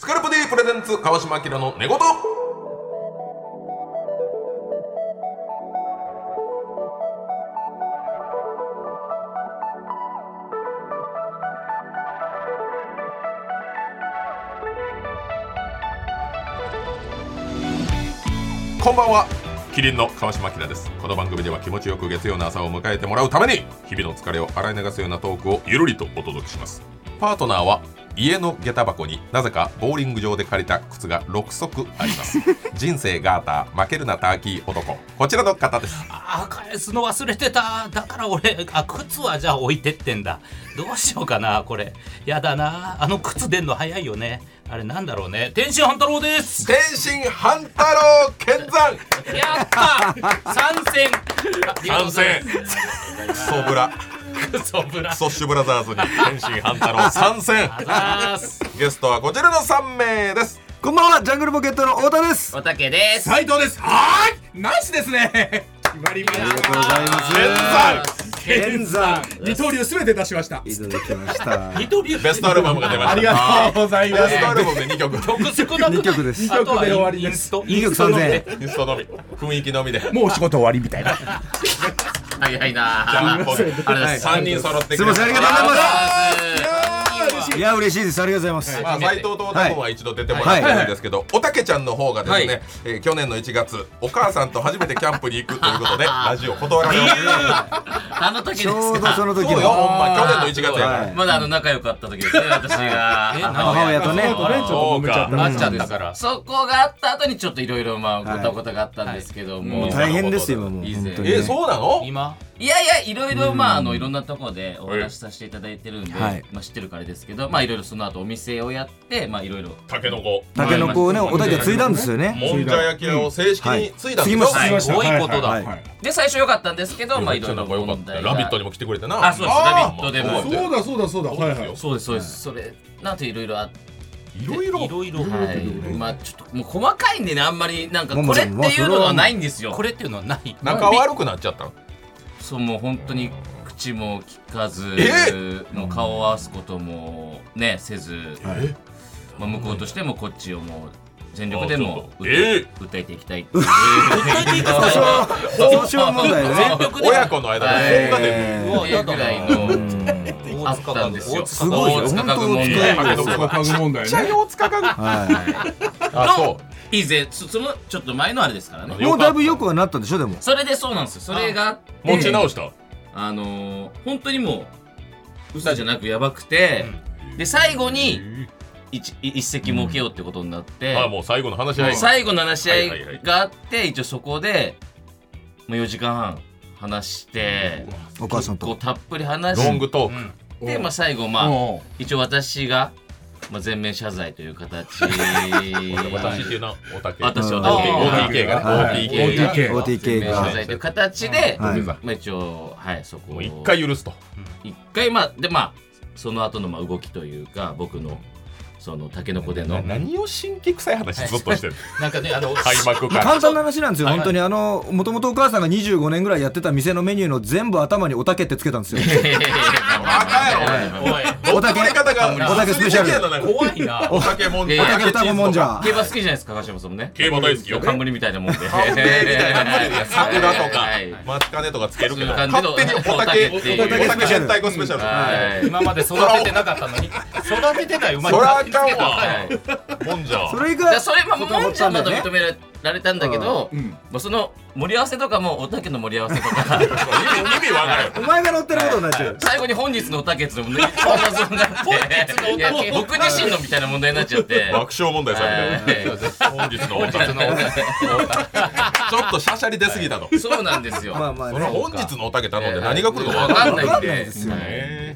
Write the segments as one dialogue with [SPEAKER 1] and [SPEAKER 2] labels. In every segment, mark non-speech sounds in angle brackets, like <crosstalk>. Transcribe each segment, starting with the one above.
[SPEAKER 1] カルプ D プレゼンツ川島明の寝言こんばんはキリンの川島明ですこの番組では気持ちよく月曜の朝を迎えてもらうために日々の疲れを洗い流すようなトークをゆるりとお届けしますパートナーは家の下駄箱になぜかボーリング場で借りた靴が6足あります人生ガーター負けるなターキー男こちらの方です
[SPEAKER 2] ああ返すの忘れてただから俺あ靴はじゃあ置いてってんだどうしようかなこれやだなあの靴出んの早いよねあれなんだろうね天心半太郎です
[SPEAKER 1] 天心半太郎健山
[SPEAKER 2] やった参戦
[SPEAKER 1] 参戦クソブラ
[SPEAKER 2] クソブラ
[SPEAKER 1] クソッシュブラザーズに天心半太郎参戦
[SPEAKER 2] あす
[SPEAKER 1] ゲストはこちらの3名です
[SPEAKER 3] こんばんは、ジャングルポケットの太田です。
[SPEAKER 2] おたけです
[SPEAKER 4] 斉藤です。はーい、ナイスですね。決まりま
[SPEAKER 3] ありがとうございます。
[SPEAKER 1] 健山
[SPEAKER 3] 健山
[SPEAKER 4] 二刀流すべて出しました。
[SPEAKER 3] いただきました。
[SPEAKER 2] 二刀流
[SPEAKER 1] ベストアルバムが出ました
[SPEAKER 4] ありがとうございま
[SPEAKER 1] ベ
[SPEAKER 4] す
[SPEAKER 1] ス。トアルバムで2曲
[SPEAKER 2] 曲少なくない
[SPEAKER 3] 二曲です
[SPEAKER 2] あとは
[SPEAKER 4] 二曲で終わり
[SPEAKER 2] イ
[SPEAKER 4] です
[SPEAKER 2] ンスト
[SPEAKER 3] 二曲三千円。
[SPEAKER 1] インストのみ雰囲気のみで
[SPEAKER 4] もう仕事終わりみたいな。
[SPEAKER 5] 早いな
[SPEAKER 1] じゃあ、
[SPEAKER 4] すいません
[SPEAKER 1] 3人揃って
[SPEAKER 3] すみません、ありがとうござい
[SPEAKER 4] 嬉し
[SPEAKER 3] ます。いや、嬉しいです。ありがとうございま
[SPEAKER 1] まあ、斉藤と太田君は一度出てもらってるんですけど、おたけちゃんの方がですね、
[SPEAKER 5] はい
[SPEAKER 1] えー去年の1月お母さんと初めてキャンプに行くということでラジオ断られました
[SPEAKER 5] あの時
[SPEAKER 3] す。ち
[SPEAKER 5] です
[SPEAKER 3] ょうど
[SPEAKER 5] か
[SPEAKER 3] その時
[SPEAKER 1] そうよ
[SPEAKER 3] の。
[SPEAKER 1] ほんま去年の1月やから、
[SPEAKER 3] はい
[SPEAKER 5] まだあの仲良かった時ですね私が
[SPEAKER 3] 母親とね
[SPEAKER 4] そうねちょっと揉めちゃった
[SPEAKER 5] な
[SPEAKER 2] な
[SPEAKER 5] っ
[SPEAKER 2] っ
[SPEAKER 5] ち
[SPEAKER 2] ち
[SPEAKER 5] ゃ
[SPEAKER 2] ゃ
[SPEAKER 5] っ
[SPEAKER 2] ったた
[SPEAKER 5] か
[SPEAKER 2] からら
[SPEAKER 5] そこがあった後にちょっといろいろまあ
[SPEAKER 3] はい
[SPEAKER 5] ごたごたがあったんですけども、
[SPEAKER 3] もう大変ですよ、もう。
[SPEAKER 5] 以
[SPEAKER 3] 本
[SPEAKER 5] 前
[SPEAKER 3] 当に
[SPEAKER 1] え
[SPEAKER 3] ね
[SPEAKER 1] ー、。そうなの
[SPEAKER 2] 今
[SPEAKER 5] いやいやいろいろまああのいろんなところでお話しさせていただいてるんで、
[SPEAKER 3] はい
[SPEAKER 5] まあ、知ってるからですけどまあいろいろその後お店をやってまあいろいろ
[SPEAKER 1] たけのこ
[SPEAKER 3] タケノコをね、おたけ継いだんですよね。
[SPEAKER 1] もんじゃ焼き屋を正式に継いだんですよ、
[SPEAKER 3] うんはい継ぎ
[SPEAKER 2] ましたすごいことだ
[SPEAKER 4] はいはいはい
[SPEAKER 5] で最初良かったんですけどまあいろいろ
[SPEAKER 1] 仲良かっ
[SPEAKER 5] 問
[SPEAKER 1] た
[SPEAKER 5] 題
[SPEAKER 1] よ
[SPEAKER 5] が
[SPEAKER 1] ラビットにも来てくれてな
[SPEAKER 5] あそうです
[SPEAKER 1] ー
[SPEAKER 5] ラビットでも
[SPEAKER 1] まあ
[SPEAKER 4] そうだそうだそうだ。はいはい。
[SPEAKER 5] そうですそうです、それなんていろいろあって
[SPEAKER 1] いろいろ
[SPEAKER 2] いろいろ
[SPEAKER 5] はいまあちょっともう細かいんでねあんまりなんか
[SPEAKER 3] もうも
[SPEAKER 5] こ
[SPEAKER 3] う
[SPEAKER 5] れっていうのがないんですよ
[SPEAKER 2] これっていうのはない
[SPEAKER 1] 仲悪くなっちゃったの
[SPEAKER 5] そうもう本当に口も聞かず
[SPEAKER 1] え
[SPEAKER 5] もう顔を合わすこともねせず、まあ、向こうとしてもこっちをもう全力でも
[SPEAKER 1] あ
[SPEAKER 5] う
[SPEAKER 1] ちょっとえ
[SPEAKER 5] 訴えていきたいっていう
[SPEAKER 3] 訴訟問題ね。
[SPEAKER 2] 全力で
[SPEAKER 1] 親子の間でそんなで
[SPEAKER 3] え
[SPEAKER 2] うわやだ
[SPEAKER 5] ぐ
[SPEAKER 2] な
[SPEAKER 5] らいの
[SPEAKER 2] 大
[SPEAKER 5] あっ
[SPEAKER 2] 塚
[SPEAKER 5] たんですよ
[SPEAKER 2] 大
[SPEAKER 3] す
[SPEAKER 2] 塚
[SPEAKER 3] ごいよ
[SPEAKER 5] 大塚君問
[SPEAKER 3] 本当
[SPEAKER 5] 題
[SPEAKER 3] に
[SPEAKER 4] そうそう家具問題ね。
[SPEAKER 1] 大塚が
[SPEAKER 3] は
[SPEAKER 1] あそ
[SPEAKER 5] 以前そそのちょっと前のあれですからね
[SPEAKER 1] う
[SPEAKER 3] い。もうだいぶ良くはなったんでしょ、でも。
[SPEAKER 5] それでそうなんですよそれがあって
[SPEAKER 1] 持ち直した
[SPEAKER 5] あのー、本当にもう嘘じゃなくやばくて、で最後に一一席設けようってことになって、
[SPEAKER 1] あもう最後の話し合い
[SPEAKER 5] 最後の話し合
[SPEAKER 1] はいはいはい
[SPEAKER 5] いがあって一応そこでもう4時間半話して
[SPEAKER 3] お母さん
[SPEAKER 5] ことう。たっぷり話
[SPEAKER 1] ロン
[SPEAKER 5] し
[SPEAKER 1] グトーク、
[SPEAKER 5] て、まあ、最後まあ一応私が、まあ、全面謝罪という形
[SPEAKER 1] <laughs> 私っていうのはおたけ
[SPEAKER 5] <laughs> 私
[SPEAKER 3] うん
[SPEAKER 5] は私
[SPEAKER 1] OTK が
[SPEAKER 3] は
[SPEAKER 1] ね
[SPEAKER 3] い
[SPEAKER 1] OTK が
[SPEAKER 4] OTK
[SPEAKER 5] 全
[SPEAKER 3] OTK
[SPEAKER 5] 面謝
[SPEAKER 3] が。
[SPEAKER 5] 罪という形で、
[SPEAKER 3] はい
[SPEAKER 5] まあ、一応はいそこを
[SPEAKER 1] もう一回許すと
[SPEAKER 5] 一回まあでまあその後のまあ動きというか僕のそのタケノコでの <laughs>
[SPEAKER 1] 何を神経臭い話ずっとしてる
[SPEAKER 2] なんかねあの
[SPEAKER 1] 開幕から
[SPEAKER 3] 簡単な話なんですよ、本当にあの、もともとお母さんが25年ぐらいやってた店のメニューの全部頭におたけってつけたんですよ。
[SPEAKER 1] バ
[SPEAKER 2] おい
[SPEAKER 3] おたけ
[SPEAKER 1] 乗り方が
[SPEAKER 3] おたけスペシャル
[SPEAKER 1] 怖
[SPEAKER 2] 怖いな
[SPEAKER 1] おたけもん
[SPEAKER 5] い
[SPEAKER 1] じ
[SPEAKER 5] やいや
[SPEAKER 1] ゃ
[SPEAKER 3] おたけ双子もんじゃ。
[SPEAKER 5] 競馬好きじゃないですか川島さんもね
[SPEAKER 1] 競馬大好きよ
[SPEAKER 5] 冠みたいなもん
[SPEAKER 1] <laughs>
[SPEAKER 5] で
[SPEAKER 1] カンペみたいな
[SPEAKER 5] <laughs> は
[SPEAKER 1] 感
[SPEAKER 5] い
[SPEAKER 1] じで桜とか
[SPEAKER 5] はいはい
[SPEAKER 1] 松金とかつけるけど
[SPEAKER 5] そういう感じ
[SPEAKER 1] 勝
[SPEAKER 5] の
[SPEAKER 1] 手におたけ
[SPEAKER 5] おたけっていう
[SPEAKER 1] おたけ全体語スペシャ
[SPEAKER 2] 今まで育ててなかったのに育ててたよ
[SPEAKER 1] ルそらあ
[SPEAKER 2] に
[SPEAKER 1] かん
[SPEAKER 5] は
[SPEAKER 1] わ
[SPEAKER 5] いだか
[SPEAKER 1] もんじゃ
[SPEAKER 3] それ
[SPEAKER 5] ら
[SPEAKER 3] が、
[SPEAKER 5] それまあもんじゃまだ
[SPEAKER 3] ね
[SPEAKER 5] 認められたんだけど
[SPEAKER 4] うん
[SPEAKER 5] まあその盛り合わせとかもおたけの盛り合わせとか
[SPEAKER 1] 意 <laughs> 味意味わからんよ
[SPEAKER 3] お前が乗ってることになっちゃう。
[SPEAKER 5] 最後に本日のおたけつの問題にいや僕自身のみたいな問題になっち
[SPEAKER 1] <laughs>
[SPEAKER 5] ゃって
[SPEAKER 1] 爆笑問題さんみたいな本日のおたけちょっとシャシャリ出すぎたと
[SPEAKER 5] <laughs> そうなんですよ
[SPEAKER 3] まあまあ
[SPEAKER 1] その
[SPEAKER 3] ね。
[SPEAKER 1] 本日のおたけ頼んで何が来るかわ
[SPEAKER 5] わ
[SPEAKER 1] かんない
[SPEAKER 5] か
[SPEAKER 3] わか
[SPEAKER 5] んないんで
[SPEAKER 3] んないですよね
[SPEAKER 5] はい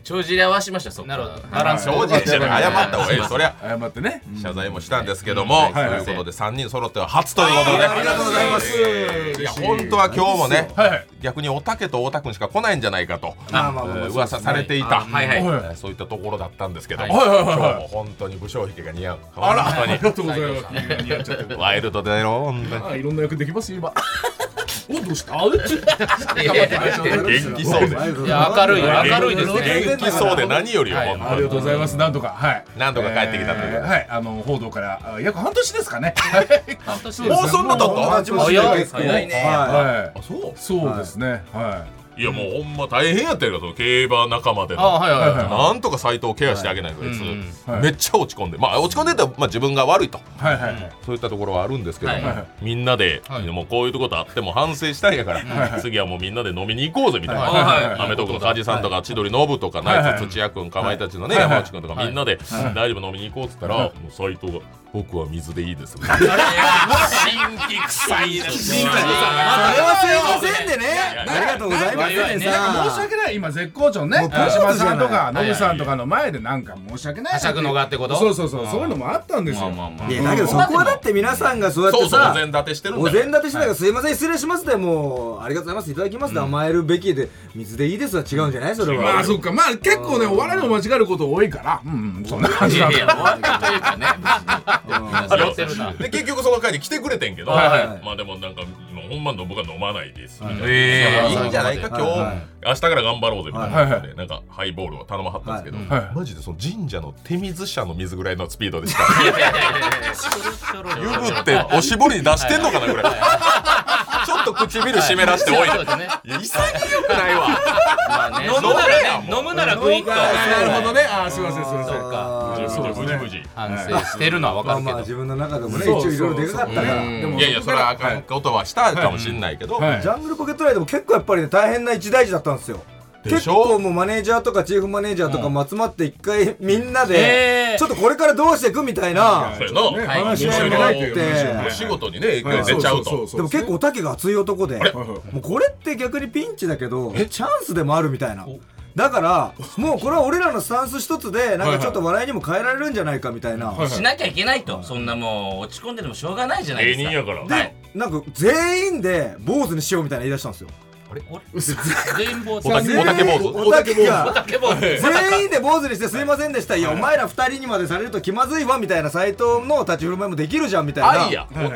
[SPEAKER 5] 帳尻合わしましたそこ
[SPEAKER 2] なるほどバランス
[SPEAKER 1] 正直じゃない謝った方がいいそりゃ
[SPEAKER 4] 謝ってね。
[SPEAKER 1] 謝罪もしたんですけども、
[SPEAKER 4] んはいはい
[SPEAKER 1] ということで3人揃っては初ということで、
[SPEAKER 3] ありがとうございます。
[SPEAKER 1] いや本当は今日もね、
[SPEAKER 4] はいはい。
[SPEAKER 1] 逆におたけとおたくんしか来ないんじゃないかと、
[SPEAKER 3] まあまあ
[SPEAKER 1] え
[SPEAKER 3] まあま
[SPEAKER 1] ー
[SPEAKER 3] あ
[SPEAKER 1] 噂されていた、
[SPEAKER 5] あはいはい
[SPEAKER 1] えーそういったところだったんですけども、
[SPEAKER 4] はいはいはい
[SPEAKER 1] 今
[SPEAKER 4] はい
[SPEAKER 1] 日も本当に武将髭が似合う
[SPEAKER 4] あら、あ
[SPEAKER 1] 本
[SPEAKER 4] りがとうございます。いやいやちょっ
[SPEAKER 1] 当にワイルドだよ本当に
[SPEAKER 4] とあいろんな役できますよ今。おどうした
[SPEAKER 5] あうち
[SPEAKER 2] いやいや
[SPEAKER 1] 元気そうで
[SPEAKER 2] いや明るい明るいですね
[SPEAKER 1] 元気そうで何よりよ、
[SPEAKER 2] はい
[SPEAKER 1] 本
[SPEAKER 4] <laughs> ありがとうございますなんとかはい
[SPEAKER 1] なんとか帰ってきたということで
[SPEAKER 4] えーはいあの報道からあ約半年ですかね
[SPEAKER 2] 半年
[SPEAKER 4] そう
[SPEAKER 2] で
[SPEAKER 4] です
[SPEAKER 1] もうそんなだった
[SPEAKER 3] も
[SPEAKER 2] 早い
[SPEAKER 3] 結構
[SPEAKER 5] 早いね
[SPEAKER 3] は
[SPEAKER 4] はい
[SPEAKER 1] あそう
[SPEAKER 4] そうですねはい
[SPEAKER 1] いやもうほんま大変やったよその競馬仲間で
[SPEAKER 2] あ
[SPEAKER 1] の
[SPEAKER 2] はいはいはい
[SPEAKER 1] なんとか斎藤ケアしてあげないとこいつ
[SPEAKER 2] はいうん
[SPEAKER 4] はい
[SPEAKER 1] めっちゃ落ち込んでまあ落ち込んでたらまあ自分が悪いと
[SPEAKER 4] はいはいはい
[SPEAKER 1] そういったところはあるんですけども
[SPEAKER 5] はい
[SPEAKER 4] は
[SPEAKER 1] みんなで
[SPEAKER 2] はい
[SPEAKER 1] もうこういうことあっても反省したんやから次はもうみんなで飲みに行こうぜみたい
[SPEAKER 2] あ
[SPEAKER 1] な
[SPEAKER 2] はい
[SPEAKER 1] アメトークの梶さんとか千鳥ノブとかナイツ土屋君かまいたちのね
[SPEAKER 4] はいはい
[SPEAKER 1] 山内君とかみんなで大丈夫飲みに行こうっつったらもう斎藤が「僕は水でいいです」みたいな
[SPEAKER 5] 新規臭いです
[SPEAKER 1] 新規臭い
[SPEAKER 3] それはすいませんでねありがとうございます
[SPEAKER 5] いやいやいや
[SPEAKER 4] なんか申し訳ない今絶好調ね川島さんとかノブさんとかの前でなんか申し訳ない
[SPEAKER 2] はしゃぐのがってこと
[SPEAKER 4] そうそうそうそういうのもあったんです
[SPEAKER 5] まあ
[SPEAKER 4] よ
[SPEAKER 5] まあまあ
[SPEAKER 3] いやだけどそこはだって皆さんがそうやっ
[SPEAKER 1] そう
[SPEAKER 3] て
[SPEAKER 1] そうお
[SPEAKER 3] さ
[SPEAKER 1] 膳立てしてるん
[SPEAKER 3] お
[SPEAKER 1] だよ
[SPEAKER 3] 膳立てしながら「すいません失礼します」でもう「ありがとうございますいただきます」で甘えるべきで「水でいいです」は違うんじゃないそれ
[SPEAKER 4] ま
[SPEAKER 3] は
[SPEAKER 4] あそっかまあ結構ねお笑いの間違えること多いからうんうんそんな感
[SPEAKER 5] い
[SPEAKER 4] じ
[SPEAKER 5] や
[SPEAKER 4] だ
[SPEAKER 5] いや、終わったというかね。
[SPEAKER 1] あれ
[SPEAKER 2] 寄ってるな
[SPEAKER 1] で結局その会に来てくれてんけど、
[SPEAKER 5] はい
[SPEAKER 3] はい
[SPEAKER 1] まあでもなんかもうほんまの僕は飲まないですみたいな、
[SPEAKER 2] え
[SPEAKER 1] いいんじゃないか今日、
[SPEAKER 3] はいはい
[SPEAKER 1] 明日から頑張ろうぜみたいなことで、
[SPEAKER 4] は
[SPEAKER 1] なんかハイボールを頼まはったんですけど、
[SPEAKER 4] はいはい
[SPEAKER 1] マジでその神社の手水車の水ぐらいのスピードでした湯ぶっておしぼりに出してんのかなぐらいちょっと唇湿らしておいて、
[SPEAKER 2] そうですね
[SPEAKER 1] いや潔くないわ
[SPEAKER 5] まあね。
[SPEAKER 2] 飲むならね飲むならグイッと
[SPEAKER 4] なるほどねあーすいませんすいません
[SPEAKER 2] そうか
[SPEAKER 1] 無事無事無事無事
[SPEAKER 2] 反省してるのは
[SPEAKER 3] まあ
[SPEAKER 2] 分
[SPEAKER 3] まあ
[SPEAKER 2] かるけ
[SPEAKER 3] 自分の中でもね一
[SPEAKER 4] そう
[SPEAKER 3] 応いろいろでかかったから
[SPEAKER 5] うん
[SPEAKER 3] でも
[SPEAKER 1] いやいやそれはあかんことはしたかもしんないけど、
[SPEAKER 4] はい
[SPEAKER 3] ジャングルポケットライドも結構やっぱりね大変な一大事だったんですよ
[SPEAKER 1] で
[SPEAKER 3] 結
[SPEAKER 1] しょ
[SPEAKER 3] 構もうマネージャーとかチーフマネージャーとかも集まって一回みんな
[SPEAKER 2] え
[SPEAKER 3] で
[SPEAKER 2] ー
[SPEAKER 3] ちょっとこれからどうしていくみたいな
[SPEAKER 1] そうやな
[SPEAKER 4] ね
[SPEAKER 5] はい
[SPEAKER 4] 話し合いがないという話をね
[SPEAKER 1] お仕事にね影響出ちゃうと、
[SPEAKER 4] そそ
[SPEAKER 3] でも結構おたけが熱い男で
[SPEAKER 4] はいはい
[SPEAKER 3] もうこれって逆にピンチだけどチャンスでもあるみたいなだからもうこれは俺らのスタンス一つでなんかちょっと笑いにも変えられるんじゃないかみたいな
[SPEAKER 4] はい
[SPEAKER 5] しなきゃいけないと。そんなもう、落ち込んでてもしょうがないじゃないで
[SPEAKER 1] 芸
[SPEAKER 5] すか。
[SPEAKER 1] 人やから、
[SPEAKER 5] はい。
[SPEAKER 3] なんか全員で坊主にしようみたいな言い出したんですよ
[SPEAKER 2] どレインボー
[SPEAKER 1] おたけ
[SPEAKER 3] 全員
[SPEAKER 1] おたけ坊主
[SPEAKER 3] おたけ
[SPEAKER 2] お
[SPEAKER 3] が
[SPEAKER 2] たけ坊主
[SPEAKER 3] 全員で坊主にしてすいませんでしたいやお前ら二人にまでされると気まずいわみたいな斎藤の立ち振る舞いもできるじゃんみたいな
[SPEAKER 1] 愛や、
[SPEAKER 4] はい
[SPEAKER 1] お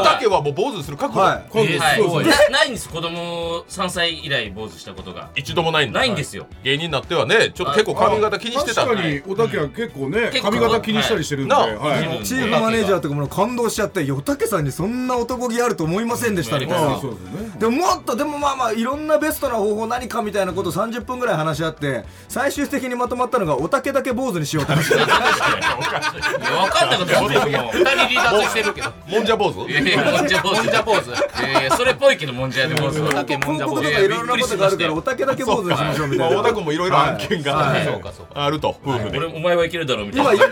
[SPEAKER 1] おたけはもう坊主にする覚悟、
[SPEAKER 3] はい
[SPEAKER 4] 今
[SPEAKER 5] は
[SPEAKER 4] 度そう
[SPEAKER 5] い
[SPEAKER 4] で
[SPEAKER 5] な。ないんです、子供3歳以来坊主したことが。
[SPEAKER 1] 一度もないんだ
[SPEAKER 5] ないんで
[SPEAKER 1] <laughs>
[SPEAKER 5] すよ。
[SPEAKER 1] 芸人になってはねちょっと結構髪型気にしてた
[SPEAKER 4] 確かにおたけは結構ね
[SPEAKER 5] 結構
[SPEAKER 4] 髪型気にしたりしてるんで
[SPEAKER 1] はい
[SPEAKER 4] は
[SPEAKER 1] なあ
[SPEAKER 4] い
[SPEAKER 3] チーフマネージャーとかもう感動しちゃって「いやおたけさんにそんな男気あると思いませんでした」みたい
[SPEAKER 4] ま
[SPEAKER 3] な
[SPEAKER 4] あ。そうですね
[SPEAKER 3] でももっとでもまあまあいろんなベストな方法何かみたいなことを30分ぐらい話し合って最終的にまとまったのがおたけだけ坊主にしようって話
[SPEAKER 5] いや分かったことは全部もう。
[SPEAKER 2] 二人離脱してるけど
[SPEAKER 1] もんじゃ坊主
[SPEAKER 5] いやいや、もんじゃ坊主。
[SPEAKER 2] もんじゃ坊主
[SPEAKER 5] いやいやそれっぽいけど、もんじゃで坊主。
[SPEAKER 2] おたけもん
[SPEAKER 3] 広
[SPEAKER 2] じゃ坊
[SPEAKER 3] 告と
[SPEAKER 2] 主
[SPEAKER 3] かいろんなことがあるからおたけだけ坊主にしましょうみ
[SPEAKER 1] ま
[SPEAKER 3] た
[SPEAKER 1] あ
[SPEAKER 3] い
[SPEAKER 1] 小田
[SPEAKER 3] な
[SPEAKER 1] 君もいろいろ案件が
[SPEAKER 3] はい
[SPEAKER 2] そうかそうか
[SPEAKER 1] あると夫婦で
[SPEAKER 5] 俺、お前はいけるだろうみた
[SPEAKER 3] 今
[SPEAKER 5] い
[SPEAKER 3] い
[SPEAKER 5] な。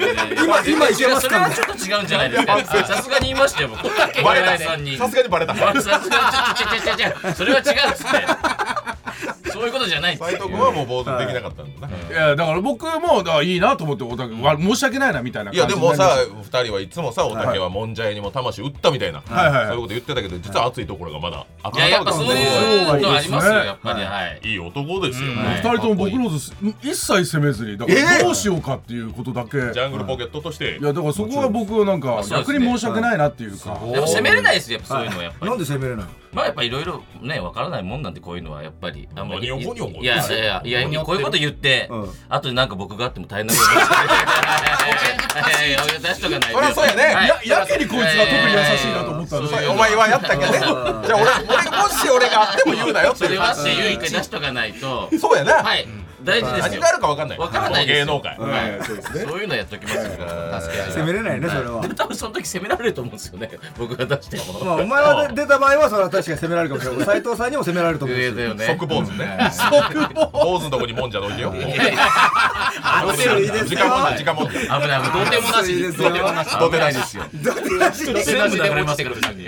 [SPEAKER 3] 今今いけます
[SPEAKER 5] それ
[SPEAKER 3] か
[SPEAKER 5] は
[SPEAKER 3] み
[SPEAKER 5] ち
[SPEAKER 3] た
[SPEAKER 5] ょ
[SPEAKER 3] い
[SPEAKER 5] っと違うんじゃないですか。さすがに言いましたよ、僕。バ
[SPEAKER 1] バレ
[SPEAKER 5] さんに。
[SPEAKER 1] たさすがにバレた
[SPEAKER 5] さすがに、ちょちょちょちょちょちょ、それは違うっすね。そういうことじゃないっす
[SPEAKER 1] 斎藤君はもう坊主できなかったんだない
[SPEAKER 4] やだから僕もだからいいなと思っておたけわ申し訳ないなみたいない
[SPEAKER 1] や
[SPEAKER 4] 感
[SPEAKER 1] で
[SPEAKER 4] じに
[SPEAKER 1] も
[SPEAKER 4] なりま
[SPEAKER 1] さ
[SPEAKER 4] し
[SPEAKER 1] 二人はいつもさおたけはもんじゃ屋にも魂売ったみたいなそう
[SPEAKER 4] はいは
[SPEAKER 1] いう
[SPEAKER 4] い
[SPEAKER 1] こと言ってたけど実は熱いところがまだあっ
[SPEAKER 5] いや、やっぱそういうのありますよ、やっぱり。はい。
[SPEAKER 1] いい男ですよ
[SPEAKER 4] た
[SPEAKER 5] は
[SPEAKER 1] ね
[SPEAKER 5] い
[SPEAKER 4] 二人とも僕のこと一切責めずにだからどうしようかっていうことだけ、
[SPEAKER 1] ジャングルポケットとして
[SPEAKER 4] いやだからそこは僕はなんか
[SPEAKER 5] そうです
[SPEAKER 4] 逆
[SPEAKER 5] ね
[SPEAKER 4] に申し訳ないなっていうか、
[SPEAKER 5] でも攻めれないですよ、やっぱそういうのはやっぱ
[SPEAKER 3] な
[SPEAKER 5] り
[SPEAKER 3] な。んで攻めれない
[SPEAKER 5] まあやっぱいろいろね、わからないもんなんでこういうのはやっぱり。あんまり
[SPEAKER 1] 何をゴニョゴニョ
[SPEAKER 5] いやいやいや、いやこういうこと言って
[SPEAKER 3] うん、
[SPEAKER 5] あとでなんか僕があっても大変なことになっちゃういやいやいや出しとかないと。
[SPEAKER 1] そりゃそうやね
[SPEAKER 5] はい
[SPEAKER 4] ややけにこいつが特に優しいなと思ったんです
[SPEAKER 5] そ
[SPEAKER 4] よ
[SPEAKER 5] ういう
[SPEAKER 1] お前はやったけどねじゃあ俺俺もし俺があっても言うなよって
[SPEAKER 5] そ
[SPEAKER 1] い
[SPEAKER 5] れ
[SPEAKER 1] う
[SPEAKER 5] はっていう一回出しとかないと。
[SPEAKER 1] そうやな
[SPEAKER 5] はい、大事です
[SPEAKER 1] 何
[SPEAKER 5] よ
[SPEAKER 1] が。あるか分かんない
[SPEAKER 5] 分からないです
[SPEAKER 1] 芸
[SPEAKER 5] よ
[SPEAKER 1] 能界
[SPEAKER 4] はいそうですね
[SPEAKER 5] そういうのやっときますよ。助け合い
[SPEAKER 3] 攻めれないねそれは
[SPEAKER 5] でも多分その時責められると思うんですよね。僕が出しても。
[SPEAKER 3] まあお前はで出た場合はそれは確かに攻められるかもしれない斎藤さんにも攻められると思うし
[SPEAKER 5] 上だよね。
[SPEAKER 1] 即坊主ね即坊主のとこにもんじゃどいてよ
[SPEAKER 5] いやいや
[SPEAKER 1] あ
[SPEAKER 3] 熱いですよ
[SPEAKER 1] 時間もない時間もない
[SPEAKER 5] 危ない危ない。どうでもなし。
[SPEAKER 3] 熱いです
[SPEAKER 5] ど
[SPEAKER 3] よ
[SPEAKER 5] うでもなし。
[SPEAKER 1] どうでないですよ
[SPEAKER 3] どうでし
[SPEAKER 5] 全部流れますから別に。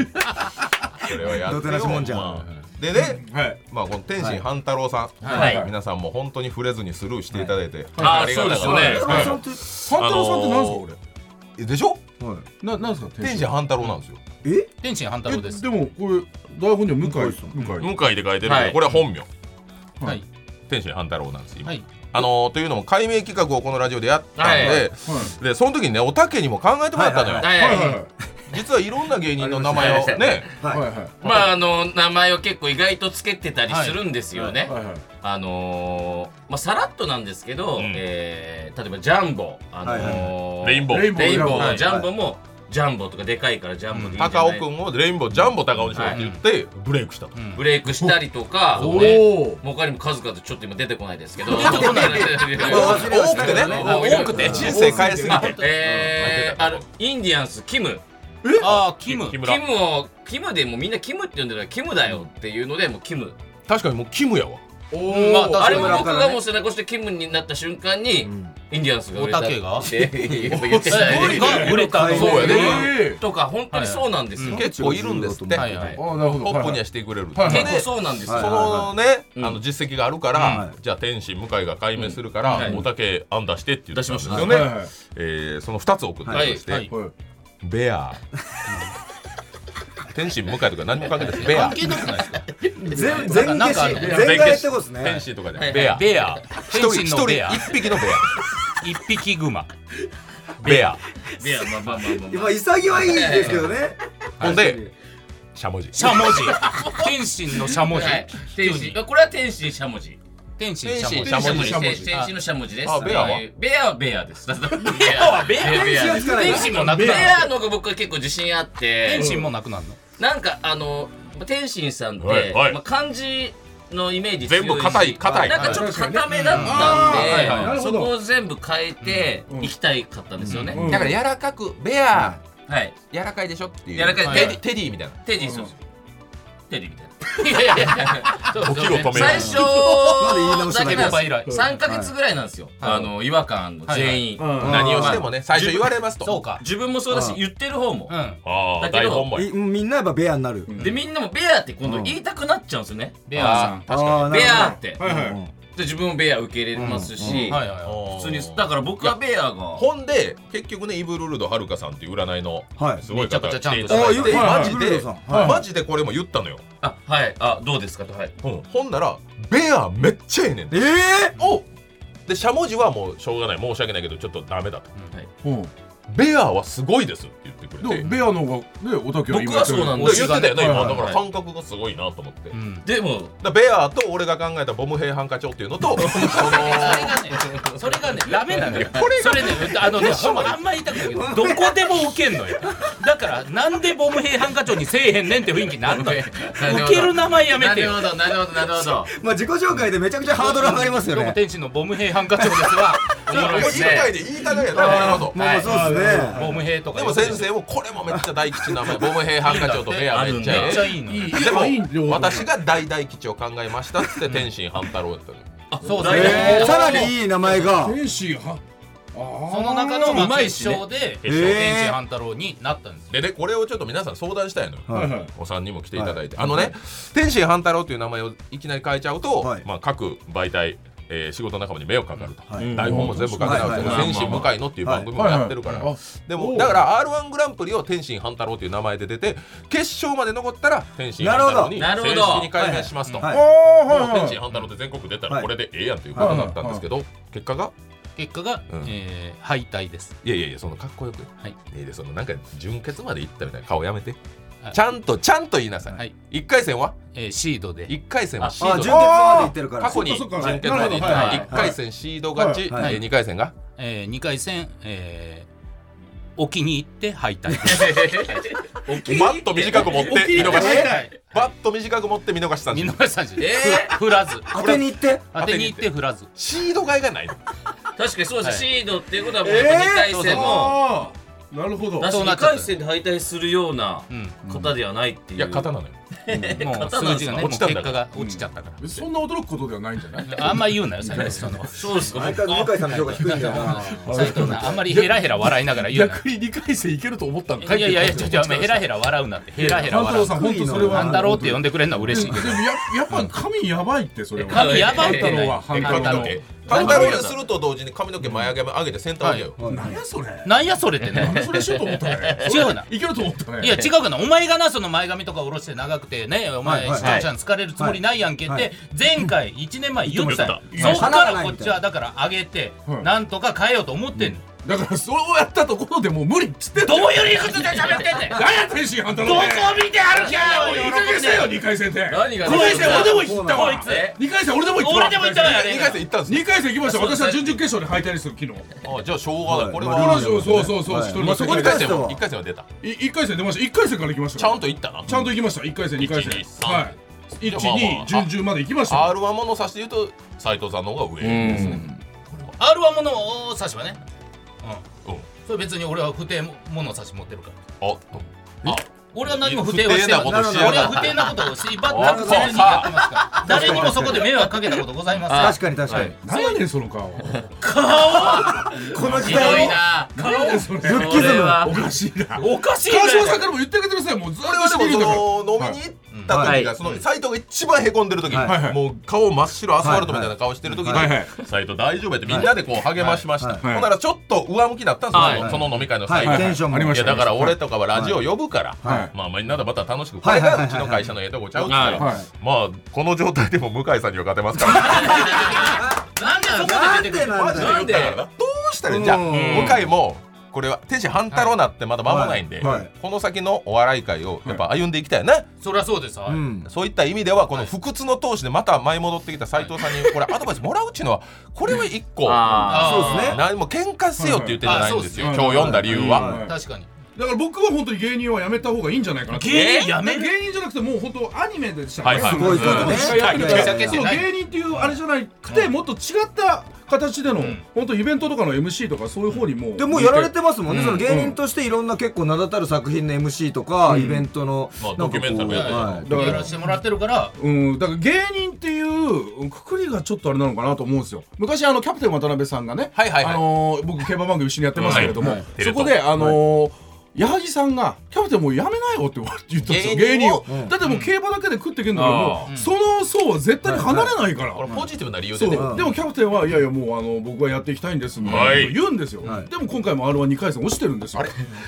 [SPEAKER 1] それはやってよ
[SPEAKER 3] どてなしもんじゃん
[SPEAKER 1] まあでね
[SPEAKER 4] はい
[SPEAKER 1] まあこの天心半太郎さん
[SPEAKER 5] はい
[SPEAKER 1] はい皆さんも本当に触れずにスルーしていただいて
[SPEAKER 5] あー
[SPEAKER 1] りがたかった
[SPEAKER 5] そうですよ
[SPEAKER 1] は
[SPEAKER 3] ょ
[SPEAKER 4] 三太郎さんって何ですか俺
[SPEAKER 1] いでしょ
[SPEAKER 4] ななんですか
[SPEAKER 1] 天心半太郎なんですよ
[SPEAKER 3] え
[SPEAKER 2] 天心半太郎です
[SPEAKER 4] えもこれ台本には向
[SPEAKER 3] 向
[SPEAKER 4] 井
[SPEAKER 3] 井さん
[SPEAKER 4] 向井
[SPEAKER 1] 向井で書いてる
[SPEAKER 5] は
[SPEAKER 1] けど
[SPEAKER 5] い
[SPEAKER 1] これは本名
[SPEAKER 2] はい
[SPEAKER 1] 天心半太郎なんです今
[SPEAKER 2] はい
[SPEAKER 1] あのーというのも解明企画をこのラジオでやったん
[SPEAKER 5] はいはい
[SPEAKER 1] ででその時にねおたけにも考えてもらったのよ
[SPEAKER 5] はいはいはい。
[SPEAKER 1] 実はいろんな芸人の名前をね
[SPEAKER 4] はいはい
[SPEAKER 5] まああの名前を結構意外とつけてたりするんですよね、
[SPEAKER 4] はいはい
[SPEAKER 5] あのーまあ、さらっとなんですけど、
[SPEAKER 1] うん
[SPEAKER 5] えー例えばジャンボ、あのー
[SPEAKER 1] レインボー
[SPEAKER 4] レインボー
[SPEAKER 5] レインボー
[SPEAKER 4] はい
[SPEAKER 5] ジャンボもジャンボとかでかいからジャンボでいいんじゃ
[SPEAKER 1] 高尾
[SPEAKER 5] ない、
[SPEAKER 1] 君をレインボージャンボ高尾にしようって言ってブレイクしたと、
[SPEAKER 5] ブレイクしたりとか、
[SPEAKER 4] お
[SPEAKER 5] ね
[SPEAKER 4] お
[SPEAKER 5] もう他にも数々ちょっと今出てこないですけど <laughs>
[SPEAKER 2] 出てこない
[SPEAKER 1] 多くてね
[SPEAKER 5] あ
[SPEAKER 1] 多くて人生変えすぎて
[SPEAKER 5] えー、あのインディアンスキム
[SPEAKER 2] ああ、キム。
[SPEAKER 1] キム
[SPEAKER 5] キ
[SPEAKER 1] ラ
[SPEAKER 5] ムをキムでもうみんなキムって呼んでるからキムだよっていうのでもうキム
[SPEAKER 1] 確かにもうキムやわ
[SPEAKER 4] お
[SPEAKER 3] ま
[SPEAKER 5] あ
[SPEAKER 3] あ
[SPEAKER 5] れ
[SPEAKER 3] れ
[SPEAKER 5] も
[SPEAKER 3] も
[SPEAKER 5] 僕
[SPEAKER 3] 僕
[SPEAKER 5] が
[SPEAKER 3] が
[SPEAKER 5] も
[SPEAKER 3] も
[SPEAKER 5] う背中してキムになった瞬間に、インディアンスが売れ
[SPEAKER 2] おたけ
[SPEAKER 5] た
[SPEAKER 2] が
[SPEAKER 5] って言って
[SPEAKER 2] す
[SPEAKER 5] た
[SPEAKER 2] ごいが売れたの。
[SPEAKER 1] そうやね
[SPEAKER 4] え
[SPEAKER 5] とか本当にそうなんですよ、
[SPEAKER 1] 結構いるんですって、
[SPEAKER 2] はいはい
[SPEAKER 4] ー。ああなるほど
[SPEAKER 1] ポップ
[SPEAKER 4] はい
[SPEAKER 1] に
[SPEAKER 4] は
[SPEAKER 1] はいしてくれる、
[SPEAKER 4] はいはい
[SPEAKER 1] で
[SPEAKER 5] 結構そうなんですよ、
[SPEAKER 3] はい
[SPEAKER 1] そのね、
[SPEAKER 5] うん
[SPEAKER 1] あの実績があるから、じゃあ天心向井が解明するから、
[SPEAKER 5] うん
[SPEAKER 1] おたけ案出してって言ってたんですよ
[SPEAKER 5] 出し
[SPEAKER 1] ね、
[SPEAKER 4] はいはい
[SPEAKER 1] えーその2つ送ってきまして、
[SPEAKER 5] はい
[SPEAKER 4] はい
[SPEAKER 1] ベア <laughs> 天心向井とか何も関係ないですベア
[SPEAKER 2] 関係なくないですか
[SPEAKER 3] 全全
[SPEAKER 2] なん
[SPEAKER 3] 消
[SPEAKER 2] かあ
[SPEAKER 3] し
[SPEAKER 2] る
[SPEAKER 3] 全外ってことです
[SPEAKER 1] 天
[SPEAKER 3] ね
[SPEAKER 1] 心とかじゃ
[SPEAKER 5] は
[SPEAKER 1] ないいベア
[SPEAKER 2] ベア。
[SPEAKER 1] 一
[SPEAKER 2] 天
[SPEAKER 1] 人
[SPEAKER 2] 心
[SPEAKER 1] 一
[SPEAKER 2] の
[SPEAKER 1] 人
[SPEAKER 2] ベア。
[SPEAKER 1] 一匹のベ
[SPEAKER 2] 一匹グマ。
[SPEAKER 1] アベア
[SPEAKER 5] いやまあまあまあまあ、ま
[SPEAKER 3] 今潔はいいですけどね
[SPEAKER 1] ほんでしゃもじ
[SPEAKER 2] しゃもじ。天心のしゃも
[SPEAKER 5] あ
[SPEAKER 2] じ
[SPEAKER 5] はい。
[SPEAKER 2] 急
[SPEAKER 5] 天
[SPEAKER 2] に
[SPEAKER 5] 心これは天心しゃもじ
[SPEAKER 2] 天心しゃも
[SPEAKER 1] 天
[SPEAKER 2] じ
[SPEAKER 1] 心しゃもじ。
[SPEAKER 5] 天
[SPEAKER 4] しゃもじ
[SPEAKER 5] 天心のしゃもじです
[SPEAKER 1] あベアは
[SPEAKER 5] はいベアはベアですベア
[SPEAKER 2] はベア
[SPEAKER 5] ベア
[SPEAKER 3] 天心は
[SPEAKER 2] 天心もなく
[SPEAKER 5] ベ
[SPEAKER 2] なる。
[SPEAKER 5] アのが僕は結構自信あって
[SPEAKER 2] 天心もなくなるの。
[SPEAKER 5] なんかあの天心さんって、
[SPEAKER 1] はいはい
[SPEAKER 5] まあ、漢字のイメージ強いし
[SPEAKER 1] 全部硬い硬い
[SPEAKER 5] なんかちょっと硬めだったんで、
[SPEAKER 4] うんあーはいはいなるほ
[SPEAKER 5] そ
[SPEAKER 4] ど
[SPEAKER 5] こを全部変えていきたいかったんですよね、
[SPEAKER 4] うん
[SPEAKER 1] だから柔らかくベア
[SPEAKER 5] はい
[SPEAKER 1] 柔らかいでしょっていう
[SPEAKER 5] 柔らかい
[SPEAKER 1] テディテディみたいな
[SPEAKER 5] テディそうテディみたいな。いやいやいやそうですよね
[SPEAKER 1] 時を止めよう
[SPEAKER 5] 最初
[SPEAKER 3] で言い直した
[SPEAKER 5] だ
[SPEAKER 3] だけなんん
[SPEAKER 5] けなで
[SPEAKER 3] です
[SPEAKER 2] 倍
[SPEAKER 5] よ
[SPEAKER 2] 以来。
[SPEAKER 5] 3ヶ月ぐらいなんですよ、
[SPEAKER 2] はい
[SPEAKER 5] あの違和感の全員、
[SPEAKER 4] うん
[SPEAKER 1] 何をしてもね最初言われます
[SPEAKER 2] そう
[SPEAKER 1] と
[SPEAKER 2] か。
[SPEAKER 5] 自分もそうだし言ってる方も
[SPEAKER 2] う、ん。
[SPEAKER 1] ああ
[SPEAKER 5] だけ
[SPEAKER 1] 大
[SPEAKER 5] ど
[SPEAKER 1] 本番
[SPEAKER 3] いみんなやっぱベアになる
[SPEAKER 5] でみんなも「ベア」って今度言いたくなっちゃうんですよね「
[SPEAKER 2] ベア
[SPEAKER 3] あー
[SPEAKER 5] ベア」
[SPEAKER 3] なるほ
[SPEAKER 5] って、
[SPEAKER 4] はいはい
[SPEAKER 5] で自分も「ベア」受け入れますし、
[SPEAKER 2] さん。はいはいは
[SPEAKER 5] 普通にだから僕はベアが
[SPEAKER 1] ほんで結局ねイブルルドはるかさんっていう占いの
[SPEAKER 3] はい
[SPEAKER 1] すごい方
[SPEAKER 2] めちゃくちゃちゃんと
[SPEAKER 1] 来ていただいて
[SPEAKER 4] あ
[SPEAKER 1] マ
[SPEAKER 4] イ
[SPEAKER 1] ジ
[SPEAKER 3] ブルル
[SPEAKER 1] で
[SPEAKER 3] ドさんはい
[SPEAKER 1] マジでこれも言ったのよ
[SPEAKER 5] あはいあどうですかとはい
[SPEAKER 1] うんほんならベアめっちゃええねん
[SPEAKER 3] ええ
[SPEAKER 1] おでしゃもじはもうしょうがない申し訳ないけどちょっとダメだと
[SPEAKER 4] うんで
[SPEAKER 1] ベアはすごいですって言ってくれて
[SPEAKER 4] もベアの方がねおたけは今やってる
[SPEAKER 5] 僕はそうな
[SPEAKER 1] で
[SPEAKER 5] んだ
[SPEAKER 1] 言ってたよね、
[SPEAKER 4] 推しがね
[SPEAKER 1] 今だ
[SPEAKER 4] はいはい
[SPEAKER 1] か
[SPEAKER 5] は
[SPEAKER 1] ら
[SPEAKER 5] い
[SPEAKER 1] 感覚がすごいなと思って、
[SPEAKER 2] い。
[SPEAKER 1] だ
[SPEAKER 2] う
[SPEAKER 1] か
[SPEAKER 2] ん。
[SPEAKER 5] でも
[SPEAKER 1] らベアと俺が考えたボム兵ハンカチョウっていうの <laughs> とその
[SPEAKER 2] それがね、それがね、ダメなのよ。それね、あのね、あんまり言いたくないけど、どこでも受けんのよ。だから、なんでボム兵ハンカチョウにせえへんねんって雰囲気になるのよ。受ける名前やめてよ。
[SPEAKER 5] なるほどなるほどなるほど
[SPEAKER 3] まあ自己紹介でめちゃくちゃハードル上がりますよ
[SPEAKER 2] 今日も
[SPEAKER 3] ね
[SPEAKER 2] 天心のボム兵ハンカチョウですが、
[SPEAKER 5] おもろ
[SPEAKER 1] こ
[SPEAKER 5] いで
[SPEAKER 1] れ
[SPEAKER 5] す
[SPEAKER 1] 世
[SPEAKER 5] ね
[SPEAKER 1] 界で言いたがりやななるほど
[SPEAKER 3] まあまあそうですね
[SPEAKER 2] ボム兵とか。
[SPEAKER 1] でも先生もこれもめっちゃ大吉 <laughs> 名前ボム兵ハンカチョウとベアめっちゃ
[SPEAKER 5] あ
[SPEAKER 1] え
[SPEAKER 5] るね
[SPEAKER 2] めっちゃいいの
[SPEAKER 4] いい
[SPEAKER 2] よ。
[SPEAKER 1] えでも
[SPEAKER 4] いい両方
[SPEAKER 1] 私が大大吉を考えましたっつって天心半太郎やったのよ
[SPEAKER 5] あそう
[SPEAKER 2] だ
[SPEAKER 5] だ
[SPEAKER 2] よ
[SPEAKER 3] え
[SPEAKER 5] ね
[SPEAKER 3] ーさらにいい名前が
[SPEAKER 4] 天使は
[SPEAKER 2] そ
[SPEAKER 4] そ
[SPEAKER 2] の中の
[SPEAKER 5] うま
[SPEAKER 2] ま
[SPEAKER 5] い
[SPEAKER 2] い
[SPEAKER 5] し
[SPEAKER 2] 師
[SPEAKER 5] ね
[SPEAKER 2] 匠で、
[SPEAKER 1] え
[SPEAKER 2] 天心半太郎になったんですよ。
[SPEAKER 1] でねこれをちょっと皆さん相談したいのよ
[SPEAKER 4] はいはい
[SPEAKER 1] おさんにも来ていただいて、あのね天心半太郎という名前をいきなり変えちゃうと、
[SPEAKER 3] はい
[SPEAKER 1] まあ、各媒体、えー仕事仲間に迷惑かかると、
[SPEAKER 3] はい
[SPEAKER 1] 台本も全部書けないわけで
[SPEAKER 3] はいはい
[SPEAKER 1] 天心向井のっていう番組も
[SPEAKER 4] はいはい
[SPEAKER 1] やってるから、
[SPEAKER 4] あ
[SPEAKER 1] で
[SPEAKER 4] お
[SPEAKER 1] も
[SPEAKER 4] う
[SPEAKER 1] だから r 1グランプリを天心半太郎という名前で出て決勝まで残ったら天心半太郎に
[SPEAKER 5] なるほ
[SPEAKER 1] 正
[SPEAKER 5] ど
[SPEAKER 1] 式に改名しますと。
[SPEAKER 3] はい
[SPEAKER 4] ああはい
[SPEAKER 1] もう
[SPEAKER 4] はい
[SPEAKER 1] 天心半太郎で全国出たら
[SPEAKER 3] はい
[SPEAKER 1] これでええやんということだったんですけど、結果が
[SPEAKER 2] 結果が
[SPEAKER 1] うん、
[SPEAKER 2] えー敗退です。
[SPEAKER 1] いやいやいやそのかっこよく、
[SPEAKER 2] はい
[SPEAKER 1] いいでそのなんか純潔までいったみたいな顔やめて、
[SPEAKER 2] はい
[SPEAKER 1] ちゃんとちゃんと言いなさい、
[SPEAKER 2] はい
[SPEAKER 1] 一1回戦は
[SPEAKER 2] えーシードで。
[SPEAKER 1] 一回戦はシー
[SPEAKER 3] あ
[SPEAKER 1] ド
[SPEAKER 3] 純
[SPEAKER 1] だ
[SPEAKER 3] 潔まで行ってるから
[SPEAKER 1] 過去に
[SPEAKER 4] そ
[SPEAKER 1] 準
[SPEAKER 4] っかそっか
[SPEAKER 1] 決まで行っ
[SPEAKER 2] なるほ
[SPEAKER 1] た
[SPEAKER 2] どはい
[SPEAKER 1] 1回戦シード勝ち、
[SPEAKER 3] はいはい
[SPEAKER 1] え2回戦が
[SPEAKER 2] えー、2回戦、えー、沖に行って敗退
[SPEAKER 1] バッと短く持って見逃し
[SPEAKER 4] え
[SPEAKER 1] バッと短く持って見逃したん
[SPEAKER 2] 見
[SPEAKER 1] です
[SPEAKER 2] 逃したんじゃない
[SPEAKER 5] え
[SPEAKER 2] 振らず
[SPEAKER 3] 当てに行って
[SPEAKER 2] 当てに行って振らず
[SPEAKER 1] シード買いがないの
[SPEAKER 5] 確かにそうですねシードっていうことはもう
[SPEAKER 3] えー
[SPEAKER 5] 2回
[SPEAKER 2] で
[SPEAKER 5] 戦も
[SPEAKER 4] ああなるほど
[SPEAKER 5] だし
[SPEAKER 2] そうな
[SPEAKER 5] 2
[SPEAKER 2] っちゃった
[SPEAKER 5] 回戦で敗退するような
[SPEAKER 2] うん
[SPEAKER 5] 方ではないっていう
[SPEAKER 1] いや型なのよ
[SPEAKER 2] もう
[SPEAKER 5] 型な
[SPEAKER 2] 数
[SPEAKER 5] んです
[SPEAKER 2] 字
[SPEAKER 5] か
[SPEAKER 2] がねもう
[SPEAKER 1] 落ちたん
[SPEAKER 2] 結
[SPEAKER 1] だか
[SPEAKER 2] 果
[SPEAKER 1] ら
[SPEAKER 2] が落ちちゃったか
[SPEAKER 4] そんな驚くことではないんじゃない
[SPEAKER 2] らあんまり言うなよ斉藤さんの
[SPEAKER 5] そうですか
[SPEAKER 3] 毎回向井さんの評価低いんだよな
[SPEAKER 2] 斉藤さんあんまりヘラヘラ笑いながら言うな
[SPEAKER 4] 逆に二回戦いけると思ったの
[SPEAKER 2] いやいやいやちょっとヘラヘラ笑うなってヘラヘラ
[SPEAKER 4] 半
[SPEAKER 2] 笑
[SPEAKER 4] 太郎
[SPEAKER 2] う
[SPEAKER 4] さん
[SPEAKER 2] な
[SPEAKER 4] 本当それは
[SPEAKER 2] なんだろうって呼んでくれるのは嬉しいけ
[SPEAKER 4] で
[SPEAKER 2] ど
[SPEAKER 4] もややっぱ神やばいってそれは
[SPEAKER 2] 髪やばいって
[SPEAKER 4] 半
[SPEAKER 2] な
[SPEAKER 4] 太
[SPEAKER 2] い
[SPEAKER 4] 郎は半
[SPEAKER 1] 髪
[SPEAKER 4] 太
[SPEAKER 1] の
[SPEAKER 4] 郎
[SPEAKER 1] 毛
[SPEAKER 2] 髪
[SPEAKER 1] 髪
[SPEAKER 2] の毛
[SPEAKER 1] の毛にすると同時に髪の毛前上げ上げてセンター上げよ、
[SPEAKER 3] はい
[SPEAKER 4] 何やそれ
[SPEAKER 2] なんやそれ
[SPEAKER 4] <laughs>
[SPEAKER 2] ってね
[SPEAKER 4] 何それしようと思ったね
[SPEAKER 2] 違うない
[SPEAKER 4] けると思ったね
[SPEAKER 2] いや違うかなお前がなその前髪とか下ろして長くてねお前
[SPEAKER 3] はいはい
[SPEAKER 2] 視聴者に疲れるつもりないやんけっ
[SPEAKER 3] はいは
[SPEAKER 2] て前回1年前言ったやん
[SPEAKER 1] 言
[SPEAKER 2] そ
[SPEAKER 1] っ
[SPEAKER 2] っ
[SPEAKER 3] ました
[SPEAKER 2] からこっちはだから上げて
[SPEAKER 4] はい
[SPEAKER 2] なんとか変えようと思ってんの
[SPEAKER 1] だからそうやったところでもう無理っつってんだ
[SPEAKER 5] どう
[SPEAKER 1] よ
[SPEAKER 5] いう理屈で喋ってんねんど
[SPEAKER 1] 何や天心半太郎
[SPEAKER 5] こ
[SPEAKER 1] で
[SPEAKER 5] 見て歩きゃ
[SPEAKER 1] い
[SPEAKER 5] よ
[SPEAKER 1] い加減せよ2回戦で
[SPEAKER 6] 何が
[SPEAKER 1] 2回戦俺でも行った
[SPEAKER 5] こ
[SPEAKER 1] わ
[SPEAKER 5] いつえ
[SPEAKER 1] 2回戦俺でも行った
[SPEAKER 5] 俺でも行ったわよね
[SPEAKER 1] 2回戦行ったんですよ
[SPEAKER 4] 二回戦行きました。私は準々決勝で敗退ですよ。昨日。
[SPEAKER 1] あじゃあしょうがないこれ
[SPEAKER 3] まあ
[SPEAKER 1] は
[SPEAKER 3] ルール
[SPEAKER 4] そうそうそうそう。
[SPEAKER 3] はい
[SPEAKER 4] 一人
[SPEAKER 1] まあ
[SPEAKER 4] も
[SPEAKER 1] そ
[SPEAKER 4] そ
[SPEAKER 1] こ
[SPEAKER 4] こ
[SPEAKER 1] に
[SPEAKER 4] に
[SPEAKER 1] 関しては1回戦は出た
[SPEAKER 4] 一回戦出ました。一回戦から行きました
[SPEAKER 1] ちゃ
[SPEAKER 4] よ。
[SPEAKER 1] んと行ったな
[SPEAKER 4] ちゃんと行きました。一回戦二回戦。
[SPEAKER 1] 一二三
[SPEAKER 4] はい。一
[SPEAKER 1] じゃあまあまあ
[SPEAKER 4] 二準々まで行きましたよ。
[SPEAKER 1] R1 もの差しで言うと斎藤さんの方が上ですね
[SPEAKER 2] R1 ものを差しはね
[SPEAKER 1] うん
[SPEAKER 2] それ別に俺は不定もの差し持ってるから
[SPEAKER 1] あっとあ
[SPEAKER 2] 俺は何も不定はしてない
[SPEAKER 1] 不
[SPEAKER 2] 俺
[SPEAKER 1] 定な
[SPEAKER 3] ことしやがって
[SPEAKER 2] は不定なことをし全く全にやってますから誰にもそこで迷惑かけたことございません
[SPEAKER 3] 確かに確かに、
[SPEAKER 4] 何やねんその顔。
[SPEAKER 3] この時
[SPEAKER 5] ひどい
[SPEAKER 3] 代の
[SPEAKER 5] な
[SPEAKER 4] 何やねんそれ。
[SPEAKER 3] ルッキズ
[SPEAKER 5] それ
[SPEAKER 3] ム
[SPEAKER 5] は
[SPEAKER 4] おかしいな。
[SPEAKER 2] おかしい
[SPEAKER 4] 川島さ
[SPEAKER 2] ね
[SPEAKER 4] んからも言ってあげてください。もうずっと
[SPEAKER 1] 俺はで
[SPEAKER 4] してるんだから。
[SPEAKER 1] もその飲みに行った時が
[SPEAKER 5] はい
[SPEAKER 1] その斎藤が一番へこんでる時
[SPEAKER 3] はい
[SPEAKER 4] はい
[SPEAKER 1] もう顔真っ白アスファルトみたいな顔してる時に
[SPEAKER 4] はいはい
[SPEAKER 1] 斎藤大丈夫やってみんなでこう励ましました
[SPEAKER 3] はい
[SPEAKER 4] はい
[SPEAKER 1] ほんならちょっと上向きだったんですよ
[SPEAKER 5] はい
[SPEAKER 1] そのその飲み会の
[SPEAKER 3] は
[SPEAKER 1] 最
[SPEAKER 3] い、
[SPEAKER 1] 後
[SPEAKER 4] はい
[SPEAKER 3] テンションも
[SPEAKER 4] ありま
[SPEAKER 1] い
[SPEAKER 4] し
[SPEAKER 1] や
[SPEAKER 4] たね
[SPEAKER 1] だから俺とかはラジオ呼ぶから、
[SPEAKER 3] はい
[SPEAKER 1] まあみんなでまた楽しく、
[SPEAKER 3] はい
[SPEAKER 1] これがうちの会社のええとこちゃうっつったら、
[SPEAKER 5] はいはい
[SPEAKER 4] はいはい
[SPEAKER 1] まあこの状態でも向井さんには勝てますから
[SPEAKER 2] なんでそこ
[SPEAKER 3] なん
[SPEAKER 2] で出
[SPEAKER 3] で
[SPEAKER 2] てくる
[SPEAKER 3] なん
[SPEAKER 1] マジ
[SPEAKER 3] で
[SPEAKER 1] で言
[SPEAKER 3] は
[SPEAKER 1] ったからなどうしたらいいじゃあ
[SPEAKER 3] うん
[SPEAKER 1] 向井もこれは天使半太郎なってまだ間もないんで、
[SPEAKER 3] はいはい
[SPEAKER 1] この先のお笑い界をやっぱ歩んでいきたいな、
[SPEAKER 2] そりゃそうですわ
[SPEAKER 3] うん
[SPEAKER 1] そういった意味ではこの不屈の投資でまた舞い戻ってきた斎藤さんにこれアドバイスもらうっちゅうのはこれは一個
[SPEAKER 5] あ
[SPEAKER 3] そうですね
[SPEAKER 1] 何も喧嘩せよって言ってんじゃないんですよ、
[SPEAKER 4] はい
[SPEAKER 1] 今日読んだ理由は、
[SPEAKER 4] はい
[SPEAKER 2] 確かに
[SPEAKER 4] だから僕は本当に芸人はやめた方がいいんじゃないかなと
[SPEAKER 2] 芸人やめる
[SPEAKER 4] 芸人じゃなくてもう本当アニメでしたね
[SPEAKER 1] はいはい
[SPEAKER 3] すごいことね
[SPEAKER 4] そういうことしかやってない
[SPEAKER 2] はい
[SPEAKER 4] そう芸人っていうあれじゃなくてもっと違った形での本当イベントとかの MC とかそういう方にもう
[SPEAKER 3] でもうやられてますもんね、その芸人としていろんな結構名だたる作品の MC とか、イベントの、
[SPEAKER 1] まあ
[SPEAKER 3] なん
[SPEAKER 1] ドキ
[SPEAKER 3] かこう
[SPEAKER 1] ュメンタリーもやってる
[SPEAKER 3] はい
[SPEAKER 4] だか
[SPEAKER 2] や
[SPEAKER 4] ら
[SPEAKER 2] らせてもらってるから
[SPEAKER 4] うん、だから芸人っていうくくりがちょっとあれなのかなと思うんですよ昔あのキャプテン渡辺さんがね、
[SPEAKER 1] はいはいはい
[SPEAKER 4] あのー僕競馬番組一緒にやってますけれども、
[SPEAKER 1] はいはい
[SPEAKER 4] そこであのー矢作さんが「キャプテンもうやめなよ」って言ったんですよ
[SPEAKER 1] 芸
[SPEAKER 4] 芸
[SPEAKER 1] 人
[SPEAKER 4] 人
[SPEAKER 1] を
[SPEAKER 4] を、だってもう競馬だけで食っていけんだけども
[SPEAKER 1] あ
[SPEAKER 4] その層は絶対に離れないから、
[SPEAKER 1] これポジティブな理由
[SPEAKER 4] そ
[SPEAKER 1] で
[SPEAKER 4] う
[SPEAKER 1] ね
[SPEAKER 4] でもキャプテンはいやいやもうあの僕はやっていきたいんですみたいなことを言うんですよ、
[SPEAKER 3] はい
[SPEAKER 4] でも今回も r 1 2回戦落ちてるんですよ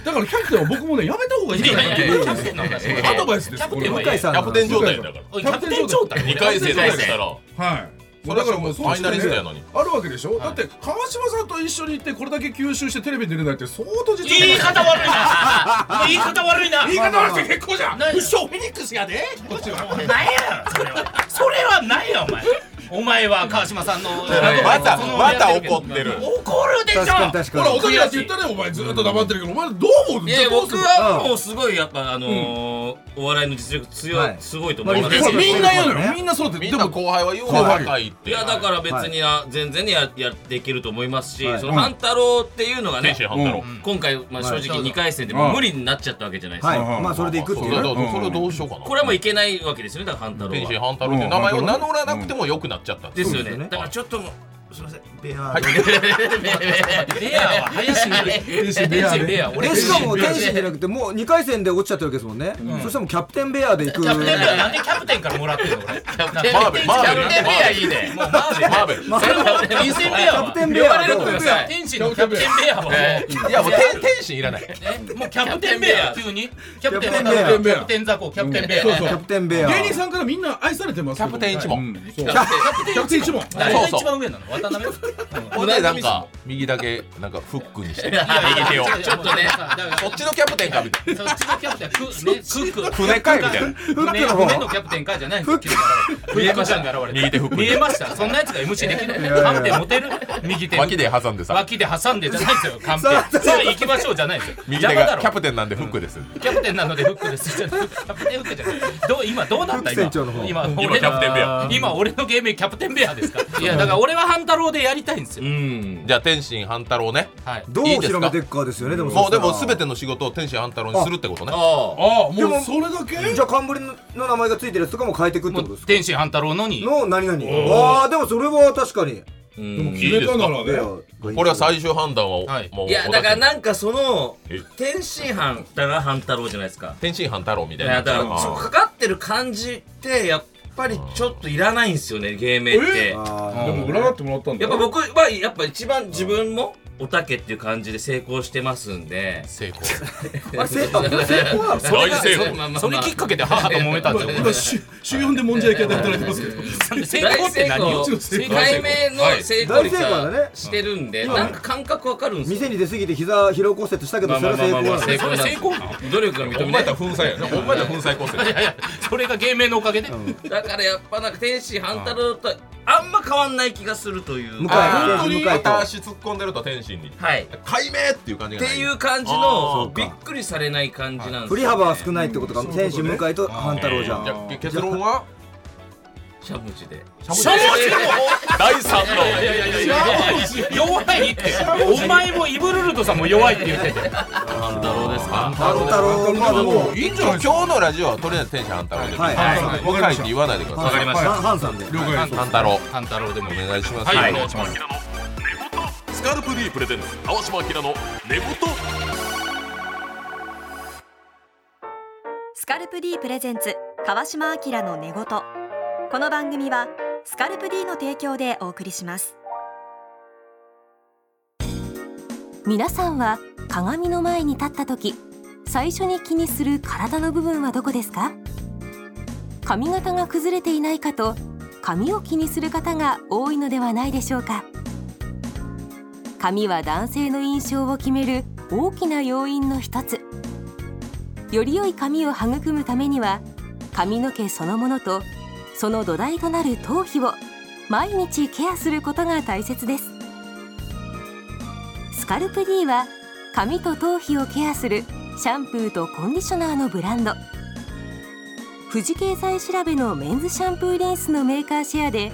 [SPEAKER 4] だからキャプテンは僕もねやめた方がいいんじゃないかっていうアドバ <laughs> イスですこれは
[SPEAKER 3] 向井さん
[SPEAKER 1] キャ
[SPEAKER 3] の
[SPEAKER 1] プテン状態だから
[SPEAKER 2] おいキャプテン状態
[SPEAKER 1] 2回生だったら
[SPEAKER 4] はい。
[SPEAKER 1] それ
[SPEAKER 4] だ
[SPEAKER 1] は
[SPEAKER 4] からもうそうし
[SPEAKER 1] ファ
[SPEAKER 4] て
[SPEAKER 1] イナリストやのに
[SPEAKER 4] あるわけでしょ。だって川島さんと一緒に行ってこれだけ吸収してテレビに出るなんて相当実
[SPEAKER 2] 言い方悪いな言い方悪いな
[SPEAKER 4] 言い方悪くて結構じゃん。
[SPEAKER 2] 何
[SPEAKER 4] 一生フェニックスやで。こっちは。
[SPEAKER 2] なんやそれはそれはなんやお前お前は川島さんの
[SPEAKER 1] またまた怒ってる
[SPEAKER 2] 怒るでしょ
[SPEAKER 3] 確かに確
[SPEAKER 4] ほら
[SPEAKER 3] か
[SPEAKER 4] お
[SPEAKER 3] に
[SPEAKER 4] かげだって言ったねお前ずっと黙ってるけどお前どう思う？
[SPEAKER 5] いや
[SPEAKER 4] じゃあどうす
[SPEAKER 5] 僕
[SPEAKER 4] る
[SPEAKER 5] はもうすごいやっぱあのーお笑いの実力強
[SPEAKER 3] はいい
[SPEAKER 5] すごいと思う
[SPEAKER 3] まあ
[SPEAKER 5] ん
[SPEAKER 3] 僕
[SPEAKER 5] です
[SPEAKER 4] ほ
[SPEAKER 5] よ
[SPEAKER 4] らみんな言うの
[SPEAKER 3] ね
[SPEAKER 4] よ。みんなそうだって。
[SPEAKER 1] みん
[SPEAKER 4] で
[SPEAKER 1] な
[SPEAKER 4] も
[SPEAKER 1] 後輩は言う
[SPEAKER 4] 後輩
[SPEAKER 1] 若いって
[SPEAKER 5] いやだから別にあ全然ねややっていけると思いますし、
[SPEAKER 3] はい
[SPEAKER 5] その半太郎っていうのがね
[SPEAKER 1] 天、心半太郎
[SPEAKER 2] うん
[SPEAKER 5] 今回、まあ、正
[SPEAKER 3] はい
[SPEAKER 5] 直2回戦でも
[SPEAKER 4] は
[SPEAKER 5] う
[SPEAKER 4] い
[SPEAKER 5] 無理になっちゃったわけじゃないですか、
[SPEAKER 3] はい、
[SPEAKER 4] うん
[SPEAKER 3] まあそれでいくっていうね、
[SPEAKER 1] それそれをどうしようかな
[SPEAKER 5] これはもういけないわけですよねだから半太郎
[SPEAKER 1] 天心
[SPEAKER 5] は。
[SPEAKER 1] 半太郎っていう名前を名乗らなくても良くなっちゃったんで
[SPEAKER 5] ですすよ
[SPEAKER 3] そうですよ
[SPEAKER 5] ね
[SPEAKER 3] ね
[SPEAKER 5] だからちょっともうすいません
[SPEAKER 3] ベア
[SPEAKER 1] はい
[SPEAKER 2] レアは林にいる
[SPEAKER 4] 天心ベアね
[SPEAKER 2] レア俺
[SPEAKER 3] でしかも天使じゃなくてもう2回戦で落ちちゃったわけですもんね、そしたらもうキャプテンベアでいく
[SPEAKER 2] キャプテンベアなんでキャプテンからもらってんの俺
[SPEAKER 5] キャプテン
[SPEAKER 1] マーベルマーベル
[SPEAKER 5] キャプテンベアいい
[SPEAKER 2] も
[SPEAKER 5] ね
[SPEAKER 2] うマーベル
[SPEAKER 1] マーベル
[SPEAKER 3] まあ
[SPEAKER 2] 天使ベアは
[SPEAKER 3] キャプテンベアはどう
[SPEAKER 5] 呼ばれるとさ
[SPEAKER 2] 天使のキャプテンベアはもう
[SPEAKER 1] いやもう天天心いらない
[SPEAKER 2] えもうキャプテンベア急にキャプテン
[SPEAKER 3] キャプ
[SPEAKER 4] テン
[SPEAKER 2] キ
[SPEAKER 4] ベア
[SPEAKER 2] ャプテンザコキャプテンベア
[SPEAKER 4] そう
[SPEAKER 3] キ
[SPEAKER 4] そ
[SPEAKER 3] ャプテンベア
[SPEAKER 4] 芸人さんからみんな愛されてますけど。
[SPEAKER 1] キャプテン一門
[SPEAKER 4] うんそうキ
[SPEAKER 5] キャ
[SPEAKER 4] ャ
[SPEAKER 5] プテン
[SPEAKER 4] プテン一門。
[SPEAKER 2] 誰
[SPEAKER 1] そ
[SPEAKER 2] が
[SPEAKER 1] う
[SPEAKER 2] 一
[SPEAKER 1] そ
[SPEAKER 2] 番上なの渡辺
[SPEAKER 1] ほんでなんか右だけなんかフックにして右手を
[SPEAKER 2] ちょっとね
[SPEAKER 1] そっちのキャプテンかみたいな
[SPEAKER 2] そっちのキャプテンククク
[SPEAKER 1] 船かいみたいな
[SPEAKER 3] フック
[SPEAKER 2] ね、
[SPEAKER 3] の方
[SPEAKER 2] 船のキャプテンかじゃないんですよ急に現れる見えました
[SPEAKER 1] 右手
[SPEAKER 2] ね現れて
[SPEAKER 1] フック
[SPEAKER 2] 見
[SPEAKER 1] に
[SPEAKER 2] えましたそんなやつが MC できる
[SPEAKER 3] やいや
[SPEAKER 2] カンペ持てる右手
[SPEAKER 1] 脇で挟んでさ
[SPEAKER 2] 脇で挟んでじゃないですよカンペ
[SPEAKER 3] さあ
[SPEAKER 2] さあ行きましょうじゃないですよ
[SPEAKER 1] 右手
[SPEAKER 2] 邪魔だ
[SPEAKER 1] が
[SPEAKER 2] ろ
[SPEAKER 1] キャプテンなんでフックです
[SPEAKER 2] キャプテンなのでフックですじゃないキャプテンフックじゃないどう今どうなった今
[SPEAKER 3] フック船長の方
[SPEAKER 2] 今俺
[SPEAKER 1] 今キャプテンベア
[SPEAKER 2] 今俺の芸名キャプテンベアですからいやだから俺は半太郎でやりたいんですよ
[SPEAKER 5] <laughs> うん
[SPEAKER 1] じゃあ天心半太郎ね
[SPEAKER 2] はい
[SPEAKER 3] どう広めていくかですよねでも
[SPEAKER 1] そうでも全
[SPEAKER 3] て
[SPEAKER 1] ての仕事を天心半太郎にするってことね
[SPEAKER 5] あ
[SPEAKER 4] ああ
[SPEAKER 3] で
[SPEAKER 4] も
[SPEAKER 3] も
[SPEAKER 4] うそれだけ。
[SPEAKER 3] じゃあ冠の名前がついてるやつとかも変えていくって
[SPEAKER 2] も
[SPEAKER 3] こと
[SPEAKER 2] う
[SPEAKER 3] ですか
[SPEAKER 2] 天心半太郎のに
[SPEAKER 3] の何々ああでもそれは確かに
[SPEAKER 5] う
[SPEAKER 4] でも
[SPEAKER 5] ん
[SPEAKER 4] 決めたなら
[SPEAKER 3] ベア
[SPEAKER 4] ね。
[SPEAKER 3] がいい
[SPEAKER 1] これは最終判断は
[SPEAKER 2] はい
[SPEAKER 1] もう
[SPEAKER 5] いやだからなんかその
[SPEAKER 1] え
[SPEAKER 5] 天津飯だから半太郎じゃないですか
[SPEAKER 1] 天心半太郎みた
[SPEAKER 5] い
[SPEAKER 1] いな
[SPEAKER 5] やだからそうかかってる感じってやっぱりちょっといらないんですよね芸名って
[SPEAKER 3] あ
[SPEAKER 4] でも占ってもらったんだ
[SPEAKER 5] やっ
[SPEAKER 4] よ。
[SPEAKER 5] ぱ僕はやっぱ一番自分もおたけっていう感じで成功してますんで
[SPEAKER 2] 成功
[SPEAKER 3] あれ成功成功なの
[SPEAKER 2] それが
[SPEAKER 5] 大成
[SPEAKER 2] そ
[SPEAKER 5] 功
[SPEAKER 2] れまあまあまあそれきっかけで母と揉めたんだよ
[SPEAKER 4] 今し週4でもんじゃ焼き屋で働いてますけど
[SPEAKER 2] 俺成功って何よ
[SPEAKER 5] 大成功
[SPEAKER 2] 成功
[SPEAKER 5] 解明の成功率
[SPEAKER 3] はい大成功だ
[SPEAKER 5] は
[SPEAKER 3] ね
[SPEAKER 5] してるんで、
[SPEAKER 3] 今
[SPEAKER 5] なんか感覚わかるんですよ
[SPEAKER 3] 店に出過ぎて膝疲労骨折したけどそれは成功なの
[SPEAKER 5] 成
[SPEAKER 2] そ
[SPEAKER 5] 功
[SPEAKER 2] れ
[SPEAKER 5] なん
[SPEAKER 2] 成
[SPEAKER 5] ですよ
[SPEAKER 2] 功なの
[SPEAKER 5] 努力が
[SPEAKER 1] お
[SPEAKER 5] 認めな
[SPEAKER 1] 前
[SPEAKER 5] い
[SPEAKER 1] たら粉砕やねお前たら粉砕構成
[SPEAKER 2] いやいやそれが芸名のおかげで
[SPEAKER 5] だからやっぱなんか天使半太郎とあんま変わんない気がするという
[SPEAKER 3] 向
[SPEAKER 5] は
[SPEAKER 3] か
[SPEAKER 1] あー本当に
[SPEAKER 3] 向井と
[SPEAKER 1] 片足突っ込んでると天心に
[SPEAKER 5] いっ
[SPEAKER 1] 解明っていう感じが
[SPEAKER 5] て
[SPEAKER 1] ない
[SPEAKER 5] いう感じ
[SPEAKER 1] あー
[SPEAKER 5] の
[SPEAKER 1] そう
[SPEAKER 5] び
[SPEAKER 1] か
[SPEAKER 5] っくりされない感じなんです
[SPEAKER 3] 振り幅は少
[SPEAKER 5] い
[SPEAKER 3] ないってことか選手向井と半太郎じゃん
[SPEAKER 1] えーじゃあ結論は
[SPEAKER 5] しゃぶちで
[SPEAKER 2] しゃもじの第三の弱いってお前もイブルルドさんも弱いって言ってて
[SPEAKER 5] 半太郎ですか
[SPEAKER 3] 半太郎まあでも
[SPEAKER 1] いいんじゃない今日のラジオはとりあえず天使半太郎で
[SPEAKER 3] はい
[SPEAKER 1] はい向井って言わないでください
[SPEAKER 5] かりました
[SPEAKER 3] ハンハンさんで
[SPEAKER 4] 了解です
[SPEAKER 1] 半太郎
[SPEAKER 2] 半太郎でも
[SPEAKER 1] お願いします
[SPEAKER 2] はい
[SPEAKER 1] お願いしま
[SPEAKER 2] は
[SPEAKER 1] す
[SPEAKER 6] スカルプ D プレゼンツ川島明の寝言
[SPEAKER 7] スカルプ D プレゼンツ川島明の寝言この番組はスカルプ D の提供でお送りします皆さんは鏡の前に立った時最初に気にする体の部分はどこですか髪型が崩れていないかと髪を気にする方が多いのではないでしょうか髪は男性の印象を決める大きな要因の一つより良い髪を育むためには髪の毛そのものとその土台となる頭皮を毎日ケアすることが大切ですスカルプ D は髪と頭皮をケアするシャンプーとコンディショナーのブランド富士経済調べのメンズシャンプーリンスのメーカーシェアで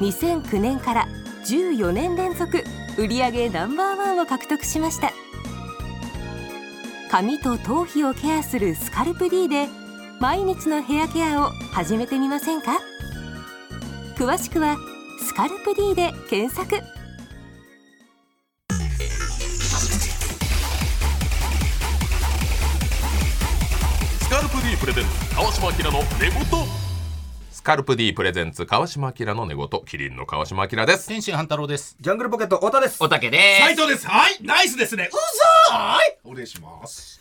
[SPEAKER 7] 2009年から14年連続売上ナンバーワンを獲得しました髪と頭皮をケアするスカルプ D で毎日のヘアケアを始めてみませんか詳しくは「スカルプ D」で検索
[SPEAKER 6] スカルプ D プレゼンツ川島明の寝言
[SPEAKER 1] スカルプ D プレゼンツ川島明の寝言キリンの川島明です
[SPEAKER 2] 天心半太郎です
[SPEAKER 3] ジャングルポケット太田です
[SPEAKER 5] おたけで
[SPEAKER 4] 斉
[SPEAKER 5] す
[SPEAKER 4] 藤ですはいナイスですねうざーいお願いします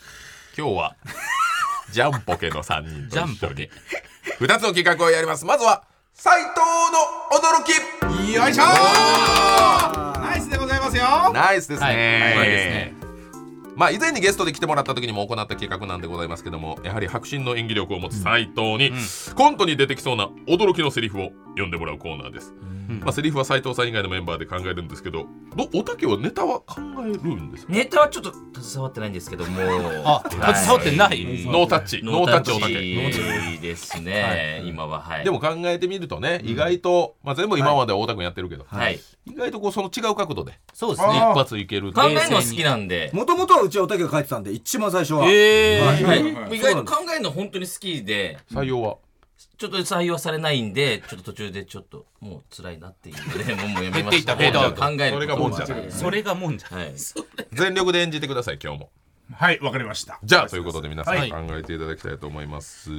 [SPEAKER 1] 今日はジャンポケの三人と一
[SPEAKER 2] ジャ
[SPEAKER 1] 緒
[SPEAKER 2] ンポ
[SPEAKER 1] に
[SPEAKER 2] ケ
[SPEAKER 1] 二つの企画をやりますまずは斉藤の驚き
[SPEAKER 4] よいしょーナイスでございますよ
[SPEAKER 1] ナイスですね,、
[SPEAKER 2] はいはいですね
[SPEAKER 1] まあ以前にゲストで来てもらった時にも行った企画なんでございますけどもやはり迫真の演技力を持つ斉藤に、コントに出てきそうな驚きのセリフを読んでもらうコーナーです、まあセリフは斉藤さん以外のメンバーで考えるんですけどどおたけはネタは考えるんですか
[SPEAKER 5] ネタはちょっと携わってないんですけども
[SPEAKER 2] あ携わってない
[SPEAKER 1] ノータッチノ
[SPEAKER 5] ノ
[SPEAKER 1] ー
[SPEAKER 5] ー
[SPEAKER 1] タ
[SPEAKER 5] タ
[SPEAKER 1] ッ
[SPEAKER 5] ッ
[SPEAKER 1] チおたけ
[SPEAKER 5] チですね今ははい
[SPEAKER 1] でも考えてみるとね意外と、まあ、全部今までは太田君やってるけど、
[SPEAKER 5] はい
[SPEAKER 1] 意外とこうその違う角度で
[SPEAKER 2] そうです
[SPEAKER 1] 一
[SPEAKER 2] ね
[SPEAKER 4] あー
[SPEAKER 1] 発いけるって
[SPEAKER 5] 考え
[SPEAKER 1] いう
[SPEAKER 5] るのは好きなんで
[SPEAKER 3] もともとはうちはおたけが書いてたんで一番最初は、
[SPEAKER 2] え
[SPEAKER 3] はい
[SPEAKER 2] ー
[SPEAKER 3] は
[SPEAKER 5] はいい
[SPEAKER 3] はい
[SPEAKER 5] 意外と考えるの本当に好きで
[SPEAKER 1] 採用は
[SPEAKER 5] ちょっと採用されないんでちょっと途中でちょっともう辛いなっていうのでもうもうやめました
[SPEAKER 2] 減っていった
[SPEAKER 5] 考える
[SPEAKER 1] それがもんじゃない
[SPEAKER 2] それがもんじゃ
[SPEAKER 5] はい
[SPEAKER 1] 全力で演じてください今日も
[SPEAKER 4] はいわかりました
[SPEAKER 1] じゃあということで皆さん
[SPEAKER 2] は
[SPEAKER 1] 考
[SPEAKER 2] い
[SPEAKER 1] えていただきたいと思います、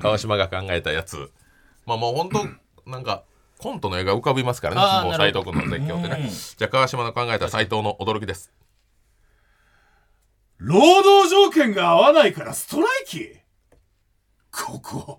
[SPEAKER 1] 川島が考えたやつまあもう本当なんかコントの絵が浮かびますから
[SPEAKER 2] あー
[SPEAKER 1] ねもう
[SPEAKER 2] な
[SPEAKER 1] 斎
[SPEAKER 2] るほ
[SPEAKER 1] 藤君の絶叫ってねじゃあ川島の考えた斎藤の驚きです
[SPEAKER 4] 労働条件が合わないからストライキここ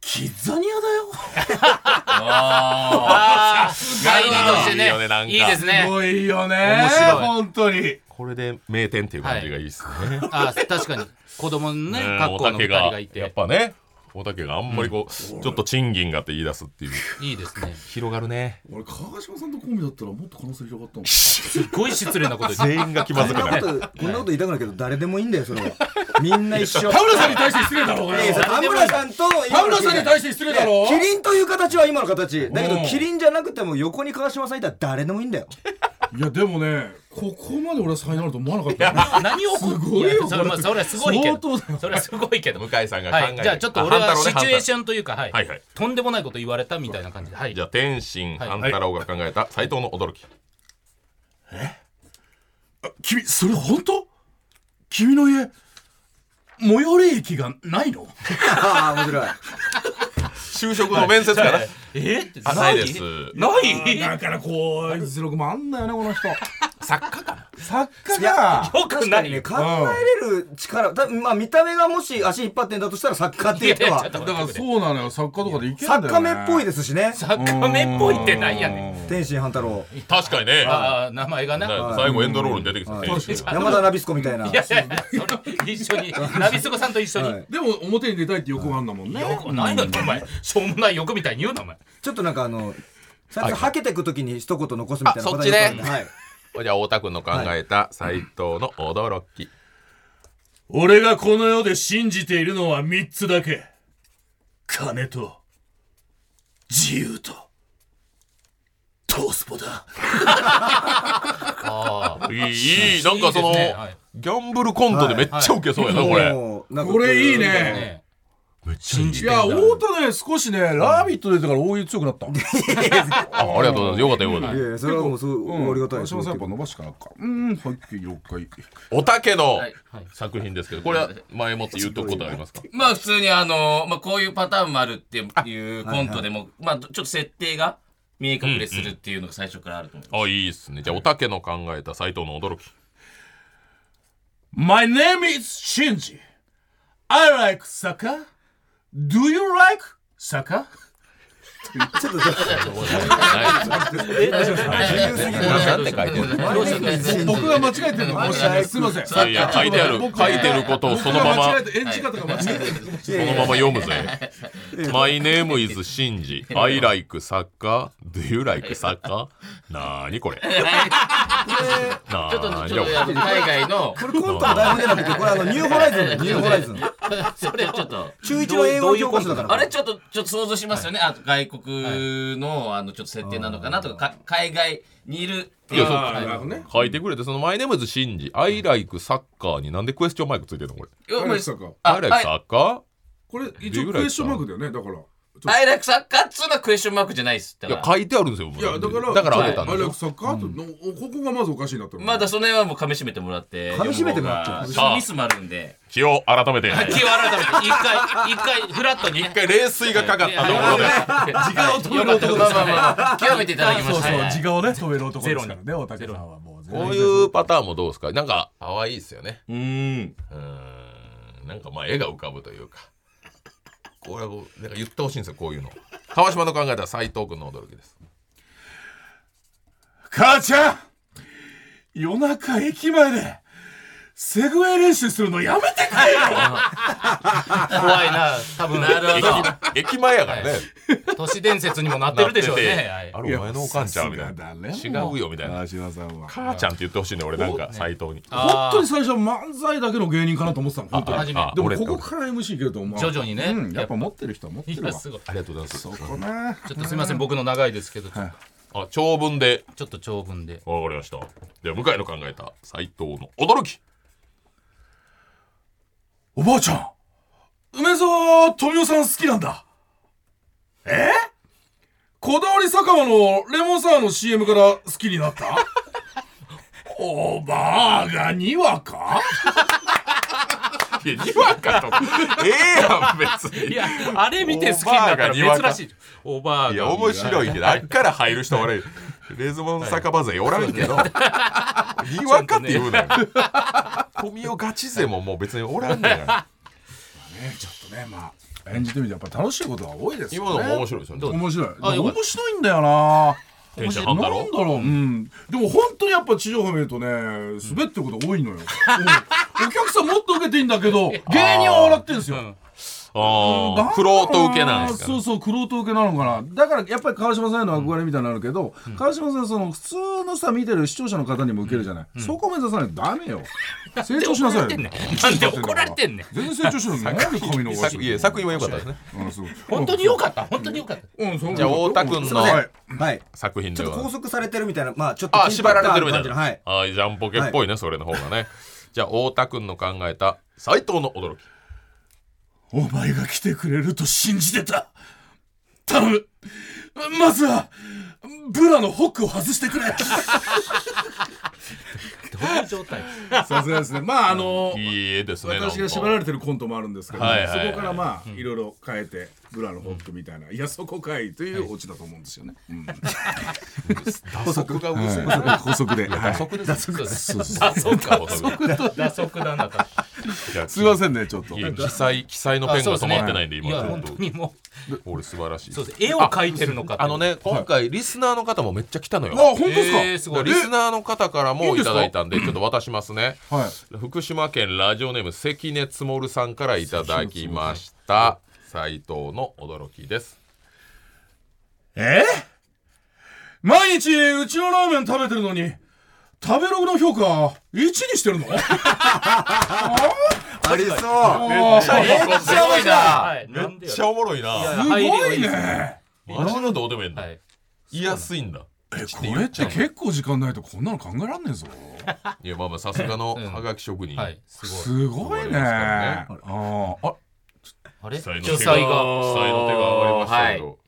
[SPEAKER 4] キッザニアだよ
[SPEAKER 2] あー
[SPEAKER 5] な
[SPEAKER 2] 代
[SPEAKER 5] るほ
[SPEAKER 2] 理
[SPEAKER 5] ど
[SPEAKER 2] として
[SPEAKER 1] いいよねなんか
[SPEAKER 2] ねいいです
[SPEAKER 4] <laughs> す
[SPEAKER 2] ね
[SPEAKER 4] ごいよね
[SPEAKER 2] 面白い
[SPEAKER 4] 本当に
[SPEAKER 1] これで名店っていう感じがいいですね、
[SPEAKER 2] あー確かに子供のね
[SPEAKER 1] うん
[SPEAKER 2] <laughs> 格好の二人がい
[SPEAKER 1] やってぱねおたけがあんまりこう、ちょっと賃金がって言い出す
[SPEAKER 2] <laughs>
[SPEAKER 1] っていう
[SPEAKER 2] いいですね
[SPEAKER 1] 広がるね
[SPEAKER 4] 俺川島さんとコンビだったらもっと可能性広がったもん
[SPEAKER 2] すっごい失礼なこと言って
[SPEAKER 1] 全員が気まずく
[SPEAKER 3] こん
[SPEAKER 1] な
[SPEAKER 3] な
[SPEAKER 1] る
[SPEAKER 3] ことこんなこと言いたくないけど誰でもいいんだよそれ
[SPEAKER 4] <laughs>
[SPEAKER 3] はみんな一緒
[SPEAKER 4] 田村さんに対して失礼だろうがよ
[SPEAKER 3] 田村さんと
[SPEAKER 4] 田村さんに対して失礼だろ
[SPEAKER 3] キリンという形は今の形だけど
[SPEAKER 4] うん
[SPEAKER 3] キリンじゃなくても横に川島さんいたら誰でもいいんだよ
[SPEAKER 4] いやでもねここまで俺は才能あると思わなかった
[SPEAKER 2] 何を怒
[SPEAKER 4] すごいよ
[SPEAKER 2] やそれまあ
[SPEAKER 4] これ
[SPEAKER 2] それはすごいけ
[SPEAKER 4] 相当だ
[SPEAKER 2] どそれはすごいけど
[SPEAKER 1] 向井さんが考え
[SPEAKER 2] は
[SPEAKER 1] て
[SPEAKER 2] い、じゃあちょっと俺はシチュエーシ
[SPEAKER 1] ョン
[SPEAKER 2] ョンというか、はい
[SPEAKER 1] はいはい
[SPEAKER 2] とんでもないこと言われたみたいな感じで、はい、
[SPEAKER 1] じゃあ天心
[SPEAKER 2] はい
[SPEAKER 1] 半太郎が考えた斎藤の驚き、
[SPEAKER 4] 君それ本当君の家最寄り駅がないの
[SPEAKER 3] <laughs> ああ面白い
[SPEAKER 1] 就職の面接かな。
[SPEAKER 2] えって
[SPEAKER 1] あないです。
[SPEAKER 2] ない
[SPEAKER 4] だからこう実力もあんだよねこの人
[SPEAKER 1] 作家か
[SPEAKER 4] <laughs> 作家
[SPEAKER 3] いや
[SPEAKER 4] が
[SPEAKER 2] よく
[SPEAKER 3] 確か
[SPEAKER 2] な
[SPEAKER 3] に
[SPEAKER 2] い
[SPEAKER 3] ね
[SPEAKER 2] よ
[SPEAKER 3] 考えれる力たまあ見た目がもし足引っ張ってんだとしたら作家っていう人
[SPEAKER 2] いや
[SPEAKER 3] は
[SPEAKER 2] ちょっ
[SPEAKER 4] だからそうなのよ作家とかでいけんだよ
[SPEAKER 3] 作
[SPEAKER 4] ね
[SPEAKER 3] 家目っぽいですしね
[SPEAKER 2] 作家目っぽいってなんやねん
[SPEAKER 4] ん
[SPEAKER 3] 天心半太郎
[SPEAKER 1] な。確かにね。
[SPEAKER 2] ああ名前がな
[SPEAKER 1] ない最後エンドロールに出てきた
[SPEAKER 3] は
[SPEAKER 1] ね <laughs>
[SPEAKER 3] い。
[SPEAKER 1] 天
[SPEAKER 4] 確
[SPEAKER 1] 使
[SPEAKER 4] か
[SPEAKER 3] 山田ナビスコみたいな
[SPEAKER 2] やいやいやそれ一緒に
[SPEAKER 1] <laughs>
[SPEAKER 2] ナビスコさんと一緒に、
[SPEAKER 3] はい
[SPEAKER 4] でも表に出たいって欲があんだもんね
[SPEAKER 2] よくないだってお前しょうもない欲みたいに言うなお前
[SPEAKER 3] ちょっとなんかあの最初はけてくときに一言残すみたいな
[SPEAKER 1] あ
[SPEAKER 3] パタ
[SPEAKER 1] そ
[SPEAKER 3] ーン
[SPEAKER 1] っちね
[SPEAKER 3] よくあるんではい
[SPEAKER 1] じゃあ太田君の考えた斎藤の驚き。
[SPEAKER 4] 俺がこの世で信じているのは3つだけ金と自由とトースポだ
[SPEAKER 1] いいいいなんかその
[SPEAKER 2] いいですねはい
[SPEAKER 1] ギャンブルコントでめっちゃウケそうや
[SPEAKER 4] <laughs>
[SPEAKER 1] なこれ。
[SPEAKER 3] もうなんか
[SPEAKER 4] これいいね
[SPEAKER 2] ね
[SPEAKER 4] 信じていや太田ね少しね「ラービット!」出てから応援強くなった
[SPEAKER 1] あありがとうございます。よかったよかった
[SPEAKER 3] い。やいやそれはもうすごいありがたいです
[SPEAKER 4] すやっぱ伸ばしかなっかうんはい了解
[SPEAKER 1] おたけの
[SPEAKER 5] はい
[SPEAKER 1] 作品ですけど、これは前もって言っとくことありますか
[SPEAKER 5] まあ普通にあのまあこういうパターンもあるっていうコントでも、まあちょっと設定が見え隠れするっていうのが最初からあると思う。
[SPEAKER 1] あ、いいっすね。じゃあ、おたけの考えた斎藤の驚き。
[SPEAKER 4] My name is Shinji I like soccer Do you like soccer?
[SPEAKER 3] ちょっとちょっと
[SPEAKER 1] なんて書いてる
[SPEAKER 5] どうした
[SPEAKER 4] 僕が間違えてるのかもし <laughs> れないすいません
[SPEAKER 1] いやいや、書いてある、書いてることをそのまま、
[SPEAKER 4] 僕が間違えて演じ方が間違えてる
[SPEAKER 1] そのまま読むぜ。My name is Shinji. I like soccer. Do you like soccer? なーにこれ。な
[SPEAKER 5] ちょっと
[SPEAKER 1] ー
[SPEAKER 5] ちょっとあ
[SPEAKER 1] に
[SPEAKER 5] の海外の
[SPEAKER 3] これコントの台本じゃなくてこれあのニューホライズンだよニューホライズン
[SPEAKER 5] それをちょっと。
[SPEAKER 3] 中一の英語教科書だから
[SPEAKER 5] あれちょっと、ちょっと想像しますよね。あと外国の、あの、ちょっと設定なのかなとか、か海外にいるっていう。
[SPEAKER 1] いや
[SPEAKER 4] あーなるほどね
[SPEAKER 1] 書いてくれて、その My name is Shinji. I like soccer になんでクエスチョンマイクついてるのこれ。
[SPEAKER 5] いや
[SPEAKER 4] ア
[SPEAKER 5] こ
[SPEAKER 4] レ
[SPEAKER 5] れ
[SPEAKER 4] クサ
[SPEAKER 1] I like
[SPEAKER 5] あ
[SPEAKER 4] か
[SPEAKER 1] soccer?
[SPEAKER 4] これ一応クエスチョンマークだよねだから
[SPEAKER 5] アイラクサッカーっつうのはクエスチョンマークじゃないっす。だ
[SPEAKER 1] いや、
[SPEAKER 5] か
[SPEAKER 1] 書いてあるんですよ。もう
[SPEAKER 4] いやだから
[SPEAKER 1] だからあげたん
[SPEAKER 4] ア
[SPEAKER 1] で
[SPEAKER 4] イ
[SPEAKER 1] す
[SPEAKER 4] ラ
[SPEAKER 1] よ
[SPEAKER 4] ク。サッカーとのここがまずおかしいなって
[SPEAKER 5] ら、まだその辺はもう噛み締めてもらって。
[SPEAKER 3] 噛み締めてもらっちゃう
[SPEAKER 5] 読む方がミスもあるんで。
[SPEAKER 1] 気を改めて。
[SPEAKER 2] 気を改めて一回一回フラットに
[SPEAKER 1] 一回冷水がかかったところで。
[SPEAKER 5] 間を止める男ですからね。極めていただきました。はい
[SPEAKER 4] 我をね止める男
[SPEAKER 2] ですから
[SPEAKER 4] ねおたけさんはもうゼ
[SPEAKER 1] こういうパターンもどうですかなんか可愛いですよね。
[SPEAKER 5] うーん。
[SPEAKER 1] うーん。なんかまあ絵が浮かぶというか。これはこうなんか言ってほしいんですよ、こういうの。川島の考えた斎藤君の驚きです。
[SPEAKER 4] 母ちゃん夜中駅前でセグウェイ練習するのやめてくれ
[SPEAKER 2] 怖いな多分
[SPEAKER 5] なるほど。
[SPEAKER 1] <laughs> 駅駅前やからね。
[SPEAKER 2] 都市伝説にもなってるでしょうねはい
[SPEAKER 1] あれ、お前のおかんちゃんみたいな。違うよみたいな。
[SPEAKER 4] 川島さんは
[SPEAKER 1] 母ちゃんって言ってほしいんだよ、俺なんか斎藤に。
[SPEAKER 4] 本当に最初は漫才だけの芸人かなと思ってたの本当に
[SPEAKER 2] 初め
[SPEAKER 1] あ
[SPEAKER 4] でも
[SPEAKER 1] 俺
[SPEAKER 4] ここから MC いけると思う
[SPEAKER 2] 徐々にね
[SPEAKER 4] うんやっぱ持ってる人は持って
[SPEAKER 2] い
[SPEAKER 4] るわ
[SPEAKER 2] やすごい
[SPEAKER 1] ありがとうございます。
[SPEAKER 4] こね
[SPEAKER 2] ちょっとすみません僕の長いですけどちょっと
[SPEAKER 1] あ、長文で。
[SPEAKER 2] ちょっと長文で
[SPEAKER 1] わかりました。では、向井の考えた斎藤の驚き。
[SPEAKER 4] おばあちゃん梅沢富美男さん好きなんだえこだわり酒場のレモンサワーの CM から好きになった
[SPEAKER 2] <laughs>
[SPEAKER 4] おばあがにわか
[SPEAKER 1] いや、にわか <laughs> とか。ええやん、別に。
[SPEAKER 2] いやあれ見て好きになったら珍しいおばあ
[SPEAKER 1] い
[SPEAKER 2] が
[SPEAKER 1] や、面白いけど、あっから入る人悪い。レズボン酒場勢おらんけ <laughs> ど、にわかって言うなよ。富岡ガチ勢ももう別におらんねんから。
[SPEAKER 4] ねちょっとねまあ演じてみてやっぱ楽しいことが多いですよ
[SPEAKER 1] 今の
[SPEAKER 4] ね
[SPEAKER 1] も面白いですよね。
[SPEAKER 4] 面白い
[SPEAKER 2] あよかった
[SPEAKER 4] 面白いんだよな
[SPEAKER 1] テンション
[SPEAKER 4] なん
[SPEAKER 1] 半だ
[SPEAKER 4] だろ
[SPEAKER 1] ろ
[SPEAKER 4] う、うん、でも本当にやっぱ地上波見るとね滑ってること多いの
[SPEAKER 1] <laughs>
[SPEAKER 4] よ、うんお客さんもっと受けていいんだけど芸人は笑ってるんですよ、
[SPEAKER 1] ああ、フロート受けなんですか
[SPEAKER 4] そうそう、クロート受けなのかな。だから、やっぱり川島さんへの憧れみたいなのあるけど、川島さん、その、普通のさ、見てる視聴者の方にも受けるじゃない。そこを目指さないとダ
[SPEAKER 1] <laughs>
[SPEAKER 4] メよ。成長しなさいよ。
[SPEAKER 2] なんで怒られてんねん
[SPEAKER 4] 全然成長してるのね。髪の
[SPEAKER 1] ね。
[SPEAKER 4] おか
[SPEAKER 1] <laughs>
[SPEAKER 4] し
[SPEAKER 1] 作いや作品は良かったですね。
[SPEAKER 4] うんそう
[SPEAKER 2] 本当に良かった本当に良かった
[SPEAKER 4] うんそう
[SPEAKER 1] じゃあ太田君の
[SPEAKER 4] すいませんはい
[SPEAKER 3] はい
[SPEAKER 1] 作品
[SPEAKER 3] ち
[SPEAKER 1] で
[SPEAKER 3] ょっと拘
[SPEAKER 1] は。
[SPEAKER 3] 束されてるみたいなまあちょっと
[SPEAKER 1] あ、縛られてるみたいな。
[SPEAKER 3] はい
[SPEAKER 1] あージャンポケっぽいね、それの方がね。じゃあ、太田君の考えた斎藤の驚き。
[SPEAKER 4] お前が来てくれると信じてた。頼む。まずは、ブラのホックを外してくれ。
[SPEAKER 2] どういう状態
[SPEAKER 4] さすがですねまああの
[SPEAKER 1] いい絵ですねなんか
[SPEAKER 4] 私が縛られてるコントもあるんですけど、
[SPEAKER 1] はいはいはい
[SPEAKER 4] そこからまあいろいろ変えてブラのホックみたいな、いやそこかいというオチだと思うんですよね、
[SPEAKER 1] <laughs>
[SPEAKER 4] うん、
[SPEAKER 1] 打足がうるせえ
[SPEAKER 4] 補足で、はい
[SPEAKER 1] 打足
[SPEAKER 2] そうです打足か打足打足だな確かに
[SPEAKER 4] すいませんねちょっと
[SPEAKER 1] いや記載記載のペンが止まってないんで
[SPEAKER 2] い
[SPEAKER 1] 今
[SPEAKER 2] や
[SPEAKER 1] ちょ
[SPEAKER 2] 本
[SPEAKER 1] っ
[SPEAKER 2] 当
[SPEAKER 1] と
[SPEAKER 2] にも
[SPEAKER 1] 俺素晴らしいう
[SPEAKER 2] そうです絵を描いてるのかって
[SPEAKER 1] あ
[SPEAKER 2] いう
[SPEAKER 1] のね今回リスナーの方もめっちゃ来たのよ
[SPEAKER 4] あ本当ですか、
[SPEAKER 2] えーすごい
[SPEAKER 1] リスナーの方から
[SPEAKER 4] いいん
[SPEAKER 1] もい
[SPEAKER 4] ですか
[SPEAKER 1] ただいたんでちょっと渡しますね
[SPEAKER 4] はい
[SPEAKER 1] 福島県ラジオネーム関根つもるさんからいただきました斉藤の驚きです
[SPEAKER 4] え毎日うちのラーメン食べてるのに食べログの評価1にしてるの
[SPEAKER 3] ありそう
[SPEAKER 4] あー
[SPEAKER 5] すごいな
[SPEAKER 2] はいなんで
[SPEAKER 1] め
[SPEAKER 2] や
[SPEAKER 1] っちゃおもろいな
[SPEAKER 4] すごいね
[SPEAKER 1] マジのどうでもいいんだ
[SPEAKER 2] はい
[SPEAKER 1] 言いやすいんだ
[SPEAKER 4] これって結構時間ないとこんなの考えらんねえぞ
[SPEAKER 1] いやまあまあさすがのハガキ職人
[SPEAKER 2] はいすごい
[SPEAKER 4] すごいね
[SPEAKER 1] そうですからね
[SPEAKER 4] あー
[SPEAKER 2] あ
[SPEAKER 4] あ
[SPEAKER 1] <laughs>
[SPEAKER 2] れ
[SPEAKER 1] 記載の
[SPEAKER 2] 巨
[SPEAKER 1] 手が記載
[SPEAKER 2] 才が
[SPEAKER 1] の手が上がりましたけど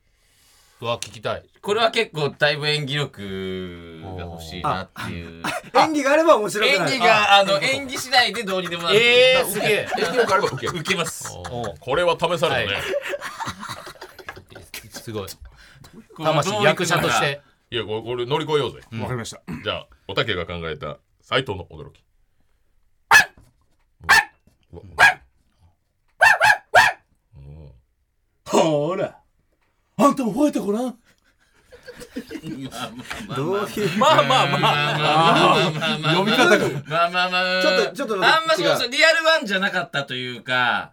[SPEAKER 2] うわ聞きたい
[SPEAKER 5] これは結構だいぶ演技力が欲しいなっていう。
[SPEAKER 3] 演技があれば面白く
[SPEAKER 5] 演
[SPEAKER 3] な
[SPEAKER 5] 技
[SPEAKER 3] い
[SPEAKER 5] が、あの、演技しないでどうにでもなる。
[SPEAKER 2] えーすげえ
[SPEAKER 1] 演技力あれば OK
[SPEAKER 5] 受けます。
[SPEAKER 2] おう
[SPEAKER 1] これは試されたね
[SPEAKER 2] はいすごい
[SPEAKER 5] どう
[SPEAKER 2] 魂
[SPEAKER 5] にかな
[SPEAKER 2] 役者として。
[SPEAKER 1] いやこれこれ乗り越えようぜ
[SPEAKER 4] わかりました
[SPEAKER 1] じゃあおたけが考えた斉藤の驚き
[SPEAKER 4] ほーらあんた覚えてごらん
[SPEAKER 3] どういう
[SPEAKER 2] まあまあまあ
[SPEAKER 4] 読み方が
[SPEAKER 5] まあまあまあ。
[SPEAKER 3] ちょっとちょっと
[SPEAKER 5] あんまそうそ
[SPEAKER 3] 違
[SPEAKER 5] う、リアルワンじゃなかったというか、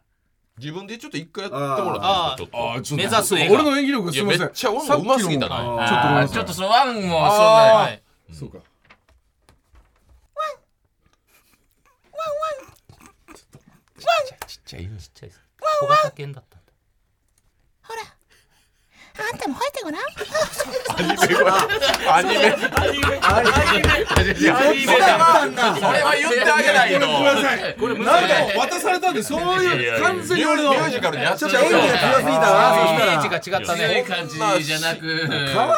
[SPEAKER 1] 自分でちょっと一回やってもらっていいですかちょっと
[SPEAKER 4] あーちょっ
[SPEAKER 2] 目
[SPEAKER 4] と
[SPEAKER 2] 指す映画
[SPEAKER 4] 俺の演技力がすいません
[SPEAKER 1] いやめっちゃ俺の上手すぎたな
[SPEAKER 4] さっきの
[SPEAKER 1] あ
[SPEAKER 4] ちょっとごめん
[SPEAKER 5] あ
[SPEAKER 4] な
[SPEAKER 5] ーち
[SPEAKER 4] さ
[SPEAKER 5] ょっ
[SPEAKER 4] い
[SPEAKER 5] とそのワンも、そん
[SPEAKER 4] あ
[SPEAKER 5] な
[SPEAKER 2] はい
[SPEAKER 4] そうか
[SPEAKER 1] ちっちゃい
[SPEAKER 2] ちっちゃいです小型犬だったんだ
[SPEAKER 8] あんたも吠えてごらん。
[SPEAKER 1] アニメ
[SPEAKER 3] あれ
[SPEAKER 5] それは言ってあげない
[SPEAKER 4] ごめんなさい
[SPEAKER 5] これ
[SPEAKER 4] なん
[SPEAKER 5] 難しい。
[SPEAKER 4] か渡されたんでそういう完全に俺の
[SPEAKER 1] ミュージカルにやっ
[SPEAKER 3] ち
[SPEAKER 1] ち
[SPEAKER 3] ょ
[SPEAKER 1] ゃっ
[SPEAKER 3] っと
[SPEAKER 1] た
[SPEAKER 3] 演技が強すぎたなそ
[SPEAKER 2] イ
[SPEAKER 3] した
[SPEAKER 2] メ
[SPEAKER 3] ら
[SPEAKER 2] ージが違った
[SPEAKER 5] 強い
[SPEAKER 2] ね
[SPEAKER 5] 感じじゃなく、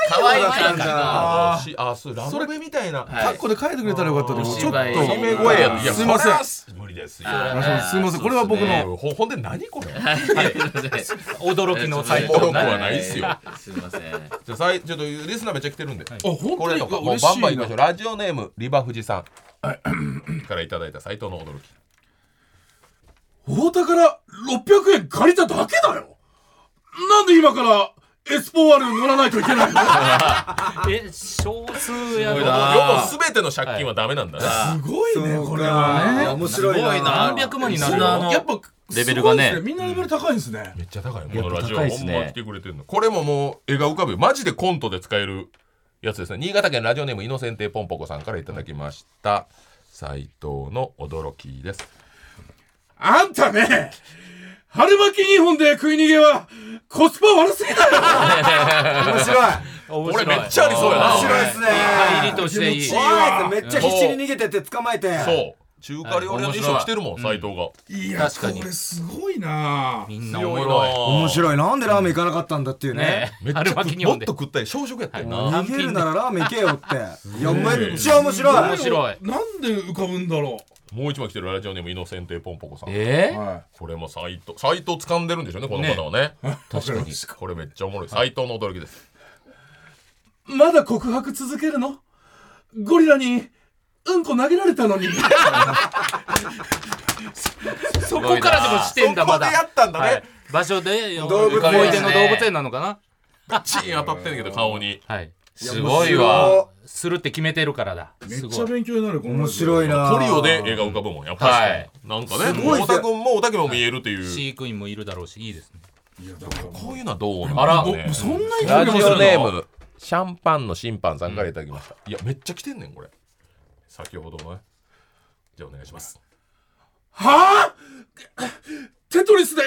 [SPEAKER 3] 可愛い
[SPEAKER 5] 感
[SPEAKER 3] 子
[SPEAKER 5] じ
[SPEAKER 3] だったん
[SPEAKER 5] の。
[SPEAKER 1] あーあーそうラノベみたいな
[SPEAKER 4] カッコで書いてくれたらよかったで
[SPEAKER 5] お
[SPEAKER 4] すちょっと
[SPEAKER 5] 芝居の
[SPEAKER 1] 姫声や
[SPEAKER 5] あ
[SPEAKER 1] い
[SPEAKER 5] ー
[SPEAKER 1] や
[SPEAKER 4] すいません
[SPEAKER 1] せん無理ですよ
[SPEAKER 5] あー
[SPEAKER 4] すいませんこれは僕の
[SPEAKER 1] ほほんで何これ
[SPEAKER 2] 驚きの斉
[SPEAKER 1] おもろ
[SPEAKER 2] 藤
[SPEAKER 1] くはないっすよ。
[SPEAKER 5] すいません。
[SPEAKER 1] じゃあさいちょっとリスナーめっちゃ来てるんで
[SPEAKER 4] あ本
[SPEAKER 1] こ
[SPEAKER 4] 当
[SPEAKER 1] れ
[SPEAKER 4] に
[SPEAKER 1] とかもう
[SPEAKER 4] 嬉
[SPEAKER 1] バ
[SPEAKER 4] し
[SPEAKER 1] ン
[SPEAKER 4] い
[SPEAKER 1] バンいき
[SPEAKER 4] な
[SPEAKER 1] ましょうラジオネームリバフジさん <coughs> からいただいた斉藤の驚き
[SPEAKER 4] 太田から600円借りただけだよなんで今からエスポワール乗らないといけないの
[SPEAKER 2] え少数や
[SPEAKER 1] 世
[SPEAKER 2] な
[SPEAKER 1] のすべての借金はダメなんだな
[SPEAKER 4] すごいね
[SPEAKER 3] そう
[SPEAKER 4] こ
[SPEAKER 3] か
[SPEAKER 4] れはね
[SPEAKER 3] 面白いな
[SPEAKER 5] すごいな
[SPEAKER 2] 300万にな
[SPEAKER 4] そ
[SPEAKER 2] る
[SPEAKER 4] う
[SPEAKER 5] あの
[SPEAKER 4] やっぱ
[SPEAKER 5] レベルがね
[SPEAKER 4] すごいですみんなレベル高いんですね
[SPEAKER 1] めっちゃ高いよこのラジオ
[SPEAKER 5] 高
[SPEAKER 1] ほ
[SPEAKER 5] いっす
[SPEAKER 1] ん
[SPEAKER 5] ね
[SPEAKER 1] ま来てくれてるのこれももう絵が浮かぶよマジでコントで使えるやつですね新潟県ラジオネームイノセンテポンポコさんからいただきました斉藤の驚きです
[SPEAKER 4] あんたね春巻き2本で食い逃げはコスパ悪すぎだよ
[SPEAKER 3] 面白い
[SPEAKER 2] 面
[SPEAKER 1] これ
[SPEAKER 2] 白
[SPEAKER 1] め
[SPEAKER 2] い
[SPEAKER 1] っちゃありそうやな
[SPEAKER 3] 面白いっすね
[SPEAKER 2] 入りとしていい
[SPEAKER 3] おいってめっちゃ必死に逃げてって捕まえて
[SPEAKER 1] そう中華料理の衣装着てるもん斉藤が
[SPEAKER 4] いや
[SPEAKER 2] 確かに
[SPEAKER 4] これすごいな
[SPEAKER 2] みんなお
[SPEAKER 1] 強
[SPEAKER 2] も
[SPEAKER 1] いな
[SPEAKER 2] ろ
[SPEAKER 3] 面白いなんでラーメン行かなかったんだっていう
[SPEAKER 2] い
[SPEAKER 3] ね
[SPEAKER 2] ね
[SPEAKER 1] めっちゃ
[SPEAKER 2] 春
[SPEAKER 1] 食
[SPEAKER 2] 巻
[SPEAKER 1] っ
[SPEAKER 2] き日
[SPEAKER 1] もっと
[SPEAKER 2] 本で
[SPEAKER 1] 食ったり小食やったよな、
[SPEAKER 2] はい
[SPEAKER 3] 逃げるならラーメン行けよっていやめっちゃ面白
[SPEAKER 2] 面
[SPEAKER 3] い
[SPEAKER 2] 白い
[SPEAKER 4] なんで浮かぶんだろ
[SPEAKER 1] もう一枚来てるラジオネームイノセンテポンポコさん
[SPEAKER 4] う、
[SPEAKER 2] え
[SPEAKER 4] は
[SPEAKER 1] これも斎藤斎藤掴んでるんでしょうねこの方はね確かにこれめっちゃおもろい斎藤の驚きです
[SPEAKER 4] い、まだ告白続けるのゴリラにうんこ投げられたのに
[SPEAKER 2] そこからでもしてんだまだ
[SPEAKER 1] ったん
[SPEAKER 2] はい場所で
[SPEAKER 3] 動物園
[SPEAKER 2] 思い出の動物園なのかな
[SPEAKER 1] チーン当たってんだけど顔に
[SPEAKER 2] はい
[SPEAKER 5] すごいわ。
[SPEAKER 2] するって決めてるからだ
[SPEAKER 4] めっ
[SPEAKER 2] す
[SPEAKER 4] ちゃ
[SPEAKER 2] ごい
[SPEAKER 4] 勉強になるこの
[SPEAKER 3] 面白いな
[SPEAKER 1] トリオで映画浮かぶもんやっぱり、
[SPEAKER 5] はい
[SPEAKER 1] なんかね
[SPEAKER 3] すごい
[SPEAKER 1] 太田君もおたけも見えるという、
[SPEAKER 2] 飼育員もいるだろうしいいですね
[SPEAKER 4] いやだから
[SPEAKER 1] こういうのはどうな
[SPEAKER 2] あら
[SPEAKER 1] のね
[SPEAKER 4] そんなに
[SPEAKER 1] ラジオネームシャンパンの審判さんからいただきました、いやめっちゃ来てんねんこれ先ほどのねじゃあお願いします
[SPEAKER 4] はあテトリスで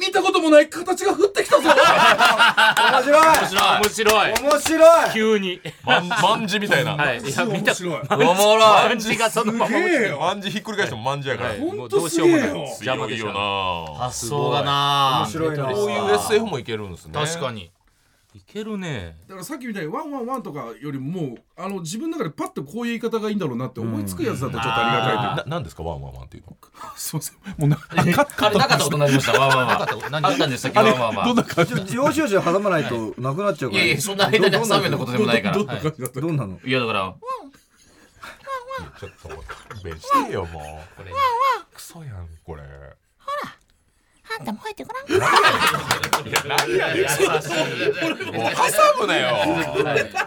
[SPEAKER 4] 見たこともない形が降ってきたぞ
[SPEAKER 3] 面白い
[SPEAKER 2] 面白い
[SPEAKER 3] 面白い
[SPEAKER 2] 急に
[SPEAKER 1] まんまんじみたいな、
[SPEAKER 2] はいいや見た
[SPEAKER 4] 面白い
[SPEAKER 5] おもろ
[SPEAKER 2] 感じがそのまま
[SPEAKER 4] ねえよ
[SPEAKER 1] まんじひっくり返してもまんじやから、
[SPEAKER 2] はい
[SPEAKER 4] ほんとすげえよ
[SPEAKER 1] 強いよな
[SPEAKER 5] 発想がな
[SPEAKER 3] 面白いな
[SPEAKER 1] こういう SF もいけるんですね
[SPEAKER 2] 確かにいけるね
[SPEAKER 4] だからさっきみたいにワンワンワンとかよりももうあの自分の中でパッとこういう言い方がいいんだろうなって思いつくやつだとちょっとありがたいというか
[SPEAKER 1] ななんですかワンワンワンっていうの
[SPEAKER 4] すいませんもうな
[SPEAKER 5] あれなかったことになりました。わあわあわあ。
[SPEAKER 2] 何
[SPEAKER 5] あったんですよ、今わあわ
[SPEAKER 1] ど
[SPEAKER 5] あ
[SPEAKER 1] ん。な感じ
[SPEAKER 3] 要所要所挟まないとなくなっちゃう
[SPEAKER 5] い
[SPEAKER 3] から
[SPEAKER 5] やいや、そんな間に挟むようなことでもないから。
[SPEAKER 4] どんな
[SPEAKER 5] は
[SPEAKER 4] 感じだった
[SPEAKER 3] どうなの
[SPEAKER 5] いいや、だから、
[SPEAKER 1] ちょっともう勘弁してよもうこれクソやんこれ
[SPEAKER 8] あんたも入ってごらん。
[SPEAKER 1] 何やねんもう挟むなよ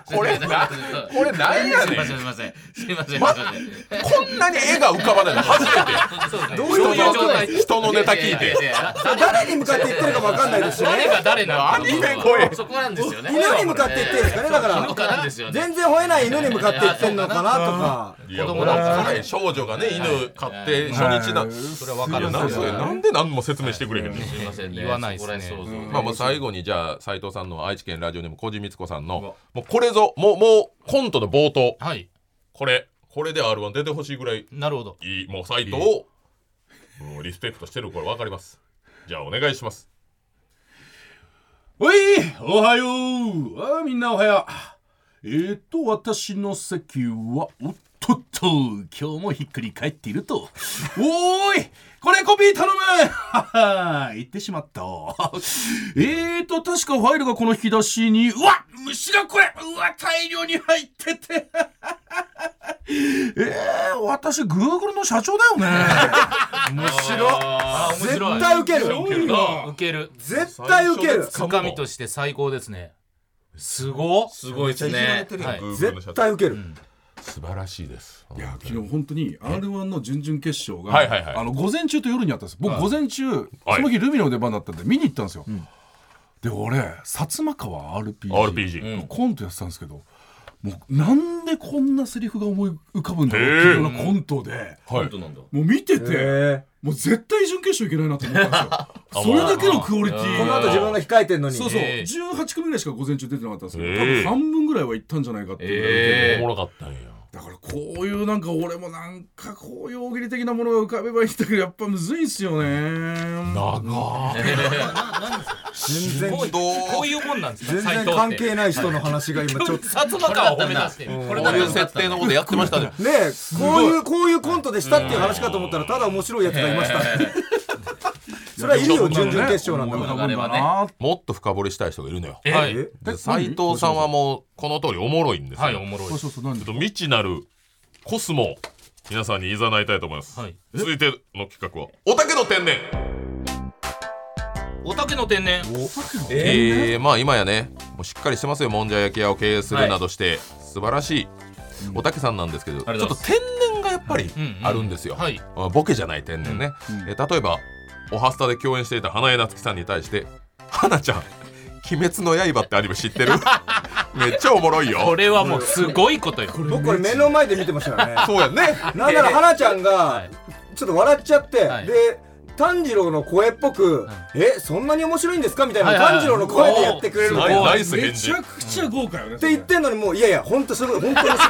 [SPEAKER 1] これなこれなんやねん
[SPEAKER 5] すいません、すいません。すいません、すいません。
[SPEAKER 1] こんなに絵が浮かばないの初めて
[SPEAKER 3] どういう状
[SPEAKER 1] 人の
[SPEAKER 3] 態
[SPEAKER 1] 人のネタ聞いて
[SPEAKER 3] 誰に向かって言ってるか分かんないですし
[SPEAKER 5] 誰
[SPEAKER 3] ね
[SPEAKER 5] が誰なの
[SPEAKER 1] 何これ
[SPEAKER 5] そこなんですよね。
[SPEAKER 3] 犬に向かって言ってるんですかねだか
[SPEAKER 5] 犬からですよ
[SPEAKER 3] ら
[SPEAKER 5] ね
[SPEAKER 3] 全然吠えない犬に向かって言ってんのかなとか
[SPEAKER 1] いや
[SPEAKER 5] 子
[SPEAKER 1] ほ
[SPEAKER 5] 供だから
[SPEAKER 1] ら彼少女がね犬飼って初日だそれは分かるなんそれなんで何も説明してくれへんの
[SPEAKER 5] すいません、
[SPEAKER 2] 言わないっすね
[SPEAKER 5] そこら辺そうそう
[SPEAKER 1] まあもう最後にじゃあ斉藤さんの愛知県ラジオネーム小路光子さんのもうこれぞもうもうコントの冒頭
[SPEAKER 2] はい
[SPEAKER 1] これこれで R1 出てほしいぐらい
[SPEAKER 2] なるほど
[SPEAKER 1] いいもう斉藤をもうリスペクトしてるこれ分かりますじゃあお願いします
[SPEAKER 4] おいおはようあーみんなおはようえー、っと私の席はおっとっと今日もひっくり返っているとおーいこれコピー頼むはは <laughs> ー言ってしまったえーと確かファイルがこの引き出しにうわ虫がこれうわ大量に入ってて <laughs> えー、私 Google の社長だよね
[SPEAKER 2] 面白あー面
[SPEAKER 3] 絶
[SPEAKER 2] 白い
[SPEAKER 3] 対ウケる
[SPEAKER 2] ウケる
[SPEAKER 3] 絶対ウケる
[SPEAKER 2] つかみとして最高ですねすごっ
[SPEAKER 5] すごいですね。
[SPEAKER 2] はい
[SPEAKER 1] Google の社
[SPEAKER 3] 絶
[SPEAKER 1] 長
[SPEAKER 3] 対ウケる
[SPEAKER 1] 素晴らしいです
[SPEAKER 4] いや昨日本当に r 1の準々決勝が、
[SPEAKER 1] はいはいはい
[SPEAKER 4] あの午前中と夜にあったんです僕午前中、
[SPEAKER 1] はい
[SPEAKER 4] その日ルミネの出番だったんで見に行ったんですよ、で俺薩摩川 RPG,
[SPEAKER 1] RPG
[SPEAKER 4] のコントやってたんですけど、もうなんでこんなセリフが思い浮かぶんだろ
[SPEAKER 1] へ
[SPEAKER 4] う
[SPEAKER 1] ー
[SPEAKER 4] っていうようなコントで、
[SPEAKER 1] はい
[SPEAKER 5] どうなんだ
[SPEAKER 4] もう見てて、
[SPEAKER 3] へ
[SPEAKER 4] もう絶対準決勝いけないなと思った
[SPEAKER 1] <laughs>
[SPEAKER 4] んですよそれだけのクオリティ
[SPEAKER 3] ーこの後自分が控えてんのに
[SPEAKER 4] そうそう
[SPEAKER 2] へー
[SPEAKER 4] 18組ぐらいしか午前中出てなかったんですけど、
[SPEAKER 1] へー
[SPEAKER 4] 多分半分ぐらいは行ったんじゃないかっていうぐらい出て
[SPEAKER 1] おもろかったんや
[SPEAKER 4] だからこういうなんか俺もなんかこういう大喜利的なものが浮かべばいいんだけどやっぱむずいんすよね
[SPEAKER 1] 長っ
[SPEAKER 3] 全然
[SPEAKER 2] こうこういうもんなんですか
[SPEAKER 3] 全
[SPEAKER 2] 斎
[SPEAKER 3] 然
[SPEAKER 2] 藤
[SPEAKER 3] 関
[SPEAKER 2] って
[SPEAKER 3] 係ない人の話が今ちょっと
[SPEAKER 2] 薩摩川を褒め出してるこ
[SPEAKER 1] こ
[SPEAKER 2] れ
[SPEAKER 1] う
[SPEAKER 2] だ
[SPEAKER 1] いう設定のことやってましたね
[SPEAKER 3] ねえこういうこういうコントでしたっていう話かと思ったらただ面白いやつがいましたそれはいいよ準々決勝なんだから
[SPEAKER 5] あれはね
[SPEAKER 4] な
[SPEAKER 1] <laughs> もっと深掘りしたい人がいるのよ
[SPEAKER 2] はい
[SPEAKER 3] え
[SPEAKER 1] で斉藤さんはもうこの通りおもろいんですよ、
[SPEAKER 2] はいおもろい
[SPEAKER 4] そうそうそう何
[SPEAKER 1] ちょっと未知なるコスモを皆さんにいざないたいと思います、
[SPEAKER 2] はい
[SPEAKER 1] 続いての企画はおたけの天然
[SPEAKER 2] おたけの天然
[SPEAKER 1] ええー、まあ今やねもうしっかりしてますよもんじゃ焼き屋を経営するなどして、素晴らしいおたけさんなんですけど、ちょ
[SPEAKER 5] り
[SPEAKER 1] っ
[SPEAKER 5] がとう
[SPEAKER 1] と
[SPEAKER 5] ご
[SPEAKER 1] 天然がやっぱり
[SPEAKER 2] んうん
[SPEAKER 1] あるんですよ、
[SPEAKER 2] はい
[SPEAKER 1] あボケじゃない天然ね、えー例えばおはスタで共演していた花江夏樹さんに対して「花ちゃん鬼滅の刃」ってアニメ知ってるめっちゃおもろいよ
[SPEAKER 2] これはもうすごいことよ
[SPEAKER 3] 僕これ目の前で見てましたよね
[SPEAKER 1] そうやんね
[SPEAKER 3] なんなら花ちゃんがちょっと笑っちゃって、
[SPEAKER 2] はい
[SPEAKER 3] で炭治郎の声っぽく「えそんなに面白いんですか?」みたいなのを炭治郎の声でやってくれるの
[SPEAKER 1] ナイ
[SPEAKER 3] っ
[SPEAKER 1] ナイス
[SPEAKER 4] め
[SPEAKER 1] 返
[SPEAKER 4] ち
[SPEAKER 1] 事
[SPEAKER 4] ゃくちゃ豪華よねって
[SPEAKER 3] 言ってんのにもういやいや本当すごい本当に面白い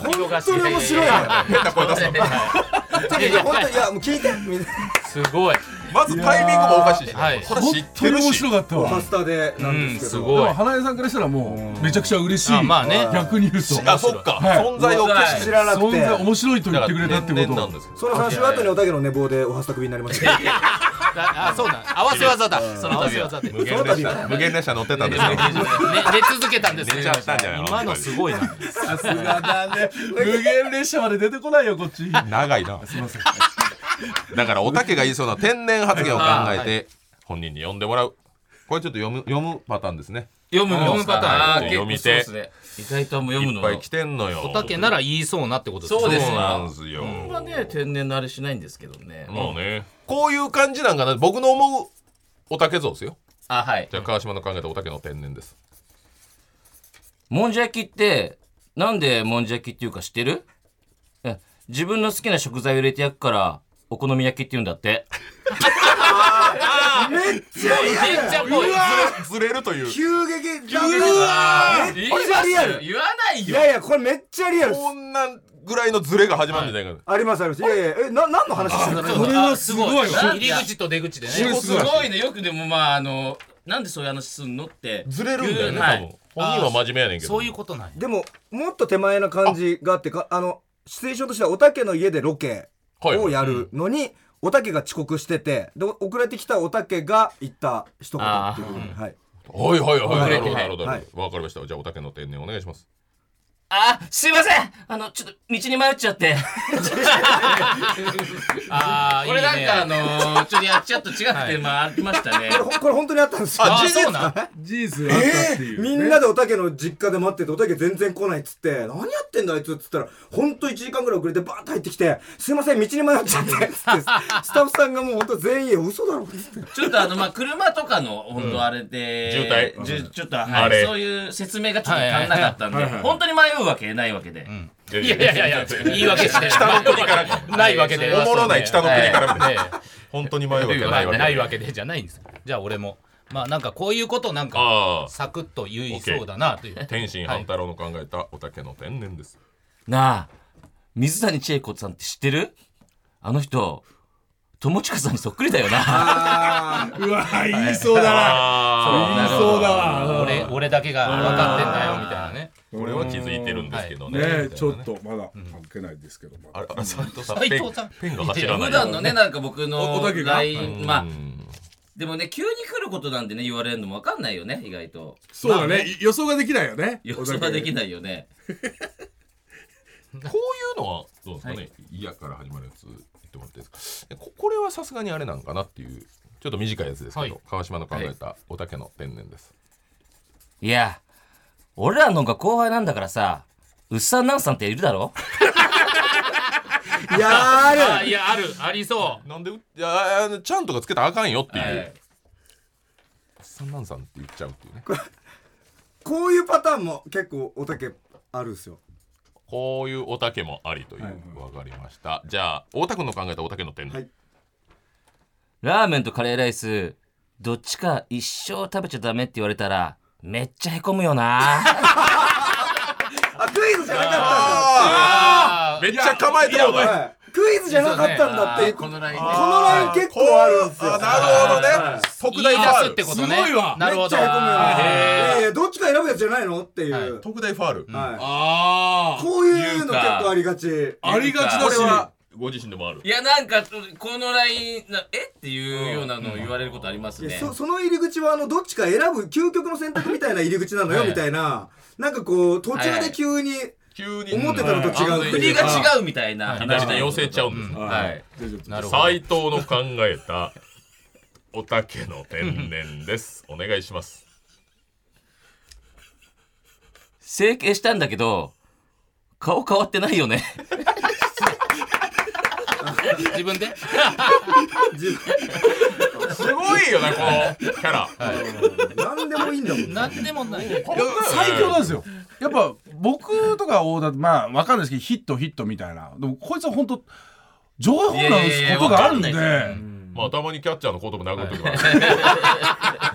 [SPEAKER 3] 本当に面白いのよ
[SPEAKER 1] 変な声出すの
[SPEAKER 3] いやいや本当にいやもう聞いてみたい
[SPEAKER 2] すごい
[SPEAKER 1] まずタイミングもおかしいし、
[SPEAKER 2] はい
[SPEAKER 1] それ
[SPEAKER 4] 本
[SPEAKER 1] 知って
[SPEAKER 4] 当に
[SPEAKER 1] る
[SPEAKER 4] 面
[SPEAKER 1] し
[SPEAKER 4] 白かった
[SPEAKER 3] なパ
[SPEAKER 4] わ
[SPEAKER 3] スタでな
[SPEAKER 2] うんん
[SPEAKER 3] です
[SPEAKER 2] す
[SPEAKER 3] けど、
[SPEAKER 2] ごい
[SPEAKER 4] 花江さんからしたらもうめちゃくちゃ嬉しい
[SPEAKER 2] あまあね
[SPEAKER 4] 逆に言うと
[SPEAKER 1] あそっか、
[SPEAKER 4] はい
[SPEAKER 1] 存在を消し
[SPEAKER 3] 知らなく
[SPEAKER 4] 存在
[SPEAKER 3] て
[SPEAKER 4] 面白いと言ってくれたってこ
[SPEAKER 1] な
[SPEAKER 4] と
[SPEAKER 1] んですよ
[SPEAKER 3] その話の後におたけの寝坊でおはスタクビになりました
[SPEAKER 2] だあそうなん合わせ技だその合わせ技で
[SPEAKER 1] 無限列車無限列車乗ってたんですよ
[SPEAKER 2] ね寝続けたんです
[SPEAKER 1] 寝ちゃったんじゃない
[SPEAKER 2] 今のすごいな
[SPEAKER 4] さすがだね無限列車まで出てこないよこっち
[SPEAKER 1] 長いなだからおたけが言いそうな天然発言を考え
[SPEAKER 2] あーは
[SPEAKER 1] て本人に呼んでもらうこれちょっと読む読むパターンですね
[SPEAKER 5] 読む
[SPEAKER 2] 読むパターン
[SPEAKER 5] あー
[SPEAKER 1] 読み手
[SPEAKER 5] 結構そうですね意外ともう読む
[SPEAKER 1] いっ
[SPEAKER 5] の
[SPEAKER 1] ぱい来てんのよ
[SPEAKER 2] おたけなら言いそうなってことですね
[SPEAKER 5] そうです
[SPEAKER 1] そうなんですよ、
[SPEAKER 5] 僕はね天然のあれしないんですけどね
[SPEAKER 1] もうねこういう感じなんかな僕の思うおたけ像ですよ
[SPEAKER 5] あはい
[SPEAKER 1] じゃあ川島の考えたおたけの天然です
[SPEAKER 5] もんじゃ焼きってなんでもんじゃ焼きっていうか知ってるえ自分の好きな食材を入れて焼くからお好み焼きって言うんだって
[SPEAKER 2] めっちゃぽい
[SPEAKER 1] ずれるという
[SPEAKER 3] 急激急激めっちゃリアルい
[SPEAKER 5] 言わないよ
[SPEAKER 3] やいやこれめっちゃリアルです
[SPEAKER 1] こんなぐらいのずれが始まるんじゃないかな、
[SPEAKER 3] ありますありますいやいやえな何の話してたの
[SPEAKER 5] これはす
[SPEAKER 2] すごい入り口と出口でね
[SPEAKER 5] すごいねよくでもまああのなんでそういう話すんのって
[SPEAKER 1] ずれるんだよね、
[SPEAKER 5] は
[SPEAKER 1] 多
[SPEAKER 5] い
[SPEAKER 1] 分本人は真面目やねんけど
[SPEAKER 2] そういうことなんや
[SPEAKER 3] でももっと手前な感じがあってかあのシチュエーションとしてはおたけの家でロケ
[SPEAKER 1] はい
[SPEAKER 3] をやるのに、おたけが遅刻しててで遅れてきたおたけが言った一言っていうことで、はい、
[SPEAKER 1] はいはいはい、な
[SPEAKER 5] はい
[SPEAKER 1] るほどなるほど
[SPEAKER 3] はい
[SPEAKER 1] わかりましたじゃあおたけの天然お願いします
[SPEAKER 5] あすいませんあのちょっと道に迷っちゃって
[SPEAKER 2] ああ
[SPEAKER 5] これなん <laughs> かあのーちょっとやっちゃうと違く
[SPEAKER 2] はい
[SPEAKER 5] てまあありました <laughs> ね
[SPEAKER 3] これほこれ本当にあったんですよ
[SPEAKER 2] あそうなん
[SPEAKER 4] 事実があったっていう、ね
[SPEAKER 3] みんなでおたけの実家で待ってておたけ全然来ないっつって何やってんだあいつっつったらほんと1時間ぐらい遅れてバーンと入ってきて「すいません道に迷っちゃって」っつってスタッフさんがもうほんと全員「嘘だろ」っつって
[SPEAKER 5] <laughs> ちょっとあのまあ車とかの本当あれで、
[SPEAKER 1] 渋滞
[SPEAKER 5] じゅちょっと、
[SPEAKER 1] あ
[SPEAKER 5] は
[SPEAKER 1] れ
[SPEAKER 5] い、そういう説明がちょっと足んなかったんで、本当に迷うわけないわけで、
[SPEAKER 1] い
[SPEAKER 2] いやいやいやいや言い訳して
[SPEAKER 1] 北の国から
[SPEAKER 2] ないわけで
[SPEAKER 1] おもろない北の国からみたいな
[SPEAKER 2] ええ
[SPEAKER 1] <laughs> 本当に迷うわけ
[SPEAKER 2] な
[SPEAKER 1] ないいわ
[SPEAKER 2] わけ
[SPEAKER 1] け
[SPEAKER 2] ないわけでじゃないんですじゃあ俺もまあなんかこういうことなんか
[SPEAKER 1] あ
[SPEAKER 2] <laughs>
[SPEAKER 1] あ
[SPEAKER 2] サクッと言いそうだなという
[SPEAKER 1] 天心半太郎の考えたおたけの天然です、
[SPEAKER 5] なあ水谷千恵子さんって知ってるあの人友近さんにそっくりだよ <laughs> な
[SPEAKER 4] うわ言いそうだな
[SPEAKER 1] あ
[SPEAKER 4] 言いそうだわ
[SPEAKER 2] 俺俺だけが分かってんだよみたいなね
[SPEAKER 1] あこれは気づいてるんですけどね,、
[SPEAKER 4] ねちょっとまだ関係ないですけども、
[SPEAKER 1] あれあれ斎藤さん
[SPEAKER 2] 斎
[SPEAKER 1] ペ
[SPEAKER 2] 藤
[SPEAKER 1] ン
[SPEAKER 2] さん
[SPEAKER 1] ペンが走らない
[SPEAKER 5] <laughs> 普段のねなんか僕
[SPEAKER 4] お
[SPEAKER 5] の
[SPEAKER 4] おたけが
[SPEAKER 5] LINE
[SPEAKER 1] ま
[SPEAKER 5] まあでもね急に来ることなんでね言われるのも分かんないよね意外と
[SPEAKER 4] そうだね,、予想ができないよね
[SPEAKER 5] 予想ができ
[SPEAKER 4] い
[SPEAKER 5] ないよね
[SPEAKER 1] あこういうのはどうですかね、嫌から始まるやつ言ってもらっていいですかここれはさすがにあれなんかなっていうちょっと短いやつですけど、
[SPEAKER 2] はい
[SPEAKER 1] 川島の考えたおたけの天然です、
[SPEAKER 5] いや俺らの方が後輩なんだからさうっさんなんさんっているだろ
[SPEAKER 3] 「やー
[SPEAKER 2] あいやあるありそう
[SPEAKER 1] なんでういやあのちゃんとかつけたらあかんよっていう、
[SPEAKER 5] はい
[SPEAKER 1] おっさんなんさんって言っちゃうっていうね
[SPEAKER 3] こういうパターンも結構おたけあるんですよ
[SPEAKER 1] こういうおたけもありという、わかりましたじゃあ太田君の考えたおたけの天然、
[SPEAKER 3] はい
[SPEAKER 5] ラーメンとカレーライスどっちか一生食べちゃダメって言われたらめっちゃへこむよな
[SPEAKER 3] あクイズじゃなか
[SPEAKER 2] あ
[SPEAKER 1] めっちゃ構えてたもん
[SPEAKER 3] った
[SPEAKER 1] ね
[SPEAKER 3] んだ、はい、クイズじゃなかったんだってこ
[SPEAKER 5] こ
[SPEAKER 3] の
[SPEAKER 5] のラインね
[SPEAKER 3] ライン結構あるんですよ
[SPEAKER 1] あなるほどね特
[SPEAKER 2] 言い
[SPEAKER 1] 大ファ
[SPEAKER 2] 出
[SPEAKER 1] ー
[SPEAKER 2] すっ
[SPEAKER 1] ル
[SPEAKER 2] てことね
[SPEAKER 4] すごいわ
[SPEAKER 2] なるほど
[SPEAKER 3] めっちゃへこむよねいやい
[SPEAKER 2] へえ
[SPEAKER 3] やどっちか選ぶやつじゃないのっていう、はい
[SPEAKER 1] 特大ファール、
[SPEAKER 4] ああ
[SPEAKER 3] こういうの結構ありがち
[SPEAKER 4] ありがち
[SPEAKER 1] こ
[SPEAKER 4] だ
[SPEAKER 1] れ
[SPEAKER 4] し
[SPEAKER 1] はご自身でもある
[SPEAKER 5] いやなんかこのラインなえっていうようなのを言われることあります
[SPEAKER 3] いや
[SPEAKER 5] ね
[SPEAKER 3] そその入り口はあのどっちか選ぶ究極の選択みたいな入り口なのよみたいななんかこう途中で急に
[SPEAKER 1] 急に
[SPEAKER 3] 思ってたのと違うってい
[SPEAKER 5] 国
[SPEAKER 3] う
[SPEAKER 5] が
[SPEAKER 3] か
[SPEAKER 5] 違うみたいな
[SPEAKER 1] 左
[SPEAKER 5] 話
[SPEAKER 1] に寄せちゃうんですね
[SPEAKER 5] はい
[SPEAKER 2] なるほど
[SPEAKER 1] 斎藤の考えたおたけの天然ですお願いします
[SPEAKER 5] 整形したんだけど顔変わってないよね
[SPEAKER 2] 自分で
[SPEAKER 1] すごいよねこのキャラ、
[SPEAKER 3] 何でもいいんだもん
[SPEAKER 2] なんでもない
[SPEAKER 4] いや最強なんですよやっぱ僕とか大田まあわかんないですけどヒットヒットみたいなでもこいつは本当情報なすことがあるんで
[SPEAKER 5] いやいやいやわ
[SPEAKER 1] まあたまにキャッチャーのことも殴るときは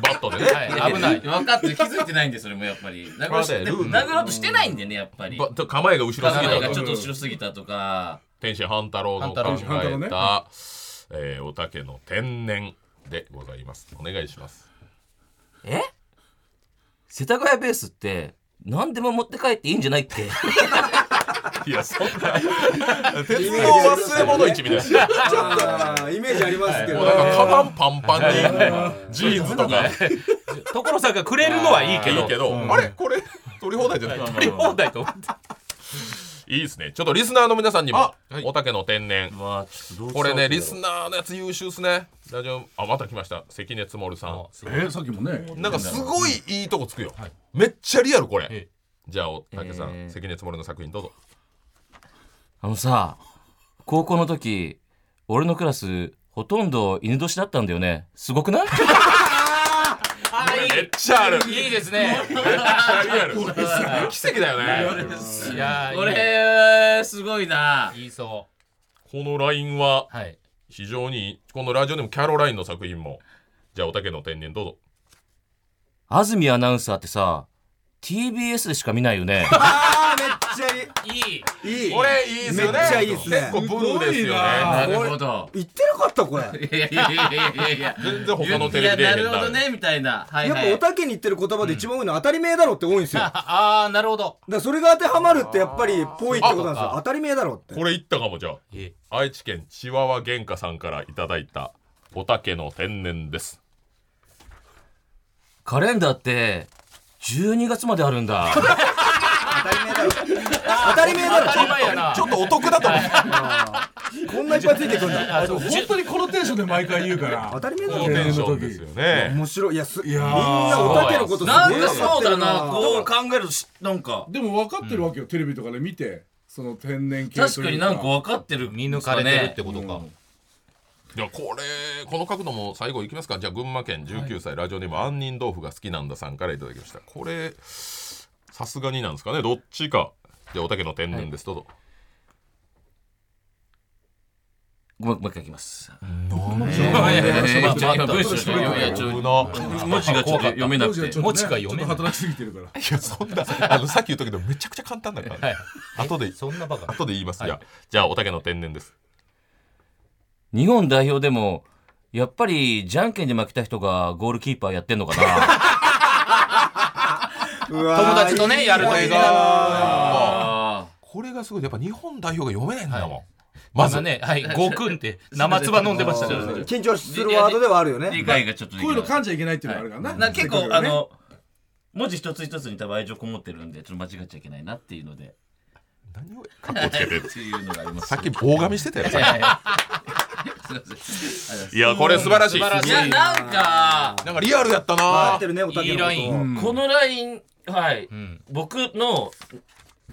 [SPEAKER 1] バットでね、
[SPEAKER 2] はい危ない
[SPEAKER 5] 分かってる気づいてないんでそれもやっぱり殴ろうとして
[SPEAKER 1] まあねルール
[SPEAKER 5] 殴ろうとしてないんでねやっぱり
[SPEAKER 1] ばちょ構えが後ろすぎ
[SPEAKER 5] 考え
[SPEAKER 1] た
[SPEAKER 5] がちょっ
[SPEAKER 1] と
[SPEAKER 5] と後ろすぎたとか
[SPEAKER 1] 天心半太郎の考
[SPEAKER 2] 半
[SPEAKER 4] 太郎半
[SPEAKER 1] え
[SPEAKER 4] 太
[SPEAKER 1] た、えーおたけの天然でございますお願いします
[SPEAKER 5] え世田谷ベースって何でも持って帰っていいんじゃないっけ
[SPEAKER 1] <laughs> いやそん <laughs> な鉄道忘れ物市みたいな
[SPEAKER 3] ちょっとイメージありますけど
[SPEAKER 1] もうなんかカバンパンパンにジーンズとか
[SPEAKER 2] 所さんがくれるのはいいけ
[SPEAKER 1] いい
[SPEAKER 2] ど
[SPEAKER 1] けど、あれこれ取り放題じゃない
[SPEAKER 2] 取り放題と思って
[SPEAKER 1] いいですねちょっとリスナーの皆さんにも
[SPEAKER 2] はい
[SPEAKER 1] おたけの天然これねリスナーのやつ優秀っすねラジオあまた来ました関根積さん
[SPEAKER 4] えーさっきもね
[SPEAKER 1] なんかすごいいいとこつくよ、めっちゃリアルこれ、
[SPEAKER 2] え
[SPEAKER 1] じゃあおたけさん、
[SPEAKER 5] えー
[SPEAKER 1] 関根積の作品どうぞ
[SPEAKER 5] あのさ高校の時俺のクラスほとんど犬年だったんだよねすごくない
[SPEAKER 2] ああい
[SPEAKER 1] めっちゃある
[SPEAKER 2] いいいですね
[SPEAKER 1] リアル奇跡だよね
[SPEAKER 2] いや
[SPEAKER 5] <laughs> こ
[SPEAKER 2] ーい
[SPEAKER 5] れすごいない
[SPEAKER 2] 言いそ
[SPEAKER 1] このラインは
[SPEAKER 2] うはい
[SPEAKER 1] 非常にいいこのラジオでもキャロラインの作品もじゃあおたけの天然どうぞ
[SPEAKER 5] 安住アナウンサーってさ TBS でしか見ないよね
[SPEAKER 3] あーめっちゃいい
[SPEAKER 2] いい
[SPEAKER 3] いい
[SPEAKER 1] 俺いいっすよね
[SPEAKER 3] めっちゃいいっすね
[SPEAKER 1] 結構ブルーですよ
[SPEAKER 4] すごいな
[SPEAKER 1] ね
[SPEAKER 5] <laughs> なるほど。
[SPEAKER 3] 言ってなかったこれ
[SPEAKER 5] いやいやいやいやいや。
[SPEAKER 1] 全然他のテレビ
[SPEAKER 5] い
[SPEAKER 1] 出えへ
[SPEAKER 5] や
[SPEAKER 1] ん
[SPEAKER 5] なるほど
[SPEAKER 1] な
[SPEAKER 5] ね、みたいな。はい
[SPEAKER 3] やっ
[SPEAKER 5] は
[SPEAKER 3] ぱお
[SPEAKER 5] い。
[SPEAKER 3] たけに言ってる言葉で一番多いのは当たり前だろって多いんですよ。だか
[SPEAKER 2] ああなるほど
[SPEAKER 3] らそれが当てはまるってやっぱりぽいってことなんですよ
[SPEAKER 2] あ。
[SPEAKER 3] 当たり前だろって。
[SPEAKER 1] これいったかもじゃあ
[SPEAKER 2] え
[SPEAKER 1] 愛知県チワワ玄華さんからいただいたおたけの天然です
[SPEAKER 5] カレンダーって、12月まであるんだ。
[SPEAKER 3] 当たり前だろ。当たり前だろ。
[SPEAKER 2] 今やな
[SPEAKER 1] ちょっとお得だと思う
[SPEAKER 3] こんないっぱいついてくんだ。
[SPEAKER 4] あの本当にこのテンションで毎回言うから
[SPEAKER 3] 当たり前だ
[SPEAKER 1] この
[SPEAKER 3] ろ。
[SPEAKER 1] テンションですよね
[SPEAKER 3] 面白い。いや、す、み
[SPEAKER 4] い
[SPEAKER 3] ん
[SPEAKER 4] やー
[SPEAKER 3] なおたけのことすごい
[SPEAKER 5] <laughs> なんかそうだ
[SPEAKER 3] 分か
[SPEAKER 5] な。
[SPEAKER 3] ってる
[SPEAKER 5] こう考えるとし、なんか。
[SPEAKER 4] でも分かってるわけよ、テレビとかで見てその天然系という
[SPEAKER 5] 確かになんか分かってる。
[SPEAKER 2] 見抜かれてるってことか
[SPEAKER 1] じゃあこれこの角度も最後いきますかじゃあ群馬県19歳、ラジオネーム杏仁豆腐が好きなんださんからいただきましたこれさすがになんですかねどっちかじゃあおたけの天然です、どうぞ
[SPEAKER 5] ごめん、もう一回いきます。
[SPEAKER 2] いやい
[SPEAKER 5] え
[SPEAKER 2] やいや
[SPEAKER 5] ー
[SPEAKER 2] ちょ
[SPEAKER 5] 今
[SPEAKER 2] っと待って
[SPEAKER 5] 文章ちょっといやいやちょっと文字がちょっと読めな
[SPEAKER 4] 当
[SPEAKER 5] く
[SPEAKER 4] 時は
[SPEAKER 5] て
[SPEAKER 4] ちょっとね
[SPEAKER 2] 文字が読めない
[SPEAKER 4] ちょっと働きすぎてるから
[SPEAKER 1] いや、そんな、あの、さっき言ったけど、めちゃくちゃ簡単だから、
[SPEAKER 2] はい
[SPEAKER 1] 後で、
[SPEAKER 2] そんなバカ
[SPEAKER 1] 後で言います。じゃあ、じゃあ、おたけの天然です。
[SPEAKER 5] 日本代表でもやっぱりじゃんけんで負けた人がゴールキーパーやってんのかな
[SPEAKER 3] うわー
[SPEAKER 2] 友達とねやる
[SPEAKER 1] こ
[SPEAKER 2] と
[SPEAKER 1] れ
[SPEAKER 2] き
[SPEAKER 1] が、
[SPEAKER 5] あ
[SPEAKER 1] これがすごい。やっぱ日本代表が読めないんだもん。ま
[SPEAKER 2] ま
[SPEAKER 1] ず
[SPEAKER 2] ずねはいごくんって生唾飲んでましたからね
[SPEAKER 3] 緊張するワードではあるよ
[SPEAKER 5] ー理
[SPEAKER 3] ね。
[SPEAKER 5] 解がちょっとでき
[SPEAKER 4] こう
[SPEAKER 5] な
[SPEAKER 4] いうの
[SPEAKER 5] い
[SPEAKER 4] 噛んじゃいけないっていうのがあるからな,、
[SPEAKER 5] な結
[SPEAKER 4] せっ
[SPEAKER 5] 構
[SPEAKER 4] か
[SPEAKER 5] あ
[SPEAKER 4] くだからね
[SPEAKER 5] の文字一つ一つに多分愛情こもってるんでちょっと間違っちゃいけないなっていうので
[SPEAKER 1] 何を、かっこつけて
[SPEAKER 5] っ。ていうのがあります
[SPEAKER 1] さっき、大神してたよ。
[SPEAKER 5] はいはいすいません
[SPEAKER 1] いや、これ素晴らしい。
[SPEAKER 2] 素晴らし
[SPEAKER 5] い
[SPEAKER 2] い
[SPEAKER 5] やなんか
[SPEAKER 1] なんかリアルやった
[SPEAKER 3] 分か
[SPEAKER 1] な
[SPEAKER 3] ってるね、おたけのこと。
[SPEAKER 2] いいライン
[SPEAKER 5] このラインはい
[SPEAKER 2] ん
[SPEAKER 5] 僕の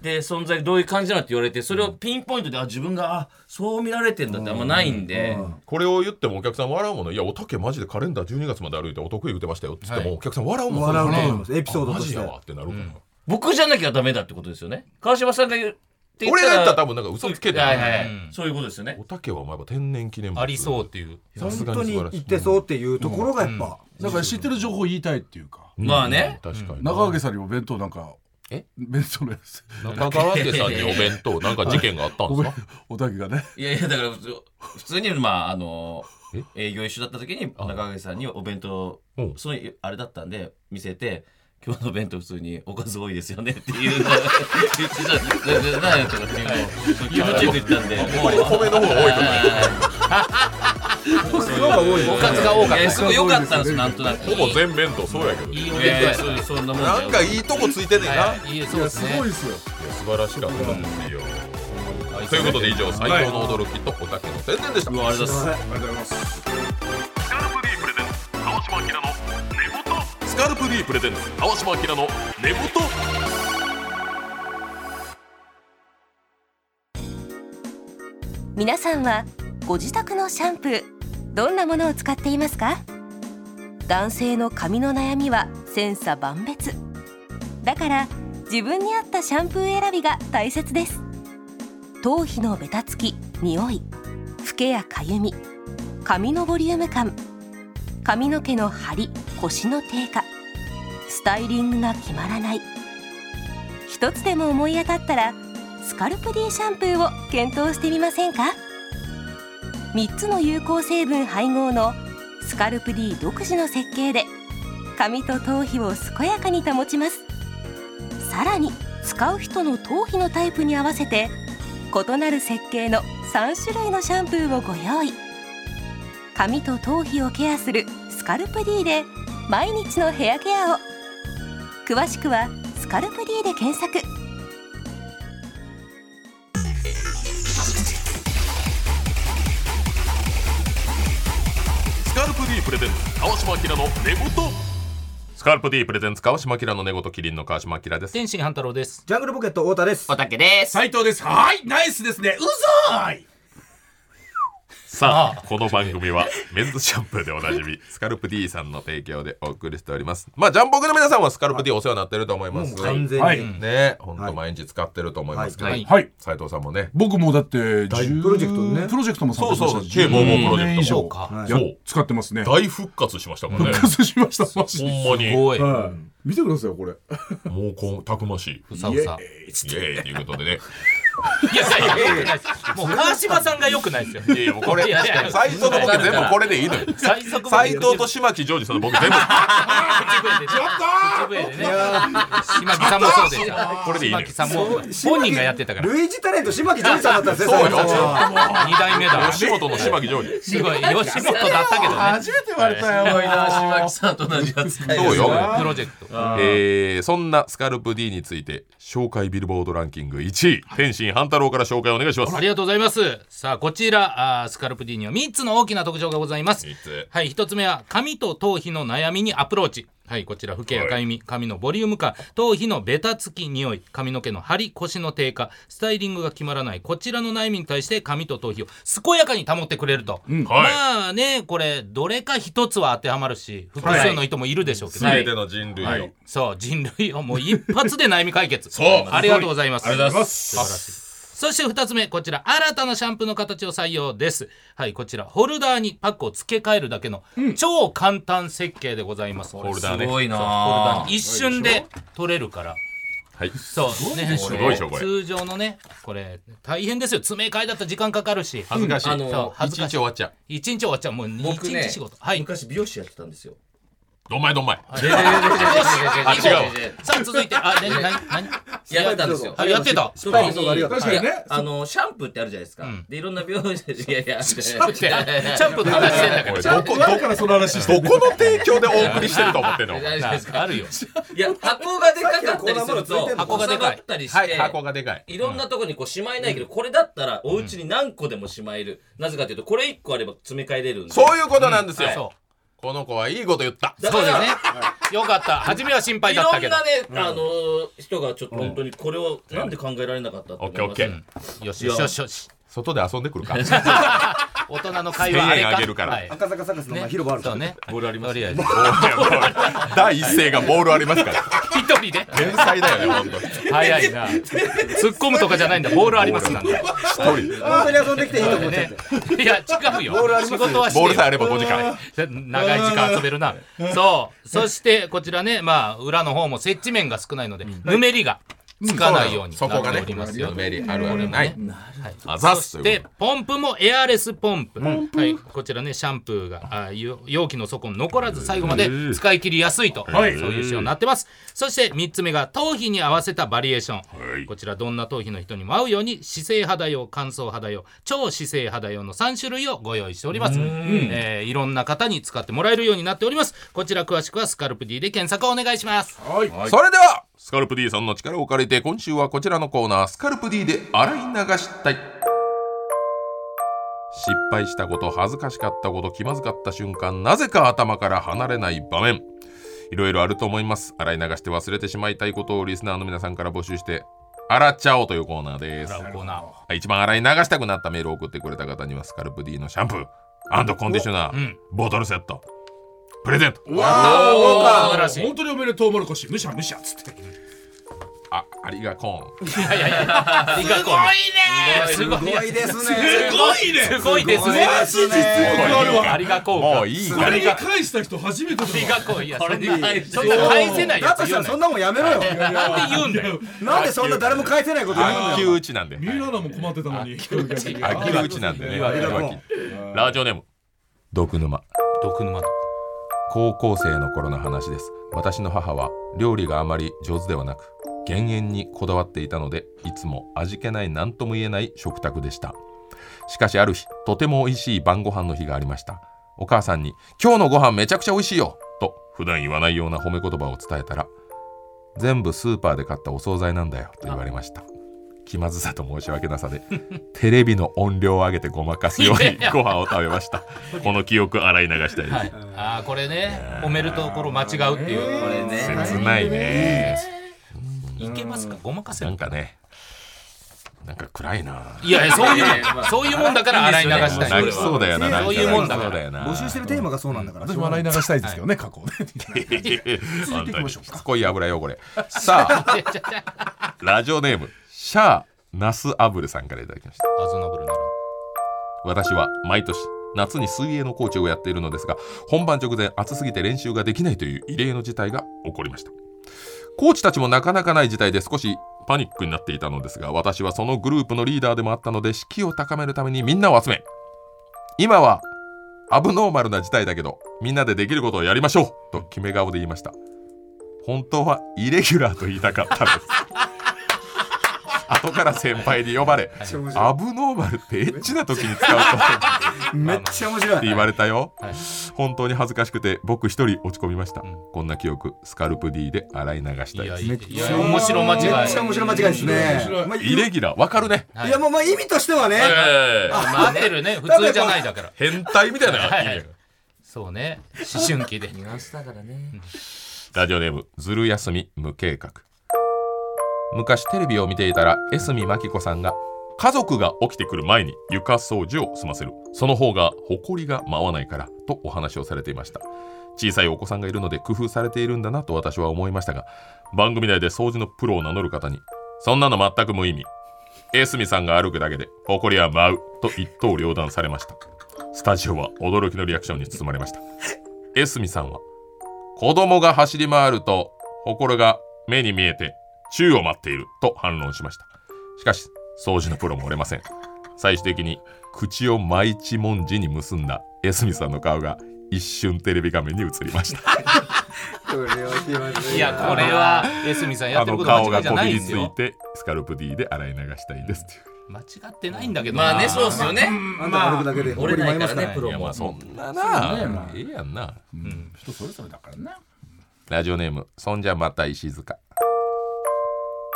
[SPEAKER 5] で存在どういう感じなのって言われてそれをピンポイントであ自分があそう見られてんだってあんまないんで
[SPEAKER 1] これを言ってもお客さん笑うもの。いや、おたけマジでカレンダー12月まで歩いてお得意打てましたよ。つっても、お客さん笑うもん。
[SPEAKER 3] 笑うと思い
[SPEAKER 1] ん
[SPEAKER 3] ますエピソードとして
[SPEAKER 1] マジやわってなるから。
[SPEAKER 5] 僕じゃなきゃダメだってことですよね川島さんが言うって言
[SPEAKER 1] 俺が言ったら多分なんか嘘つけてる
[SPEAKER 5] はいはい、
[SPEAKER 2] うん
[SPEAKER 5] そういうことですよね
[SPEAKER 1] おたけはお前は天然記念物。
[SPEAKER 2] ありそうっていう
[SPEAKER 1] さすが
[SPEAKER 3] 本当
[SPEAKER 1] に素
[SPEAKER 3] に
[SPEAKER 1] 晴らしい。
[SPEAKER 3] 言ってそうっていうところがやっぱ。
[SPEAKER 4] だから知ってる情報を言いたいっていうか
[SPEAKER 1] うん
[SPEAKER 5] まあね
[SPEAKER 1] 確かに。
[SPEAKER 4] 中揚さんにも弁当なんか
[SPEAKER 5] え
[SPEAKER 4] 弁当のやつ
[SPEAKER 1] 中川家さんにお弁当、なんか事件があったん
[SPEAKER 4] ご
[SPEAKER 1] で
[SPEAKER 4] め
[SPEAKER 1] す
[SPEAKER 4] ん
[SPEAKER 1] か
[SPEAKER 4] おたけがね
[SPEAKER 5] いやいやだから普通普通にまああの営業一緒だった時に中川さんにお弁当
[SPEAKER 1] うん
[SPEAKER 5] そういうあれだったんで見せて今日の弁当普通におかず多いですよねってい
[SPEAKER 1] <laughs>
[SPEAKER 5] うのを言ってたんで何やとかっていうのを YouTube で言ったんでもう
[SPEAKER 1] 米の方が多いとか。
[SPEAKER 3] そういうのが多いよ
[SPEAKER 2] おかずが多かっ
[SPEAKER 5] いや
[SPEAKER 2] た
[SPEAKER 5] すごい良かったんですよなんとなく
[SPEAKER 1] ほぼ全弁当そうやけど。
[SPEAKER 2] いいお
[SPEAKER 5] いやいや
[SPEAKER 2] 弁
[SPEAKER 5] そうそんなもんじゃ
[SPEAKER 1] なんかいいとこついてねえ
[SPEAKER 2] 当
[SPEAKER 1] な。
[SPEAKER 2] はいはいいいそうです
[SPEAKER 4] す
[SPEAKER 2] ね
[SPEAKER 4] ごいですよ
[SPEAKER 1] 素晴らしかったんですよ。ということで以上、最強の驚きとおたけの天然でした。
[SPEAKER 5] あれだっす
[SPEAKER 4] ありがとうございます
[SPEAKER 6] スカルプ D プレゼンツ川島明の寝言スカルプ D プレゼンツ川島明の寝言
[SPEAKER 7] 皆さんはご自宅のシャンプーどんなものを使っていますか男性の髪の悩みは千差万別だから自分に合ったシャンプー選びが大切です頭皮のベタつき、匂い、フけやかゆみ、髪のボリューム感髪の毛の張り、腰の低下スタイリングが決まらない一つでも思い当たったらスカルプ D シャンプーを検討してみませんか3つの有効成分配合のスカルプ D 独自の設計で髪と頭皮を健やかに保ちますさらに使う人の頭皮のタイプに合わせて異なる設計の3種類のシャンプーをご用意髪と頭皮をケアするスカルプ D で毎日のヘアケアを詳しくは「スカルプ D」で検索
[SPEAKER 6] スカルプ D プレゼンツ川島明の寝言
[SPEAKER 1] スカルプ D プレゼンツ川島明の寝言キリンの川島明です。
[SPEAKER 2] 天心半太郎です
[SPEAKER 3] ジャングルポケット太田です。
[SPEAKER 5] おたけです
[SPEAKER 4] 斉藤ですはーいナイスですねうざーい
[SPEAKER 1] さあこの番組はメンズシャンプーでおなじみスカルプ D さんの提供でお送りしておりますまあジャンポケの皆さんはスカルプ D お世話になってると思いま
[SPEAKER 3] も
[SPEAKER 1] す
[SPEAKER 3] う完全に、
[SPEAKER 4] はい
[SPEAKER 1] ね本当毎日使ってると思いますけど
[SPEAKER 5] は
[SPEAKER 1] 斉
[SPEAKER 5] い
[SPEAKER 4] はい。
[SPEAKER 1] 藤さんもね
[SPEAKER 4] 僕もだって、
[SPEAKER 3] 大
[SPEAKER 4] 10
[SPEAKER 3] プロジェクトね
[SPEAKER 4] プロジェクトも参加しまし
[SPEAKER 1] そ
[SPEAKER 4] たし
[SPEAKER 1] うそう K-POP プロジェクトも
[SPEAKER 4] 10年以上
[SPEAKER 3] はい
[SPEAKER 4] や
[SPEAKER 1] そう
[SPEAKER 4] 使ってますね。
[SPEAKER 1] 大復活しましたからね
[SPEAKER 4] 復活しました、マジ
[SPEAKER 1] ほん
[SPEAKER 4] で。
[SPEAKER 1] まに
[SPEAKER 2] おい
[SPEAKER 4] はい。見てくださいよ、これ。
[SPEAKER 1] もうこうたくましい
[SPEAKER 2] ふさふさ
[SPEAKER 1] イエーイということでね
[SPEAKER 2] いやいやいや良くないですもう川島さんが良くないですよ
[SPEAKER 1] いやいやもうこれ
[SPEAKER 2] いやいや
[SPEAKER 1] 確かに斉藤のボケ全部これでいいのよ
[SPEAKER 2] 最速
[SPEAKER 1] 斉藤と島木ジョージさんのボケ全部
[SPEAKER 2] 口笛でね島木さんもそうでした
[SPEAKER 1] これでいいね
[SPEAKER 2] 島木さんも本人がやってたから
[SPEAKER 3] 類似タレント島木ジョージさんだった
[SPEAKER 2] <laughs>
[SPEAKER 3] んですね
[SPEAKER 1] <laughs> そうよ
[SPEAKER 3] 最初は
[SPEAKER 2] 二代目だ
[SPEAKER 1] 吉本の島木ジョージ
[SPEAKER 2] すごい吉本だったけどね
[SPEAKER 4] めて言われたよ
[SPEAKER 9] すごいな島木さんと同じ扱い
[SPEAKER 1] そうよ
[SPEAKER 2] プロジェクト
[SPEAKER 1] えーそんなスカルプ D について紹介ビルボードランキング1位天心半太郎から紹介お願いします
[SPEAKER 2] ありがとうございますさあこちらあースカルプ D には3つの大きな特徴がございます
[SPEAKER 1] 三つ
[SPEAKER 2] はい、一つ目は髪と頭皮の悩みにアプローチ。はい、こちら、不景やかゆみ、髪のボリューム感、頭皮のベタつき、匂い、髪の毛の張り、腰の低下、スタイリングが決まらない、こちらの悩みに対して髪と頭皮を健やかに保ってくれると。
[SPEAKER 1] はい
[SPEAKER 2] まあね、これ、どれか一つは当てはまるし、複数の人もいるでしょうけど、
[SPEAKER 1] 全ての人類を、
[SPEAKER 2] そう、人類をもう一発で悩み解
[SPEAKER 1] <laughs>
[SPEAKER 2] 決。
[SPEAKER 1] そう
[SPEAKER 2] ありがとうございます。
[SPEAKER 1] ありがとうございます
[SPEAKER 2] 素晴らしい。そして2つ目、こちら、新たなシャンプーの形を採用です。はい、こちら、ホルダーにパックを付け替えるだけの超簡単設計でございます。ホ
[SPEAKER 1] ホルダー
[SPEAKER 9] す
[SPEAKER 1] ね
[SPEAKER 9] ごいな
[SPEAKER 2] ルダーに一瞬で取れるから。
[SPEAKER 1] はい
[SPEAKER 2] そうね、
[SPEAKER 1] すごいでしょこれ
[SPEAKER 2] 通常のね、これ、大変ですよ。詰め替えだったら時間かかるし、
[SPEAKER 1] 恥ずかしい、
[SPEAKER 9] あの
[SPEAKER 2] そう恥
[SPEAKER 1] 一
[SPEAKER 2] ずか
[SPEAKER 1] 日
[SPEAKER 2] しい
[SPEAKER 1] 終。わっちゃう
[SPEAKER 2] 一日終わっちゃう。もう一
[SPEAKER 9] 僕ね
[SPEAKER 2] 日仕事。はい。
[SPEAKER 9] 昔美容師やってたんですよ
[SPEAKER 1] どんまいどんまい、
[SPEAKER 2] あ
[SPEAKER 1] 違う
[SPEAKER 2] さあ、続いて、あ、ね、何、何
[SPEAKER 9] いややったんですよ
[SPEAKER 2] あやってた。
[SPEAKER 9] その時
[SPEAKER 3] そうだありがとう
[SPEAKER 4] 確かにね
[SPEAKER 9] いやあのシャンプーってあるじゃないですか、
[SPEAKER 2] ん
[SPEAKER 9] でいろんな美容師いやいやシャ
[SPEAKER 2] って <laughs> シャンプーの話してんだか
[SPEAKER 1] ど
[SPEAKER 2] ら。
[SPEAKER 1] こ
[SPEAKER 4] だからその話して
[SPEAKER 1] どこの提供でお送りしてると思
[SPEAKER 2] <laughs>
[SPEAKER 1] ってんの
[SPEAKER 9] 大丈夫ですか
[SPEAKER 2] あるよ。
[SPEAKER 9] いや箱がでかかったりする
[SPEAKER 3] さっき
[SPEAKER 9] と
[SPEAKER 3] の
[SPEAKER 2] コーナーもついてんの
[SPEAKER 9] 収まったりして、
[SPEAKER 1] はい箱がでかい
[SPEAKER 9] いろんなとこにこうしまえないけど、これだったらお家に何個でもしまえる、なぜかというとこれ1個あれば詰め替えれるんで
[SPEAKER 1] そういうことなんですよ、
[SPEAKER 2] そう。
[SPEAKER 1] この子はいいこと言った
[SPEAKER 9] だか
[SPEAKER 2] そう
[SPEAKER 9] ら
[SPEAKER 2] ですね。よかった。初めは心配
[SPEAKER 9] い
[SPEAKER 2] だっ
[SPEAKER 9] ろ
[SPEAKER 2] た
[SPEAKER 9] ん
[SPEAKER 2] けど
[SPEAKER 9] な。ね、あのー人がちょっと本当にこれをなんで考えられなかったって
[SPEAKER 1] オ
[SPEAKER 9] 思
[SPEAKER 1] ッケー
[SPEAKER 9] い
[SPEAKER 1] オッ
[SPEAKER 9] ま
[SPEAKER 1] ケ
[SPEAKER 9] す
[SPEAKER 1] ー
[SPEAKER 2] よしよしよしよし。
[SPEAKER 1] 外で遊んでくるか <laughs>
[SPEAKER 2] 大人の会話あ
[SPEAKER 1] 1000
[SPEAKER 2] れ
[SPEAKER 1] 円
[SPEAKER 2] か。
[SPEAKER 1] あげるから
[SPEAKER 2] はい
[SPEAKER 3] 赤坂サカスのまあ広場ある
[SPEAKER 2] そ
[SPEAKER 3] から
[SPEAKER 2] うね。ボールあります。とりあえず
[SPEAKER 1] 第一声がボールありますから
[SPEAKER 2] 一人で。
[SPEAKER 1] 天才だよね本当に
[SPEAKER 2] 早いな。突っ込むとかじゃないんだ。ボールありますなんだ。
[SPEAKER 1] 一人
[SPEAKER 3] 本当に遊んできていいと思っちゃっ
[SPEAKER 2] ね
[SPEAKER 3] て。
[SPEAKER 2] いや違うよ。仕事はして
[SPEAKER 1] ボー
[SPEAKER 2] よ
[SPEAKER 1] ルさえあれば5時間
[SPEAKER 2] 長い時間遊べるな。そう。そしてこちらね、まあ裏の方も接地面が少ないので、ぬめりがつかないように
[SPEAKER 1] そ
[SPEAKER 2] な
[SPEAKER 1] こ
[SPEAKER 2] っ
[SPEAKER 1] が
[SPEAKER 2] て
[SPEAKER 1] ね
[SPEAKER 2] おりますよ。
[SPEAKER 1] ぬめりあるあるない
[SPEAKER 2] はい
[SPEAKER 1] あざっす
[SPEAKER 2] そしてポンプもエアレスポンプ、はい、こちらねシャンプーがあよ容器の底に残らず最後まで使い切りやすいと、
[SPEAKER 4] はい
[SPEAKER 2] そういう仕様になってますそして3つ目が頭皮に合わせたバリエーション、
[SPEAKER 1] はい
[SPEAKER 2] こちらどんな頭皮の人にも合うように姿勢肌用乾燥肌用超姿勢肌用の3種類をご用意しております、えーいろんな方に使ってもらえるようになっておりますこちら詳しくはスカルプ D で検索をお願いします
[SPEAKER 1] それではスカルプ D さんの力を借りて今週はこちらのコーナー「スカルプ D で洗い流したい」失敗したこと恥ずかしかったこと気まずかった瞬間なぜか頭から離れない場面いろいろあると思います洗い流して忘れてしまいたいことをリスナーの皆さんから募集して「洗っちゃおう」というコーナーです
[SPEAKER 2] コーナー
[SPEAKER 1] 一番洗い流したくなったメールを送ってくれた方にはスカルプ D のシャンプーコンディショナー、
[SPEAKER 2] ん
[SPEAKER 1] ボトルセットプレゼント
[SPEAKER 2] 素晴らしい
[SPEAKER 4] 本当におめでとうもろこし、むしゃむしゃっつって。
[SPEAKER 1] あありがこーん
[SPEAKER 2] いやいやいやすごいねすごい
[SPEAKER 3] すごいですね。
[SPEAKER 4] いね
[SPEAKER 2] すごいですね。
[SPEAKER 3] マジで
[SPEAKER 4] あるわ
[SPEAKER 2] ありがこうか。
[SPEAKER 1] もういい
[SPEAKER 4] あ
[SPEAKER 1] か
[SPEAKER 4] れ
[SPEAKER 1] ら
[SPEAKER 4] に返した人初めてだわ
[SPEAKER 2] ありがこう。いや、それで
[SPEAKER 9] 返して
[SPEAKER 2] そんな返せない
[SPEAKER 3] だ
[SPEAKER 2] や
[SPEAKER 3] と
[SPEAKER 2] つ
[SPEAKER 3] し
[SPEAKER 2] 言う
[SPEAKER 3] たら
[SPEAKER 2] な
[SPEAKER 3] そん
[SPEAKER 2] よ。
[SPEAKER 3] なもんやめろ
[SPEAKER 2] な
[SPEAKER 3] よ。
[SPEAKER 2] んで言うんだよ。
[SPEAKER 3] なんでそんな誰も返せないこと言うん
[SPEAKER 1] あ
[SPEAKER 3] だ
[SPEAKER 1] き
[SPEAKER 3] よ。
[SPEAKER 1] うちなんで
[SPEAKER 4] 三浦らも困ってたのに。
[SPEAKER 1] あきうちなんでね
[SPEAKER 3] ありがとう
[SPEAKER 1] ラジオネーム毒沼
[SPEAKER 2] 毒沼の。
[SPEAKER 1] 高校生の頃の話です私の母は料理があまり上手ではなく減塩にこだわっていたのでいつも味気ない何とも言えない食卓でしたしかしある日とても美味しい晩ご飯の日がありましたお母さんに「今日のご飯めちゃくちゃ美味しいよ」と普段言わないような褒め言葉を伝えたら「全部スーパーで買ったお惣菜なんだよ」と言われました気まずさと申し訳なさで
[SPEAKER 2] <laughs>
[SPEAKER 1] テレビの音量を上げてごまかすようにご飯を食べま
[SPEAKER 2] <laughs>
[SPEAKER 1] したこの記憶洗い流したいです、
[SPEAKER 2] ああ、これね、褒めるところ間違うっていう。これね。
[SPEAKER 1] 切ないね。
[SPEAKER 2] いけますかごまかせ
[SPEAKER 1] なん
[SPEAKER 2] る。
[SPEAKER 1] かね。なんか暗いな。
[SPEAKER 2] いやいやそうい
[SPEAKER 9] いやいやま
[SPEAKER 2] う
[SPEAKER 9] あ
[SPEAKER 2] そういうもんだから洗い流したい
[SPEAKER 1] 泣きそうだよな。
[SPEAKER 2] そ
[SPEAKER 1] 泣
[SPEAKER 2] う
[SPEAKER 1] き
[SPEAKER 2] いうもんだから
[SPEAKER 1] そうだよな。
[SPEAKER 3] 募集してるテーマがそうなんだから。
[SPEAKER 4] 私も洗い流したいですけどね、過去ね。
[SPEAKER 1] 本当にしつこい油汚れ。さあ、ラジオネーム、シャーナスアブルさんからいただきました。
[SPEAKER 2] アズナブルなら
[SPEAKER 1] 私は毎年、夏に水泳のコーチをやっているのですが、本番直前暑すぎて練習ができないという異例の事態が起こりました。コーチたちもなかなかない事態で少しパニックになっていたのですが、私はそのグループのリーダーでもあったので、士気を高めるためにみんなを集め、今はアブノーマルな事態だけど、みんなでできることをやりましょうと決め顔で言いました。本当はイレギュラーと言いたかったです。後から先輩に呼ばれ、
[SPEAKER 3] ちゃ面白
[SPEAKER 1] <laughs>
[SPEAKER 3] い
[SPEAKER 1] アブノーマルってエッチな時に使うことっ
[SPEAKER 3] めっちゃ面白
[SPEAKER 1] て
[SPEAKER 3] い。
[SPEAKER 1] 言われたよ。
[SPEAKER 2] はい
[SPEAKER 1] 本当に恥ずかしくて僕一人落ち込みました。
[SPEAKER 2] ん
[SPEAKER 1] こんな記憶、スカルプ D で洗い流したい
[SPEAKER 2] いや
[SPEAKER 1] です。
[SPEAKER 2] い
[SPEAKER 3] め
[SPEAKER 2] や
[SPEAKER 3] っ
[SPEAKER 2] い
[SPEAKER 3] ち
[SPEAKER 2] や
[SPEAKER 3] ゃ
[SPEAKER 2] 面白間違い
[SPEAKER 3] めっちゃ面白い間違いですね。まあ
[SPEAKER 1] イレギュラー、わかるね。
[SPEAKER 2] はい
[SPEAKER 3] いやもうまあ意味としてはね、
[SPEAKER 1] ええ
[SPEAKER 2] まあ合ってるね普通じゃないだから
[SPEAKER 1] 変態みたいな
[SPEAKER 2] はいは
[SPEAKER 1] 意
[SPEAKER 2] い
[SPEAKER 1] 味
[SPEAKER 2] そうね思春期で
[SPEAKER 5] ニュアンスだからね。
[SPEAKER 1] ラジオネームずる休み無計画昔テレビを見ていたら江角真紀子さんが家族が起きてくる前に床掃除を済ませるその方が埃が舞わないからとお話をされていました小さいお子さんがいるので工夫されているんだなと私は思いましたが番組内で掃除のプロを名乗る方にそんなの全く無意味江角さんが歩くだけで埃は舞うと一刀両断されましたスタジオは驚きのリアクションに包まれました江角さんは子供が走り回ると、祠が目に見えて、宙を待っていると反論しました。しかし、掃除のプロも折れません。最終的に、口を真一文字に結んだ江角さんの顔が一瞬テレビ画面に映りました。
[SPEAKER 3] これは気まず
[SPEAKER 2] い
[SPEAKER 3] い
[SPEAKER 2] や
[SPEAKER 3] な
[SPEAKER 2] これは江角さんや
[SPEAKER 1] あ
[SPEAKER 2] ってる
[SPEAKER 1] の
[SPEAKER 2] こと間
[SPEAKER 1] 顔
[SPEAKER 2] 違
[SPEAKER 1] が
[SPEAKER 2] いじ
[SPEAKER 1] こ
[SPEAKER 2] ゃな
[SPEAKER 1] び
[SPEAKER 2] い
[SPEAKER 1] り
[SPEAKER 2] んで
[SPEAKER 1] つ
[SPEAKER 2] す
[SPEAKER 1] い
[SPEAKER 2] よ
[SPEAKER 1] て、スカルプ D で洗い流したいですっていう。
[SPEAKER 2] 間違ってないんだけどな
[SPEAKER 9] まあね、そうっすよね。
[SPEAKER 3] あんたが歩くだけで
[SPEAKER 9] 折
[SPEAKER 3] 誇
[SPEAKER 9] れ
[SPEAKER 3] り
[SPEAKER 9] な
[SPEAKER 3] 舞い
[SPEAKER 9] い
[SPEAKER 3] ま
[SPEAKER 9] か
[SPEAKER 3] す
[SPEAKER 9] ら
[SPEAKER 3] か
[SPEAKER 9] ね、
[SPEAKER 3] らね
[SPEAKER 9] プ。ロ
[SPEAKER 1] いや、まあ
[SPEAKER 9] も。
[SPEAKER 1] そんなな
[SPEAKER 4] そうねまあ
[SPEAKER 1] ええやんな。
[SPEAKER 4] 人それぞれだからな。
[SPEAKER 1] ラジオネームそんじゃまた石塚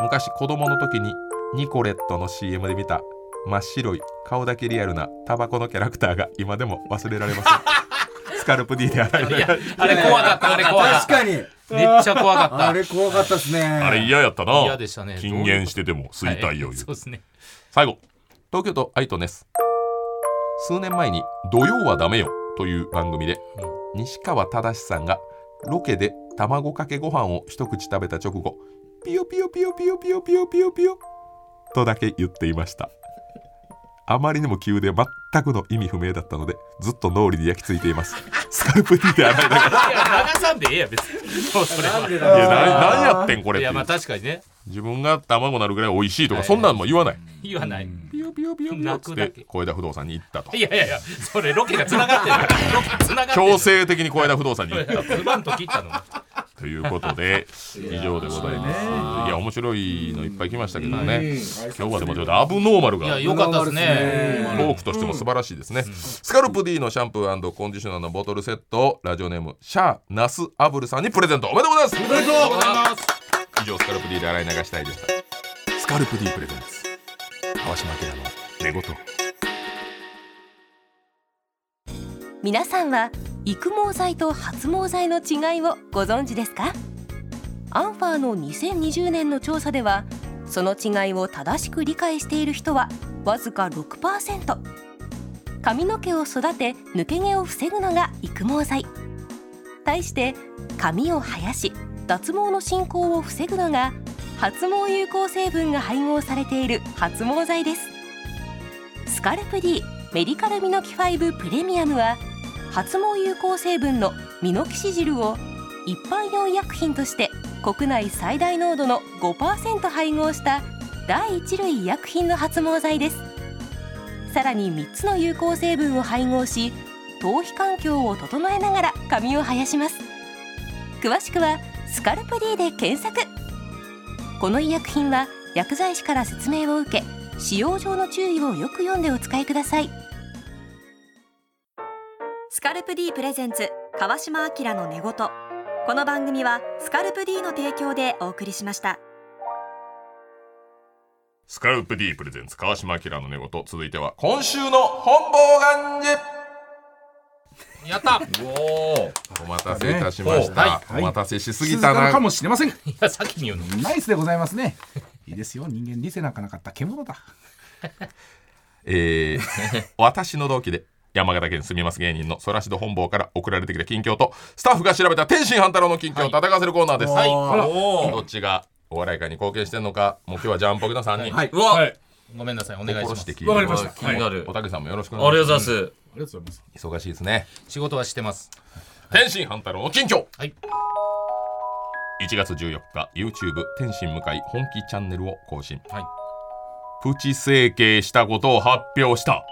[SPEAKER 1] 昔子供の時にニコレットの CM で見た真っ白い顔だけリアルなタバコのキャラクターが今でも忘れられませんスカルプ D で洗い流し
[SPEAKER 2] あれ怖かったあれ怖かっ
[SPEAKER 3] 確かに。
[SPEAKER 2] ためっちゃ怖か
[SPEAKER 3] あ
[SPEAKER 2] っ
[SPEAKER 3] れ怖かったですね。
[SPEAKER 1] あれ嫌やったな
[SPEAKER 2] 嫌でしたね
[SPEAKER 1] 禁煙してでも吸
[SPEAKER 2] た
[SPEAKER 1] いたいよ、言
[SPEAKER 2] は
[SPEAKER 1] う
[SPEAKER 2] そうです
[SPEAKER 1] <laughs>
[SPEAKER 2] ね
[SPEAKER 1] 最後東京都アイトンです数年前に「土曜はダメよ」という番組で、西川忠さんがロケで卵かけご飯を一口食べた直後ピヨピヨピヨピヨピヨピヨピヨピヨとだけ言っていましたあまりにも急で全くの意味不明だったのでずっと脳裏に焼き付いていますスカルプ D で洗いながら
[SPEAKER 2] いや流さんでええや別にもうそれ
[SPEAKER 1] 「
[SPEAKER 2] は
[SPEAKER 1] いやな何やってんこれ」って
[SPEAKER 2] い
[SPEAKER 1] い
[SPEAKER 2] やまあ
[SPEAKER 1] う
[SPEAKER 2] 確かにね
[SPEAKER 1] 自分が卵なるぐらい美味しいとかそんなんも言わない
[SPEAKER 2] 言わない
[SPEAKER 1] ピヨピヨピヨピヨっつっ
[SPEAKER 2] 泣くだ
[SPEAKER 1] て
[SPEAKER 2] け
[SPEAKER 1] 小枝不動産に行ったと
[SPEAKER 2] いやいやいやそれロケがつながってるからロケつながってる
[SPEAKER 1] 強制的に小枝不動産に行 <laughs> った
[SPEAKER 2] ズバンと切ったの
[SPEAKER 1] ということ <laughs> で以上でございますいや面白いのいっぱい来ましたけどね今日はでもちょっとアブノーマル
[SPEAKER 2] いや
[SPEAKER 1] が
[SPEAKER 2] よかったです
[SPEAKER 1] ト
[SPEAKER 2] ね
[SPEAKER 1] ークとしても素晴らしいですねスカルプ D のシャンプーコンディショナーのボトルセットをラジオネームシャーナスアブルさんにプレゼントおめでとうございます以上スカルプ D で洗い流したいでしたスカルプ D プレゼンツ川島明の寝言
[SPEAKER 7] 皆さんは育毛剤と発毛剤の違いをご存知ですかアンファーの2020年の調査ではその違いを正しく理解している人はわずか6%髪の毛を育て抜け毛を防ぐのが育毛剤対して髪を生やし脱毛の進行を防ぐのが発毛有効成分が配合されている発毛剤ですスカルプ D メディカルミノキ5プレミアムは発毛有効成分のミノキシジルを一般用医薬品として国内最大濃度の5%配合した第一類医薬品の発毛剤ですさらに3つの有効成分を配合し頭皮環境を整えながら髪を生やします詳しくは「スカルプ D」で検索この医薬品は薬剤師から説明を受け使用上の注意をよく読んでお使いください
[SPEAKER 10] スカルプ D プレゼンツ川島明の寝言この番組はスカルプ D の提供でお送りしました
[SPEAKER 1] スカルプ D プレゼンツ川島明の寝言続いては今週の本望願寺
[SPEAKER 2] やった
[SPEAKER 9] お
[SPEAKER 1] お待たせいたしました。
[SPEAKER 4] はい
[SPEAKER 1] お待たせしすぎ
[SPEAKER 4] 静
[SPEAKER 1] た
[SPEAKER 4] か
[SPEAKER 1] な。
[SPEAKER 4] かもしれませんが、
[SPEAKER 2] いや先に言うの
[SPEAKER 4] ナイスでございますね。
[SPEAKER 11] いいですよ人間理性なんかなかった獣だ
[SPEAKER 1] えー <laughs> 私の同期で山形県住みます芸人のソラシド本坊から送られてきた近況とスタッフが調べた天心半太郎の近況を戦わせるコーナーです、
[SPEAKER 2] はい
[SPEAKER 1] あら
[SPEAKER 2] おー
[SPEAKER 1] どっちがお笑い界に貢献してんのかもう今日はジャンポケの3人、
[SPEAKER 2] うわ、ごめんなさいお願いしま
[SPEAKER 1] 心して聞い
[SPEAKER 2] す
[SPEAKER 1] てはいおたけさんもよろしくお願いします
[SPEAKER 2] あり
[SPEAKER 1] がとうございます忙しいですね仕事はしてます天心半太郎の近況はい1月14日 YouTube 天心向井本気チャンネルを更新はいプチ整形したことを発表した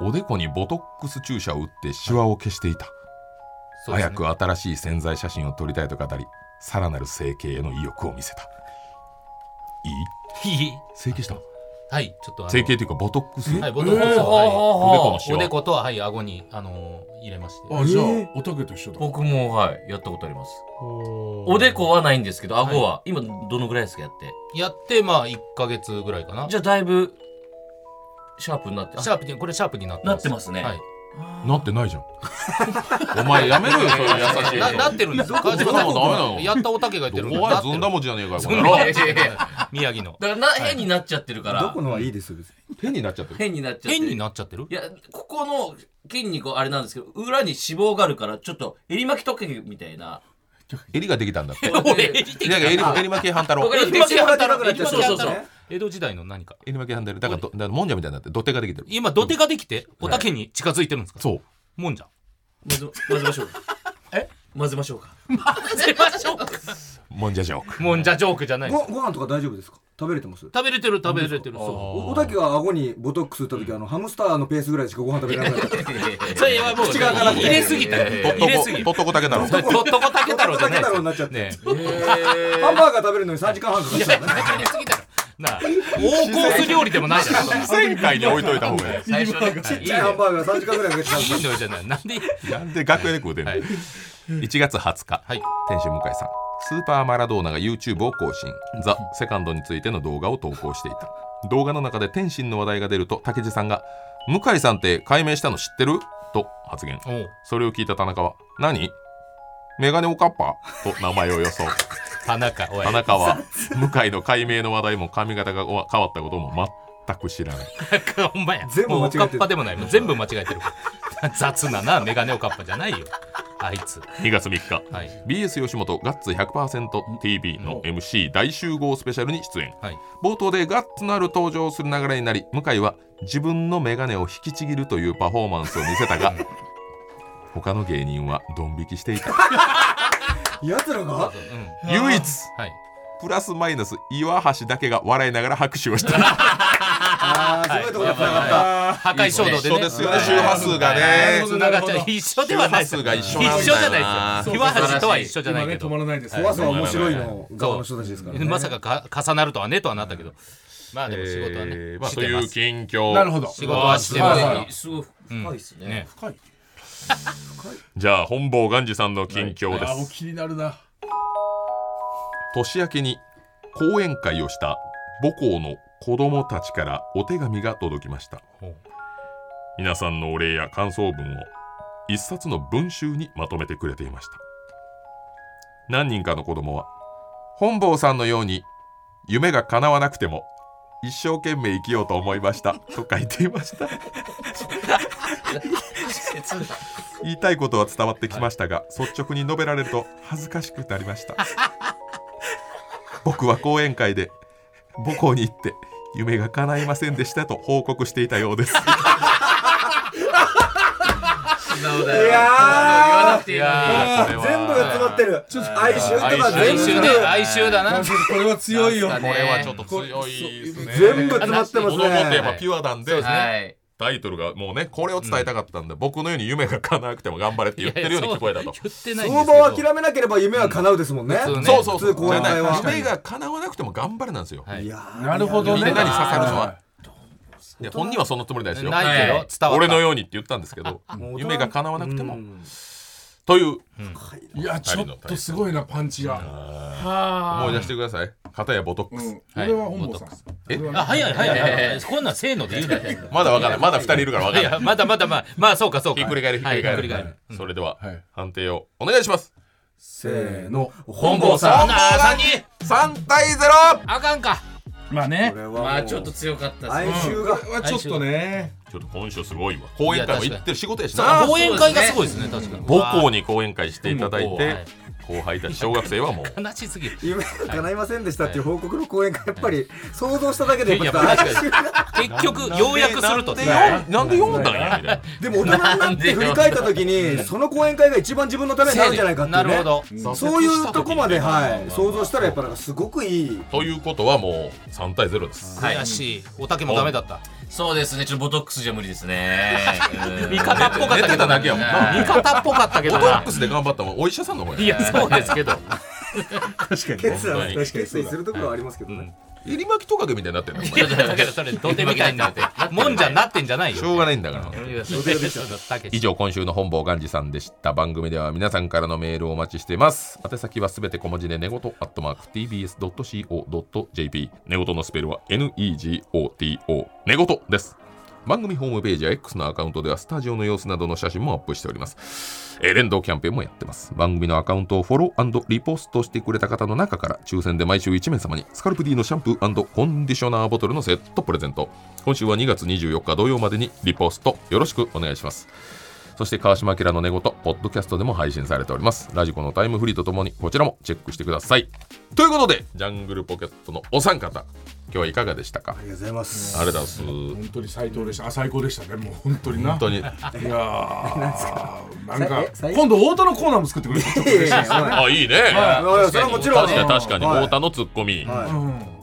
[SPEAKER 1] おでこにボトックス注射を打ってシワを消していた、
[SPEAKER 6] そうです
[SPEAKER 1] 早
[SPEAKER 6] ね
[SPEAKER 1] く新しい宣材写真を撮りたいと語りさらなる整形への意欲を見せたいい
[SPEAKER 2] いい
[SPEAKER 1] 整形した
[SPEAKER 2] はいちょっとあの
[SPEAKER 1] 整形というかボトックス
[SPEAKER 2] はいボトックスをはい
[SPEAKER 1] おでこのシ
[SPEAKER 2] お
[SPEAKER 1] ワ
[SPEAKER 2] でことははい顎にあのー入れまして
[SPEAKER 5] あじゃあ
[SPEAKER 2] えー
[SPEAKER 4] おたけと一緒だ
[SPEAKER 5] 僕もはいやったことありますおでこはないんですけど顎は、今どのぐらいですかやって
[SPEAKER 2] やってまあ1か月ぐらいかな
[SPEAKER 5] じゃあだいぶシャープになって
[SPEAKER 2] シャープにこれシャープになって
[SPEAKER 5] なってますね、
[SPEAKER 2] はい
[SPEAKER 1] なってないじゃんお前やめろよそういう優しい
[SPEAKER 2] <laughs> ななってるんですか
[SPEAKER 1] そんなもんダメなの
[SPEAKER 2] やったおたけが言ってる
[SPEAKER 1] どこがずんだもんじゃねえかよこの野郎
[SPEAKER 2] 宮城の
[SPEAKER 5] だからな変になっちゃってるから
[SPEAKER 3] のはいいです別
[SPEAKER 1] に変になっちゃってる
[SPEAKER 5] 変になっちゃってる
[SPEAKER 2] 変になっちゃってる
[SPEAKER 5] いやここの筋肉あれなんですけど裏に脂肪があるからちょっと襟巻き時計みたいな
[SPEAKER 1] 襟ができたんだって
[SPEAKER 5] おい襟的
[SPEAKER 1] だ
[SPEAKER 5] な
[SPEAKER 1] から襟襟巻き半太郎
[SPEAKER 5] 僕ら襟巻き半太郎襟巻き半太郎
[SPEAKER 1] そうそうそう
[SPEAKER 2] 江戸時代の何か
[SPEAKER 1] 襟巻き半太郎だからどだからもんじゃみたいになって土手ができてる
[SPEAKER 2] 今土手ができておたけに近づいてるんですか
[SPEAKER 1] そう
[SPEAKER 2] もんじゃ
[SPEAKER 5] 混ぜましょうか
[SPEAKER 2] え
[SPEAKER 5] 混ぜましょうか
[SPEAKER 2] 混ぜましょうか
[SPEAKER 1] もんじゃジョーク
[SPEAKER 2] もんじゃジョークじゃないです
[SPEAKER 3] ごご飯とか大丈夫ですか食べれてます
[SPEAKER 2] 食べれてる食べれてる
[SPEAKER 3] お
[SPEAKER 2] そ
[SPEAKER 3] おたけは顎にボトックス打った時あのハムスターのペースぐらいしかご飯食べられなかった
[SPEAKER 2] それはもう
[SPEAKER 3] 口が開かなくて
[SPEAKER 2] 入れすぎたよ
[SPEAKER 1] ポットコ
[SPEAKER 2] 入れすぎ
[SPEAKER 1] ポットコタケ太郎
[SPEAKER 2] ポットコタケ太郎じゃないです
[SPEAKER 3] になっちゃって
[SPEAKER 2] ね
[SPEAKER 3] ハンバーガー食べるのに3時間半かかっちゃうね
[SPEAKER 2] なあ大コース料理でもないじゃん
[SPEAKER 1] 自然界に置いといた方がいい
[SPEAKER 2] 最初ね
[SPEAKER 3] ちっちゃいハンバーガー3時間ぐらいかかっちゃう
[SPEAKER 2] いいのじゃないなんで
[SPEAKER 1] なんで楽屋で食うてんの、1月20日、天心向井さんスーパーマラドーナが YouTube を更新「ザ・セカンドについての動画を投稿していた動画の中で天心の話題が出ると竹地さんが「向井さんって解明したの知ってる?」と発言
[SPEAKER 2] おう
[SPEAKER 1] それを聞いた田中は「何メガネおかっぱ?」と名前を予想
[SPEAKER 2] 田中おい
[SPEAKER 1] 田中は向井の解明の話題も髪型が変わったことも全く知らない
[SPEAKER 2] <laughs> お前
[SPEAKER 1] 全部間違えてる
[SPEAKER 2] おかっぱでもないもう全部間違えてる雑ななメガネおかっぱじゃないよあいつ
[SPEAKER 1] 2月3日、BS 吉本ガッツ 100%TV の MC 大集合スペシャルに出演、冒頭でガッツのある登場をする流れになり向井は自分の眼鏡を引きちぎるというパフォーマンスを見せたが <laughs> 他の芸人はドン引きしていた
[SPEAKER 2] <laughs>
[SPEAKER 3] 奴らが
[SPEAKER 1] 唯一、プラスマイナス岩橋だけが笑いながら拍手をした
[SPEAKER 3] あーすごいとこで繋がった
[SPEAKER 2] 破壊衝動でね
[SPEAKER 1] 一緒ですよね周波数がね
[SPEAKER 2] つながっちゃう一緒ではないです
[SPEAKER 1] 周波数が一緒
[SPEAKER 2] 一
[SPEAKER 1] なんだよな
[SPEAKER 2] 緒じゃないですよ岩橋とは一緒じゃないけど
[SPEAKER 4] 今ね止まらないです
[SPEAKER 2] はい
[SPEAKER 4] 怖さは面
[SPEAKER 3] 白いの
[SPEAKER 2] そう
[SPEAKER 3] 側の人たちですからね
[SPEAKER 2] まさかか重なるとはねとはなったけどまあでも仕事はね、
[SPEAKER 1] えーまあ
[SPEAKER 2] してま
[SPEAKER 1] とい
[SPEAKER 2] す
[SPEAKER 1] う近況
[SPEAKER 2] なるほど仕事はしてます
[SPEAKER 5] ごいすごい深いですね,、
[SPEAKER 4] 深い
[SPEAKER 1] じゃあ本坊ガンジさんの近況です、
[SPEAKER 4] あーお気になるな
[SPEAKER 1] 年明けに講演会をした母校の子どもたちからお手紙が届きました皆さんのお礼や感想文を一冊の文集にまとめてくれていました何人かの子どもは本坊さんのように夢が叶わなくても一生懸命生きようと思いましたと書いていました言いたいことは伝わってきましたが率直に述べられると恥ずかしくなりました僕は講演会で母校に行って夢が叶いませんでしたと報告していたようです <laughs>
[SPEAKER 3] いやー
[SPEAKER 5] 素直いやー
[SPEAKER 3] 全部が詰まってる哀愁とか
[SPEAKER 2] 哀
[SPEAKER 3] 全
[SPEAKER 2] 愁
[SPEAKER 3] 部
[SPEAKER 2] ね哀愁だな
[SPEAKER 4] これは強いよ
[SPEAKER 2] なんすかね
[SPEAKER 1] 強いですね
[SPEAKER 3] 全部詰まってますね
[SPEAKER 1] 子供ってやっぱピュアなんで
[SPEAKER 2] そうですね
[SPEAKER 5] はい
[SPEAKER 1] タイトルがもうねこれを伝えたかったんで、僕のように夢が叶わなくても頑張れって言ってるように聞こえたと
[SPEAKER 2] ってないんで
[SPEAKER 3] 相
[SPEAKER 2] すけ
[SPEAKER 3] 場を
[SPEAKER 2] ど
[SPEAKER 3] 諦めなければ夢は叶うですもんね
[SPEAKER 1] そうそうそう
[SPEAKER 3] 普通講演会は
[SPEAKER 1] じゃない夢が叶わなくても頑張れなんですよ、い、や
[SPEAKER 4] なるほどね
[SPEAKER 1] みんなに刺さるの
[SPEAKER 4] は
[SPEAKER 1] はで本人はそのつもりないですよ
[SPEAKER 2] ないけど
[SPEAKER 1] は
[SPEAKER 2] 伝わった
[SPEAKER 1] 俺のようにって言ったんですけど夢が叶わなくてもという、
[SPEAKER 4] いやちょっとすごいなパンチが
[SPEAKER 1] 思い出しててください片やボトックス、
[SPEAKER 4] これは本坊さん
[SPEAKER 1] え
[SPEAKER 2] あ早い早い早
[SPEAKER 1] え
[SPEAKER 2] いこんなんせーので言うなよ
[SPEAKER 1] まだわかんないまだ二人いるからわかんない
[SPEAKER 2] やまだまだまあまあそうかそうか
[SPEAKER 1] ひっくり返るひっくり返る,、
[SPEAKER 2] はいひっくり返る
[SPEAKER 1] それでは、判定をお願いします
[SPEAKER 4] せーの
[SPEAKER 2] 本郷さん
[SPEAKER 4] 本
[SPEAKER 1] 三対ゼロ
[SPEAKER 2] あかんか
[SPEAKER 4] まあね
[SPEAKER 9] まあちょっと強かった
[SPEAKER 4] 哀愁が
[SPEAKER 9] うん
[SPEAKER 4] ちょっとね
[SPEAKER 1] ちょっと今週すごいわ講演会も行ってる仕事やし
[SPEAKER 2] いや確
[SPEAKER 1] な
[SPEAKER 2] かにそう講演会がすごいですね確かに
[SPEAKER 1] 母校に講演会していただいて
[SPEAKER 2] はい
[SPEAKER 1] 後輩たち小学生はもう
[SPEAKER 2] 悲しすぎる
[SPEAKER 3] 夢が叶いませんでしたっていう報告の講演がやっぱり想像しただけで
[SPEAKER 1] いや
[SPEAKER 3] やっぱ
[SPEAKER 1] いや確
[SPEAKER 2] かに結局要約すると
[SPEAKER 1] なんでなんでなんで読んだんやみたいな
[SPEAKER 3] でも大人になって振り返った時にその講演会が一番自分のためになるんじゃないかっていうね
[SPEAKER 1] なるほど
[SPEAKER 3] うんそういうとこまではい想像したらやっぱなんかすごくいい
[SPEAKER 1] ということはもう3対0です
[SPEAKER 2] 悔しいおたけもダメだった
[SPEAKER 5] そうですねちょっとボトックスじゃ無理です
[SPEAKER 2] <laughs>
[SPEAKER 5] ね
[SPEAKER 2] 味方っぽかったけど
[SPEAKER 1] 寝てただけやもんな
[SPEAKER 2] 味方っぽかったけどな
[SPEAKER 1] ボトックスで頑張ったもんお医者さんの方や
[SPEAKER 2] <laughs> いやそうですけど
[SPEAKER 1] 確かに
[SPEAKER 3] 決意は確かに
[SPEAKER 1] 本当に
[SPEAKER 3] 決意するところはありますけどね
[SPEAKER 1] 入り巻きトカゲみたいになってるのお
[SPEAKER 2] いやだから <laughs> それ土手みたいになってもんじゃなってんじゃないよ
[SPEAKER 1] しょうがないんだから
[SPEAKER 2] いやそう
[SPEAKER 1] <laughs>
[SPEAKER 2] だけど
[SPEAKER 1] 以上今週の本坊元治さんでした番組では皆さんからのメールをお待ちしています宛先はすべて小文字で寝言アットマーク tbs.co.jp 寝言のスペルは negoto 寝言です番組ホームページや X のアカウントではスタジオの様子などの写真もアップしております、えー連動キャンペーンもやってます番組のアカウントをフォローリポストしてくれた方の中から抽選で毎週1名様にスカルプ D のシャンプーコンディショナーボトルのセットプレゼント今週は2月24日土曜までにリポストよろしくお願いしますそして川島明の寝言、ポッドキャストでも配信されております。ラジコのタイムフリーとともにこちらもチェックしてください。ということで、ジャングルポケットのお三方、今日はいかがでしたかあり
[SPEAKER 4] がとうございます
[SPEAKER 1] ありがとうございます。
[SPEAKER 4] 本当に最高でしたあ最高でしたねもう本当にな
[SPEAKER 1] 本当に
[SPEAKER 4] いやー
[SPEAKER 1] なん
[SPEAKER 3] す
[SPEAKER 1] か
[SPEAKER 4] なんか
[SPEAKER 1] さえ
[SPEAKER 4] 今度太田のコーナーも作ってくれるちょっと嬉しいですね
[SPEAKER 1] あ、いいね。
[SPEAKER 4] はいそれはもちろん
[SPEAKER 1] 確かに確かに、
[SPEAKER 4] はい
[SPEAKER 1] 太田のツッコミ。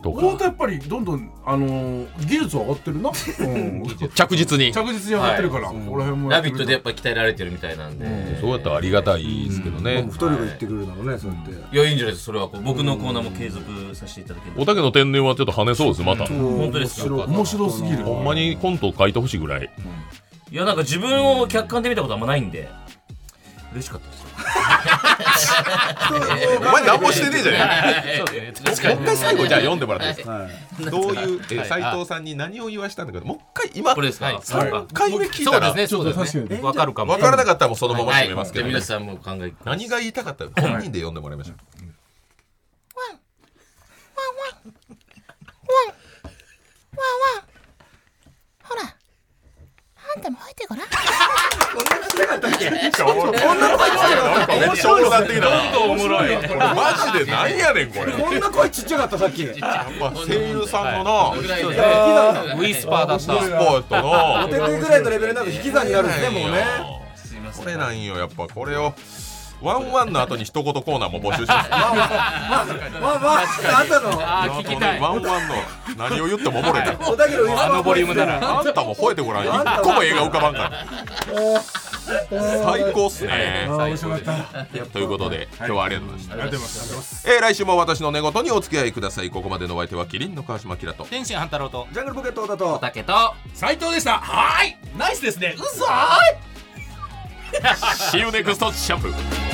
[SPEAKER 1] とか
[SPEAKER 4] 太田やっぱりどんどんあのー技術は上がってるな、うん
[SPEAKER 1] 着実に。
[SPEAKER 4] 着実に上がってるから、
[SPEAKER 5] はい
[SPEAKER 4] ここら辺も
[SPEAKER 5] ラ
[SPEAKER 4] やっ
[SPEAKER 5] ビット
[SPEAKER 4] てくれた
[SPEAKER 5] でやっぱ鍛えられてるみたいなんで、
[SPEAKER 1] そうやったらありがたいですけどね。
[SPEAKER 3] 二人が言ってくれるだろうねそうやって
[SPEAKER 5] いやいいんじゃないですかそれはこう僕のコーナーも継続させていただける
[SPEAKER 1] おたけの天然はちょっと跳ねそうです、また。
[SPEAKER 5] 本当ですか面白すぎる
[SPEAKER 1] ほんまにコント書いてほしいぐらい。
[SPEAKER 5] いやなんか自分を客観で見たことあんまないんで嬉しかったです
[SPEAKER 1] お前何もしてねえじゃね
[SPEAKER 5] そうね確 <laughs>
[SPEAKER 1] え
[SPEAKER 5] か
[SPEAKER 1] もう
[SPEAKER 5] に
[SPEAKER 1] 一回最後じゃあ読んでもらっていいですか
[SPEAKER 5] い
[SPEAKER 1] どういう
[SPEAKER 5] は
[SPEAKER 1] え
[SPEAKER 5] い
[SPEAKER 1] 斎藤さんに何を言わしたんだけどもう一回今
[SPEAKER 5] これですかはい
[SPEAKER 1] 3回目聞いたら
[SPEAKER 5] そうですねそうですね確かにわかるかも
[SPEAKER 1] わからなかったらもうそのまま
[SPEAKER 5] はい
[SPEAKER 1] 締めますけどね
[SPEAKER 5] はいじゃあ皆さんも考えてください
[SPEAKER 1] 何が言いたかったか本人で読んでもらいましょう
[SPEAKER 8] わあわあほらあんたも入ってごらん
[SPEAKER 1] 女の声ちっちゃかった面白くなってきた
[SPEAKER 6] どん
[SPEAKER 1] な
[SPEAKER 6] どんおもろい
[SPEAKER 1] これマジで何やねんこれ
[SPEAKER 3] こんな声ちっちゃかったさっきやっ
[SPEAKER 1] ぱ声優さんのな
[SPEAKER 3] 引き
[SPEAKER 1] いや
[SPEAKER 3] 算
[SPEAKER 1] ウィスパーだったウィスパーやったな
[SPEAKER 3] お手手ぐらいのレベルになると引き算になるんですねもうね
[SPEAKER 1] これなんよやっぱこれをワンワンの後に一言コーナーも募集します
[SPEAKER 3] まあまああなたの
[SPEAKER 1] あ聞きたいワンワンの何を言ってもおもろいから
[SPEAKER 3] おたけのウィスパー
[SPEAKER 1] あのボリュームならあんたも吠えてごらん一個も映画浮かばんから最高っすね
[SPEAKER 4] 面白かった
[SPEAKER 1] ということで今日はありがとうございました
[SPEAKER 4] ありがとうございます
[SPEAKER 1] えー来週も私の寝言にお付き合いくださいここまでのお相手はキリンの川島明と
[SPEAKER 2] 天心半太郎と
[SPEAKER 3] ジャングルポケットだと
[SPEAKER 5] 竹と
[SPEAKER 4] 斉藤でしたはーいナイスですねうそーい
[SPEAKER 1] See you next shampoo